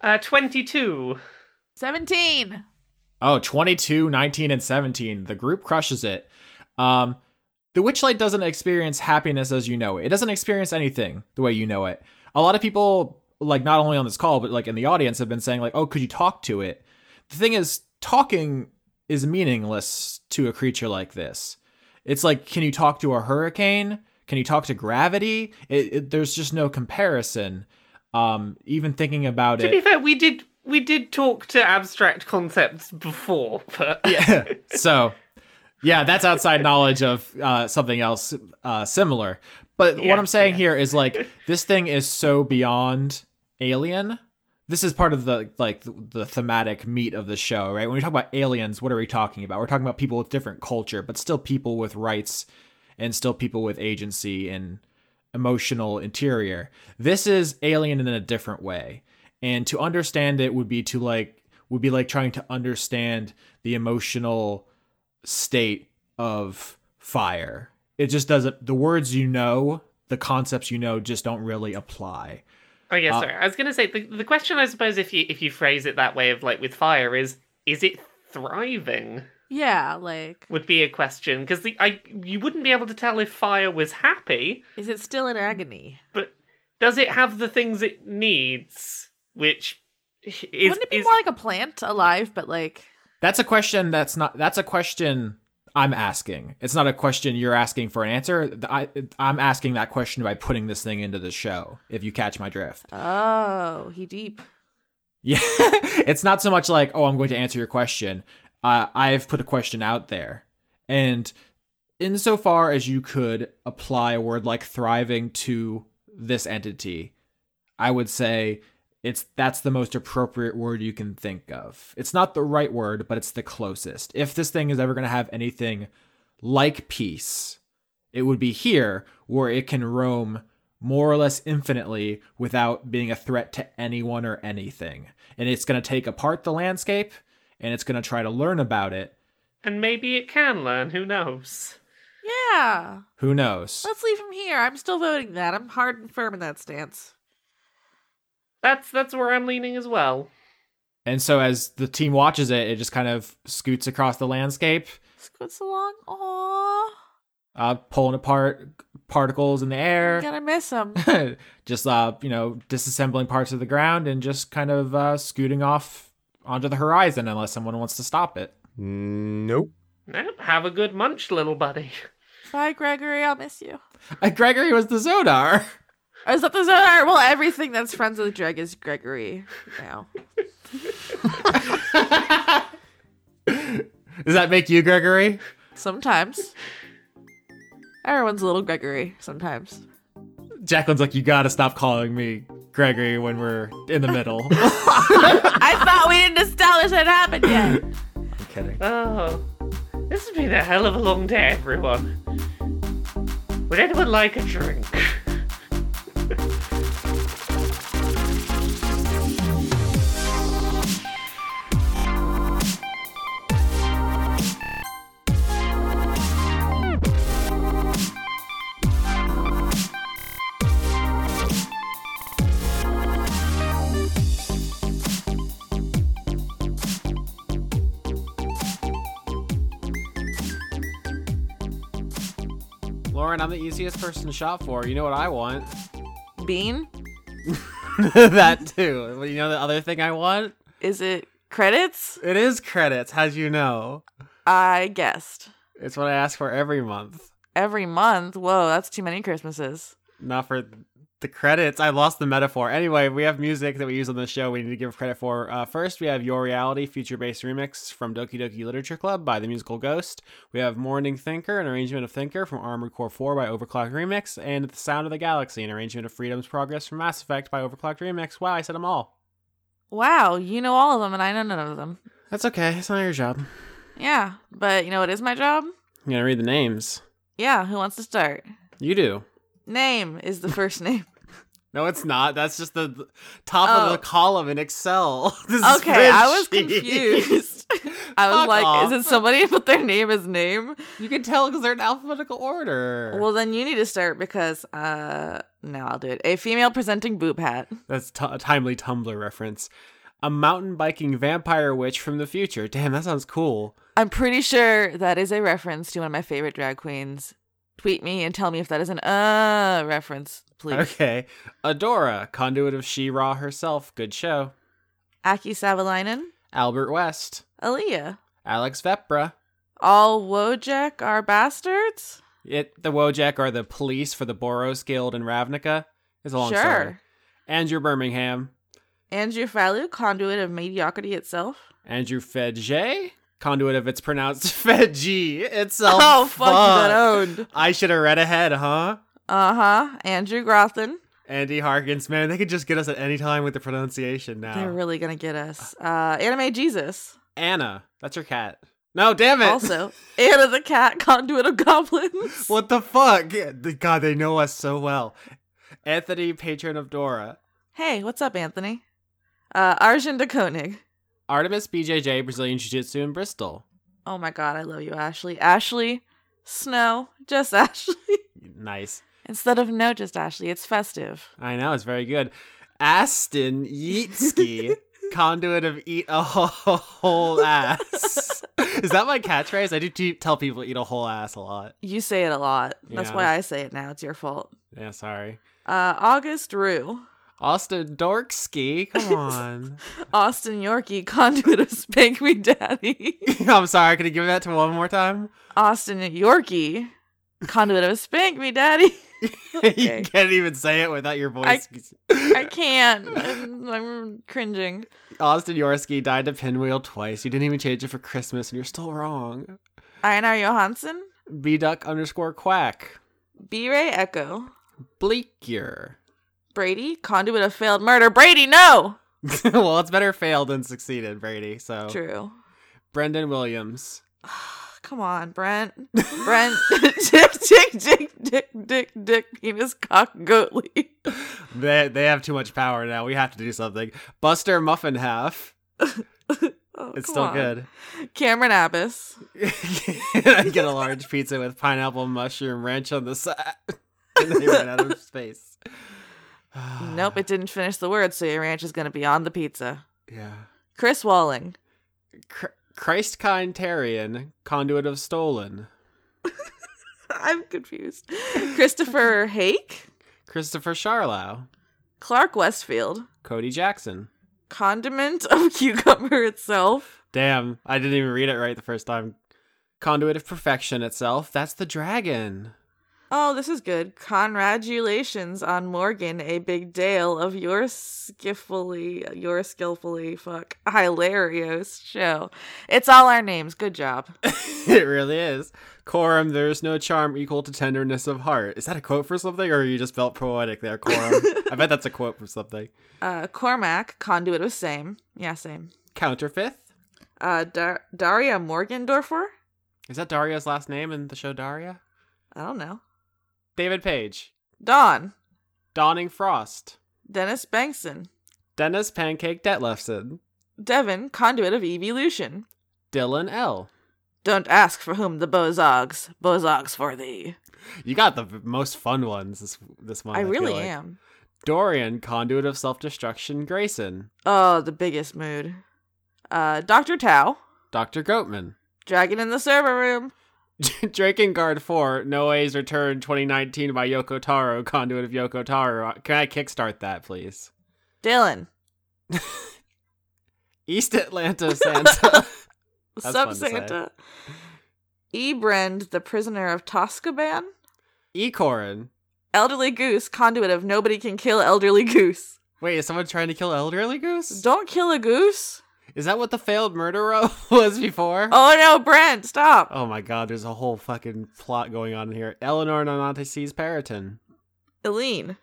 Speaker 3: Uh, twenty-two.
Speaker 6: Seventeen.
Speaker 4: Oh, 22, 19, and 17. The group crushes it. Um, the Witchlight doesn't experience happiness as you know it. It doesn't experience anything the way you know it. A lot of people, like not only on this call, but like in the audience, have been saying, like, oh, could you talk to it? The thing is, talking is meaningless to a creature like this. It's like, can you talk to a hurricane? Can you talk to gravity? It, it, there's just no comparison. Um, even thinking about
Speaker 3: To
Speaker 4: it.
Speaker 3: be fair, we did we did talk to abstract concepts before, but
Speaker 4: yeah. So, yeah, that's outside knowledge of uh, something else uh, similar. But
Speaker 3: Yeah,
Speaker 4: what I'm saying here is like this thing is so beyond alien. This is part of the like the, the thematic meat of the show, right? When we talk about aliens, what are we talking about? We're talking about people with different culture, but still people with rights and still people with agency and emotional interior. This is alien in a different way. and to understand it would be to like would be like trying to understand the emotional state of fire it just doesn't the words you know the concepts you know just don't really apply
Speaker 3: Oh yeah, sorry. I was gonna say the, the question I suppose if you if you phrase it that way of like with fire is is it thriving
Speaker 6: Yeah, like,
Speaker 3: would be a question because the I you wouldn't be able to tell if fire was happy,
Speaker 6: is it still in agony?
Speaker 3: but does it have the things it needs, which is,
Speaker 6: Wouldn't it be
Speaker 3: is-
Speaker 6: more like a plant alive, but like,
Speaker 4: That's a question that's not that's a question I'm asking. It's not a question you're asking for an answer. Th- I I'm asking that question by putting this thing into the show, if you catch my drift.
Speaker 6: oh, he deep.
Speaker 4: Yeah. it's not so much like, "Oh, I'm going to answer your question." Uh, I've put a question out there. And insofar as you could apply a word like thriving to this entity, I would say it's that's the most appropriate word you can think of. It's not the right word, but it's the closest. If this thing is ever going to have anything like peace, it would be here where it can roam more or less infinitely without being a threat to anyone or anything. And it's going to take apart the landscape and it's going to try to learn about it.
Speaker 3: and maybe it can learn. Who knows?
Speaker 6: Yeah,
Speaker 4: Who knows?
Speaker 6: let's leave him here. I'm still voting that. I'm hard and firm in that stance.
Speaker 3: That's that's where I'm leaning as well.
Speaker 4: And so as the team watches it, it just kind of scoots across the landscape,
Speaker 6: Scoots along. Aww,
Speaker 4: uh, pulling apart particles in the air.
Speaker 6: gonna miss him.
Speaker 4: just uh you know disassembling parts of the ground and just kind of uh scooting off onto the horizon unless someone wants to stop it
Speaker 2: Nope.
Speaker 3: Nope. Have a good munch, little buddy.
Speaker 6: Bye, Gregory. I'll miss you.
Speaker 4: Uh, gregory was the zodar
Speaker 6: Oh, Is that the Zodar? Well, everything that's friends with Greg is Gregory now.
Speaker 4: does that make you gregory
Speaker 6: Sometimes. Everyone's a little Gregory sometimes.
Speaker 4: jacqueline's like you gotta stop calling me gregory when we're in the middle
Speaker 6: I thought we didn't establish that happened yet.
Speaker 4: i'm kidding
Speaker 3: Oh, this has been a hell of a long day, everyone. Would anyone like a drink?
Speaker 4: lauren i'm the easiest person to shop for you know what i want
Speaker 6: Bean?
Speaker 4: that too Well, you know the other thing i want
Speaker 6: Is it credits?
Speaker 4: it is credits how'd you know
Speaker 6: I guessed.
Speaker 4: it's what i ask for every month
Speaker 6: Every month? Whoa, that's too many Christmases.
Speaker 4: not for the credits. I lost the metaphor. Anyway, we have music that we use on the show. We need to give credit for. Uh, first, we have Your Reality, feature-based remix from Doki Doki Literature Club by the musical Ghost. We have Morning Thinker, an arrangement of Thinker from Armored Core 4 by Overclock Remix, and The Sound of the Galaxy, an arrangement of Freedom's Progress from Mass Effect by Overclock Remix. Wow, I said them all.
Speaker 6: Wow, you know all of them and I know none of them.
Speaker 4: That's okay. It's not your job.
Speaker 6: Yeah, but you know what is my job?
Speaker 4: I'm gonna read the names.
Speaker 6: Yeah, who wants to start?
Speaker 4: You do.
Speaker 6: Name is the first name.
Speaker 4: No, it's not. That's just the the top of
Speaker 6: Oh.
Speaker 4: the column in Excel. This is
Speaker 6: Okay, I was
Speaker 4: spreadsheet.
Speaker 6: confused. I was
Speaker 4: Fuck
Speaker 6: like,
Speaker 4: off.
Speaker 6: is it somebody but their name is name?
Speaker 4: You can tell because they're in alphabetical order.
Speaker 6: Well, then you need to start because, uh, no, I'll do it. A female presenting boob hat.
Speaker 4: that's t- a timely Tumblr reference. A mountain biking vampire witch from the future. Damn, that sounds cool.
Speaker 6: I'm pretty sure that is a reference to one of my favorite drag queens. Tweet me and tell me if that is an uh reference, please.
Speaker 4: Okay. Adora, conduit of She-Ra herself. Good show.
Speaker 6: Aki Savalainen,
Speaker 4: Albert West.
Speaker 6: Aaliyah,
Speaker 4: Alex Vepra.
Speaker 6: all Wojak are bastards.
Speaker 4: It, the Wojak are the police for the Boros Guild in Ravnica. It's a long
Speaker 6: sure.
Speaker 4: story. Andrew Birmingham.
Speaker 6: Andrew Fallu, conduit of mediocrity itself.
Speaker 4: Andrew Fedge. Conduit of it's pronounced Fedge itself.
Speaker 6: Oh, fuck, you got owned.
Speaker 4: I should have read ahead, huh?
Speaker 6: Uh huh. Andrew Grothin.
Speaker 4: Andy Harkins, man, they could just get us at any time with the pronunciation now.
Speaker 6: They're really gonna get us. Uh, Anime Jesus.
Speaker 4: Anna, that's your cat. No, damn it.
Speaker 6: Also, Anna the cat, conduit of goblins.
Speaker 4: what the fuck? The- God, they know us so well. Anthony, patron of Dora.
Speaker 6: Hey, what's up, Anthony? Uh, Arjun de Koenig.
Speaker 4: Artemis BJJ Brazilian Jiu Jitsu in Bristol.
Speaker 6: Oh my God, I love you, Ashley. Ashley Snow, just Ashley.
Speaker 4: Nice.
Speaker 6: Instead of no, just Ashley. It's festive.
Speaker 4: I know, it's very good. Aston Yeetsky, conduit of eat a whole, whole ass. Is that my catchphrase? I do t- tell people eat a whole ass a lot.
Speaker 6: You say it a lot. That's
Speaker 4: Yeah.
Speaker 6: why I say it now. It's your fault.
Speaker 4: Yeah, sorry.
Speaker 6: Uh, August Rue,
Speaker 4: Austin Dorksky, come on.
Speaker 6: Austin Yorkie, conduit of Spank Me Daddy.
Speaker 4: I'm sorry, could you give that to one more time?
Speaker 6: Austin Yorkie, conduit of Spank Me Daddy.
Speaker 4: you can't even say it without your
Speaker 6: I-
Speaker 4: voice.
Speaker 6: I can't. I'm, I'm cringing.
Speaker 4: Austin Yorsky died to pinwheel twice. You didn't even change it for Christmas, and you're still wrong.
Speaker 6: Einar Johansson,
Speaker 4: B duck underscore quack.
Speaker 6: B Ray Echo,
Speaker 4: Bleakier.
Speaker 6: Brady, conduit of failed murder. Brady, no!
Speaker 4: well, it's better failed than succeeded, Brady. So
Speaker 6: True.
Speaker 4: Brendan Williams.
Speaker 6: Come on, Brent. Brent. dick, dick, dick, dick, dick, dick, penis, cock, goatly.
Speaker 4: They they have too much power now. We have to do something. Buster Muffin Half.
Speaker 6: Oh,
Speaker 4: It's
Speaker 6: come
Speaker 4: still
Speaker 6: on.
Speaker 4: good.
Speaker 6: Cameron Abbas.
Speaker 4: I get a large pizza with pineapple mushroom ranch on the side. and they ran out of space.
Speaker 6: Nope, it didn't finish the word, so your ranch is going to be on the pizza.
Speaker 4: Yeah.
Speaker 6: Chris Walling.
Speaker 4: Cr- Christkind Tarian, conduit of stolen.
Speaker 6: I'm confused. Christopher Hake.
Speaker 4: Christopher Charlow.
Speaker 6: Clark Westfield.
Speaker 4: Cody Jackson.
Speaker 6: Condiment of cucumber itself.
Speaker 4: Damn, I didn't even read it right the first time. Conduit of perfection itself. That's the dragon.
Speaker 6: Oh, this is good. Congratulations on Morgan, a big dale of your skillfully, your skillfully, fuck, hilarious show. It's all our names. Good job.
Speaker 4: it really is. Coram, there's no charm equal to tenderness of heart. Is that a quote for something, or you just felt poetic there, Coram? I bet that's a quote from something.
Speaker 6: Uh, Cormac, conduit of same. Yeah, same.
Speaker 4: Counterfeit.
Speaker 6: Uh, Dar- Daria Morgendorfer?
Speaker 4: Is that Daria's last name in the show Daria?
Speaker 6: I don't know.
Speaker 4: David Page.
Speaker 6: Dawn,
Speaker 4: Dawning Frost.
Speaker 6: Dennis Bankson,
Speaker 4: Dennis Pancake Detlefson.
Speaker 6: Devin, conduit of evolution.
Speaker 4: Dylan L.
Speaker 6: Don't ask for whom the bozogs, bozogs for thee.
Speaker 4: You got the v- most fun ones this this month.
Speaker 6: I
Speaker 4: feel
Speaker 6: really
Speaker 4: like.
Speaker 6: am.
Speaker 4: Dorian, conduit of self destruction. Grayson.
Speaker 6: Oh, the biggest mood. Uh, Dr. Tao,
Speaker 4: Doctor Goatman.
Speaker 6: Dragon in the server room.
Speaker 4: Drakengard 4, Noe's Return 2019 by Yoko Taro, Conduit of Yoko Taro. Uh, Can I kickstart that, please?
Speaker 6: Dylan,
Speaker 4: East Atlanta Santa. That's
Speaker 6: Sub
Speaker 4: fun to say.
Speaker 6: Santa. E. Brend, the prisoner of Toscaban.
Speaker 4: Ecorin.
Speaker 6: Elderly Goose, conduit of nobody can kill elderly goose.
Speaker 4: Wait, is someone trying to kill Elderly Goose?
Speaker 6: Don't kill a goose.
Speaker 4: Is that what the failed murder row was before?
Speaker 6: Oh no, Brent, stop.
Speaker 4: Oh my god, there's a whole fucking plot going on here. Eleanor Nonante sees Periton. Oh.
Speaker 6: Eileen,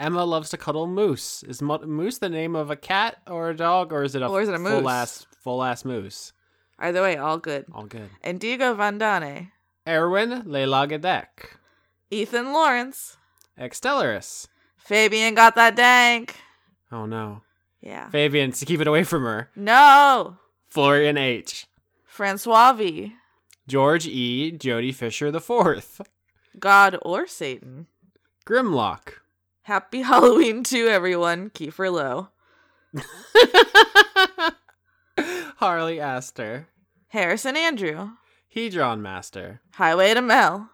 Speaker 4: Emma loves to cuddle Moose. Is mo- Moose the name of a cat or a dog, or is it a,
Speaker 6: Or is it a
Speaker 4: full
Speaker 6: moose?
Speaker 4: ass full ass moose?
Speaker 6: either way, all good.
Speaker 4: All good.
Speaker 6: Indigo Vandane,
Speaker 4: Erwin Lelagedek.
Speaker 6: Ethan Lawrence,
Speaker 4: Extellaris.
Speaker 6: Fabian got that dank.
Speaker 4: Oh no.
Speaker 6: Yeah.
Speaker 4: Fabian, to keep it away from her.
Speaker 6: No.
Speaker 4: Florian H.
Speaker 6: Francois V.
Speaker 4: George E. Jody Fisher the Fourth.
Speaker 6: God or Satan.
Speaker 4: Grimlock.
Speaker 6: Happy Halloween to everyone. Kiefer Lowe.
Speaker 4: Harley Astor.
Speaker 6: Harrison Andrew.
Speaker 4: Hedron Master.
Speaker 6: Highway to Mel.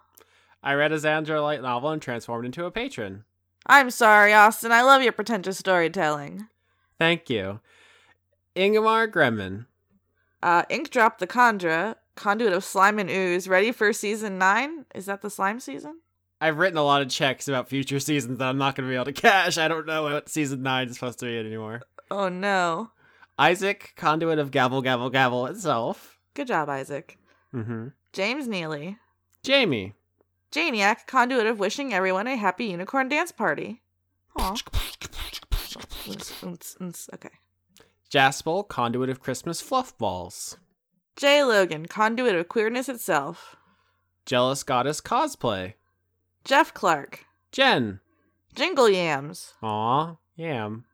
Speaker 4: I read a Zandra light novel and transformed into a patron.
Speaker 6: I'm sorry, Austin. I love your pretentious storytelling.
Speaker 4: Thank you. Ingemar Gremmin.
Speaker 6: Uh, Ink Drop the Condra, conduit of slime and ooze, ready for season nine. Is that the slime season?
Speaker 4: I've written a lot of checks about future seasons that I'm not going to be able to cash. I don't know what season 9 is supposed to be anymore.
Speaker 6: Oh no.
Speaker 4: Isaac, conduit of Gavel Gavel Gavel itself.
Speaker 6: Good job, Isaac.
Speaker 4: Mm-hmm.
Speaker 6: James Neely.
Speaker 4: Jamie.
Speaker 6: Janiac, conduit of wishing everyone a happy unicorn dance party. Aw. Oons, oons, oons. Okay.
Speaker 4: Jaspel, conduit of Christmas fluff balls.
Speaker 6: Jay Logan, conduit of queerness itself.
Speaker 4: Jealous goddess cosplay.
Speaker 6: Jeff Clark.
Speaker 4: Jen.
Speaker 6: Jingle Yams.
Speaker 4: Aw, yam.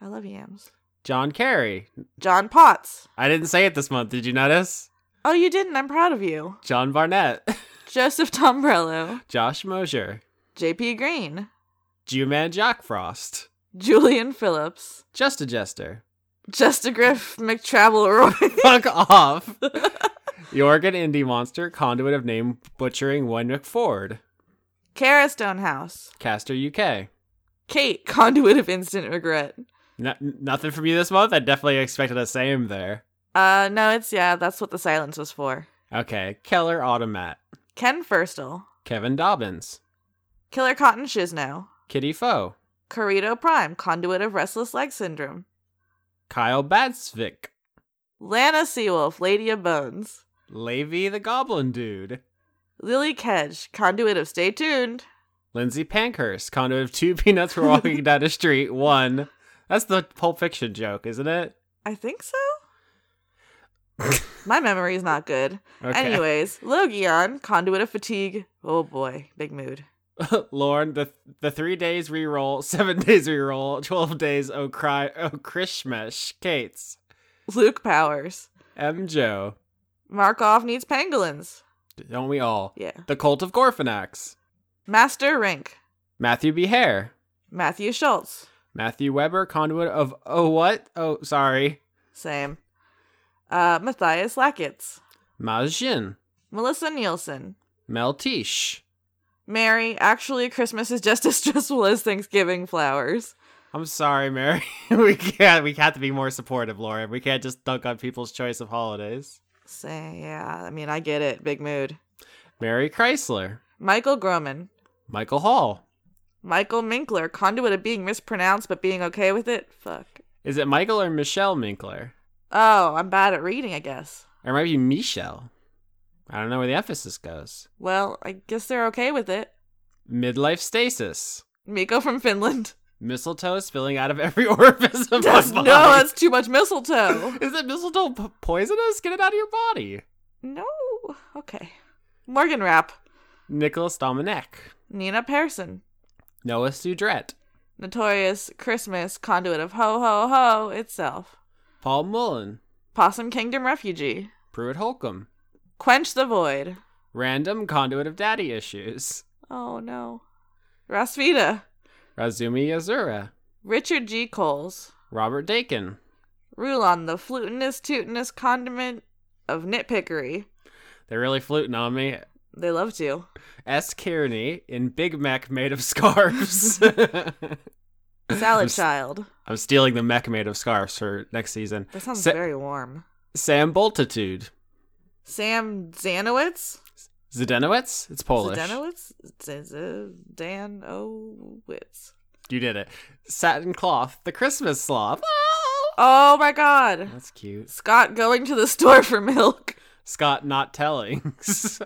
Speaker 6: I love yams.
Speaker 4: John Kerry.
Speaker 6: John Potts.
Speaker 4: I didn't say it this month. Did you notice?
Speaker 6: Oh, you didn't. I'm proud of you.
Speaker 4: John Barnett,
Speaker 6: Joseph Tombrello.
Speaker 4: Josh Mosier,
Speaker 6: JP Green.
Speaker 4: Jew Man Jack Frost,
Speaker 6: Julian Phillips.
Speaker 4: Just a Jester.
Speaker 6: Just a Griff McTravel Roy.
Speaker 4: Fuck off. Jorgen Indie Monster, Conduit of Name Butchering Wenwick Ford,
Speaker 6: Kara Stonehouse.
Speaker 4: Caster UK.
Speaker 6: Kate, conduit of instant regret.
Speaker 4: No- nothing from you this month. I definitely expected a same there.
Speaker 6: Uh, no, it's yeah, that's what the silence was for.
Speaker 4: Okay, Keller Automat,
Speaker 6: Ken Furstel.
Speaker 4: Kevin Dobbins,
Speaker 6: Killer Cotton Shizno.
Speaker 4: Kitty Foe,
Speaker 6: Corito Prime, conduit of restless leg syndrome.
Speaker 4: Kyle Badsvik,
Speaker 6: Lana Seawolf, Lady of Bones.
Speaker 4: Levy the Goblin Dude,
Speaker 6: Lily Kedge, conduit of stay tuned.
Speaker 4: Lindsay Pankhurst, Conduit of Two Peanuts Were Walking Down a Street, One. That's the Pulp Fiction joke, isn't it?
Speaker 6: I think so. My memory's not good.
Speaker 4: Okay.
Speaker 6: Anyways, Logion, conduit of fatigue. Oh boy, big mood.
Speaker 4: Lauren, the the three days reroll, seven days reroll, twelve days. Oh cry, oh Krishmesh, Kate's,
Speaker 6: Luke Powers.
Speaker 4: M Joe.
Speaker 6: Markov needs pangolins.
Speaker 4: Don't we all?
Speaker 6: Yeah.
Speaker 4: The Cult of Gorfanax,
Speaker 6: Master Rink,
Speaker 4: Matthew B Hare,
Speaker 6: Matthew Schultz.
Speaker 4: Matthew Weber, conduit of oh what? Oh sorry,
Speaker 6: Same. Uh, Matthias Lackitz,
Speaker 4: Majin,
Speaker 6: Melissa Nielsen.
Speaker 4: Meltish.
Speaker 6: Mary, actually, Christmas is just as stressful as Thanksgiving flowers.
Speaker 4: I'm sorry, Mary. we can't. We have to be more supportive, Lauren. We can't just dunk on people's choice of holidays.
Speaker 6: Say, yeah, I mean, I get it. Big mood.
Speaker 4: Mary Chrysler,
Speaker 6: Michael Groman,
Speaker 4: Michael Hall.
Speaker 6: Michael Minkler, conduit of being mispronounced but being okay with it. Fuck.
Speaker 4: Is it Michael or Michelle Minkler?
Speaker 6: Oh, I'm bad at reading, I guess.
Speaker 4: Or it might be Michelle. I don't know where the emphasis goes.
Speaker 6: Well, I guess they're okay with it.
Speaker 4: Midlife stasis.
Speaker 6: Miko from Finland.
Speaker 4: Mistletoe spilling out of every orifice of my
Speaker 6: That's, no,
Speaker 4: body.
Speaker 6: that's too much mistletoe.
Speaker 4: Is it mistletoe p- poisonous? Get it out of your body.
Speaker 6: no. Okay. Morgan Rapp,
Speaker 4: Nicholas Dominic.
Speaker 6: Nina Pearson,
Speaker 4: Noah Sudret.
Speaker 6: Notorious Christmas, conduit of Ho Ho Ho itself.
Speaker 4: Paul Mullen.
Speaker 6: Possum Kingdom Refugee.
Speaker 4: Pruitt Holcomb.
Speaker 6: Quench the Void.
Speaker 4: Random conduit of daddy issues.
Speaker 6: Oh no. Rasvita.
Speaker 4: Razumi Yazura.
Speaker 6: Richard G. Coles.
Speaker 4: Robert Dakin.
Speaker 6: Rulon, the flutinous, tootinous condiment of nitpickery.
Speaker 4: They're really fluting on me.
Speaker 6: They love to.
Speaker 4: S. Kearney in Big Mac made of scarves.
Speaker 6: Salad
Speaker 4: I'm s-
Speaker 6: Child.
Speaker 4: I'm stealing the mech made of scarves for next season.
Speaker 6: That sounds
Speaker 4: Sa-
Speaker 6: very warm.
Speaker 4: Sam Boltitude.
Speaker 6: Sam Zanowitz?
Speaker 4: Zdenowitz? It's Polish.
Speaker 6: Zanowitz? Z- Z- Danowitz.
Speaker 4: You did it. Satin cloth, the Christmas sloth. Ah,
Speaker 6: Oh my god.
Speaker 4: That's cute.
Speaker 6: Scott going to the store for milk.
Speaker 4: Scott not telling.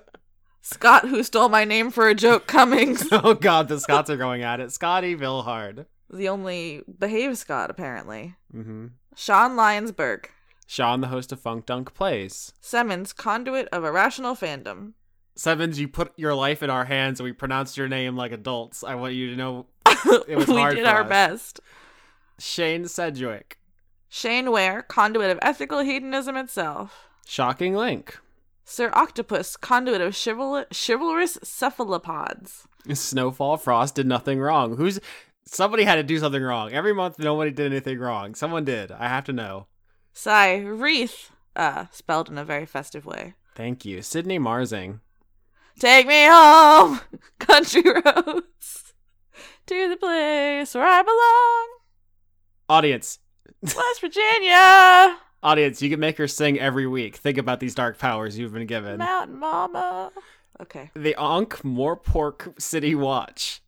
Speaker 6: Scott, who stole my name for a joke, Cummings.
Speaker 4: oh god, the Scots are going at it. Scotty Vilhard.
Speaker 6: the only behaved Scott, apparently.
Speaker 4: Mm-hmm.
Speaker 6: Sean Lyonsberg.
Speaker 4: Sean, the host of Funk Dunk Plays.
Speaker 6: Simmons, conduit of irrational fandom.
Speaker 4: Sevens, you put your life in our hands and we pronounced your name like adults. I want you to know it was
Speaker 6: we
Speaker 4: hard
Speaker 6: did
Speaker 4: for
Speaker 6: our
Speaker 4: us.
Speaker 6: best.
Speaker 4: Shane Sedgwick.
Speaker 6: Shane Ware, conduit of ethical hedonism itself.
Speaker 4: Shocking Link.
Speaker 6: Sir Octopus, conduit of chival- chivalrous cephalopods.
Speaker 4: Snowfall Frost did nothing wrong. Who's somebody had to do something wrong. Every month nobody did anything wrong. Someone did. I have to know.
Speaker 6: Sigh, wreath, uh, spelled in a very festive way.
Speaker 4: Thank you. Sydney Marzing.
Speaker 6: Take me home, country roads, to the place where I belong,
Speaker 4: Audience.
Speaker 6: West Virginia,
Speaker 4: Audience, you can make her sing every week. Think about these dark powers you've been given.
Speaker 6: Mountain Mama. Okay.
Speaker 4: The Ankh Morpork City Watch.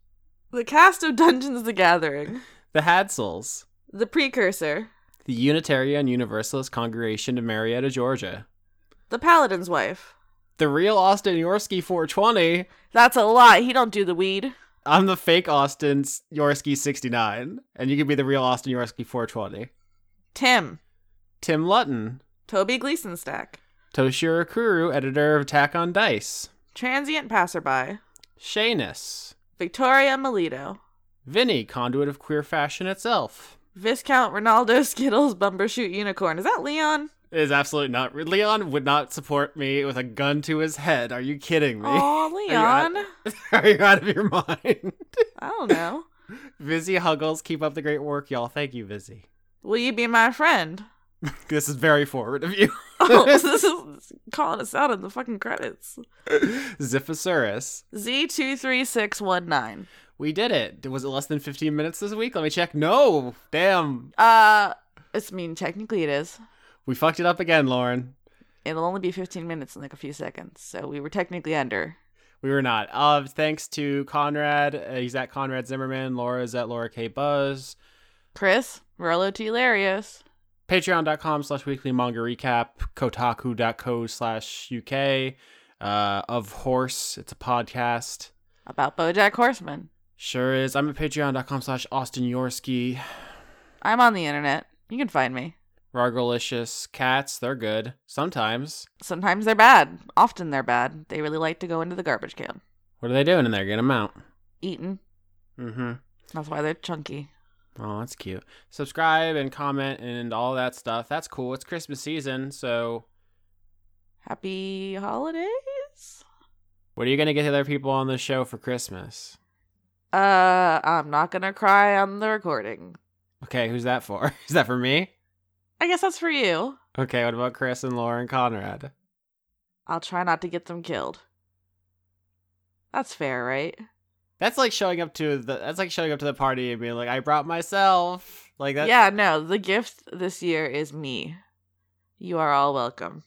Speaker 6: The cast of Dungeons the Gathering,
Speaker 4: The Hadsels.
Speaker 6: The Precursor,
Speaker 4: The Unitarian Universalist Congregation of Marietta, Georgia.
Speaker 6: The Paladin's Wife.
Speaker 4: The real Austin Yorsky 420.
Speaker 6: That's a lie. He don't do the weed.
Speaker 4: I'm the fake Austin Yorsky 69. And you can be the real Austin Yorsky 420.
Speaker 6: Tim,
Speaker 4: Tim Lutton.
Speaker 6: Toby Gleason stack,
Speaker 4: Toshiro Kuru, editor of Attack on Dice.
Speaker 6: transient passerby,
Speaker 4: Shanus.
Speaker 6: Victoria Melito,
Speaker 4: Vinny, conduit of queer fashion itself.
Speaker 6: Viscount Ronaldo Skittles Bumbershoot Unicorn. Is that Leon?
Speaker 4: It is absolutely not. Leon would not support me with a gun to his head. Are you kidding me?
Speaker 6: Oh,
Speaker 4: out-
Speaker 6: Leon.
Speaker 4: Are you out of your mind?
Speaker 6: I don't know.
Speaker 4: Vizzy Huggles, keep up the great work, y'all. Thank you, Vizzy.
Speaker 6: Will you be my friend?
Speaker 4: This is very forward of you.
Speaker 6: Oh, this is calling us out in the fucking credits.
Speaker 4: Ziphosaurus.
Speaker 6: Z23619.
Speaker 4: We did it. Was it less than 15 minutes this week? Let me check. No. Damn.
Speaker 6: Uh, it's I mean technically it is.
Speaker 4: We fucked it up again, Lauren.
Speaker 6: It'll only be 15 minutes in like a few seconds, so we were technically under.
Speaker 4: We were not. Uh, thanks to Conrad. Uh, he's at Conrad Zimmerman. Laura is at Laura K. Buzz.
Speaker 6: Chris, Rollo T. Larios.
Speaker 4: patreon.com slash weekly manga recap kotaku.co slash uk uh, of horse it's a podcast
Speaker 6: about BoJack Horseman.
Speaker 4: sure is i'm at patreon.com slash austin yorsky
Speaker 6: I'm on the internet. You can find me.
Speaker 4: Rargolicious cats they're good sometimes
Speaker 6: Sometimes they're bad. Often they're bad. They really like to go into the garbage can.
Speaker 4: what are they doing in there get them out
Speaker 6: Eaten.
Speaker 4: mm-hmm
Speaker 6: That's why they're chunky.
Speaker 4: oh that's cute subscribe and comment and all that stuff that's cool it's christmas season so
Speaker 6: Happy holidays.
Speaker 4: what are you gonna get the other people on the show for christmas
Speaker 6: Uh, I'm not gonna cry on the recording.
Speaker 4: okay who's that for is that for me
Speaker 6: I guess that's for you.
Speaker 4: okay what about chris and laura and conrad
Speaker 6: I'll try not to get them killed. That's fair, right?
Speaker 4: That's like showing up to the. That's like showing up to the party and being like, "I brought myself." Like that.
Speaker 6: yeah, no, the gift this year is me. You are all welcome.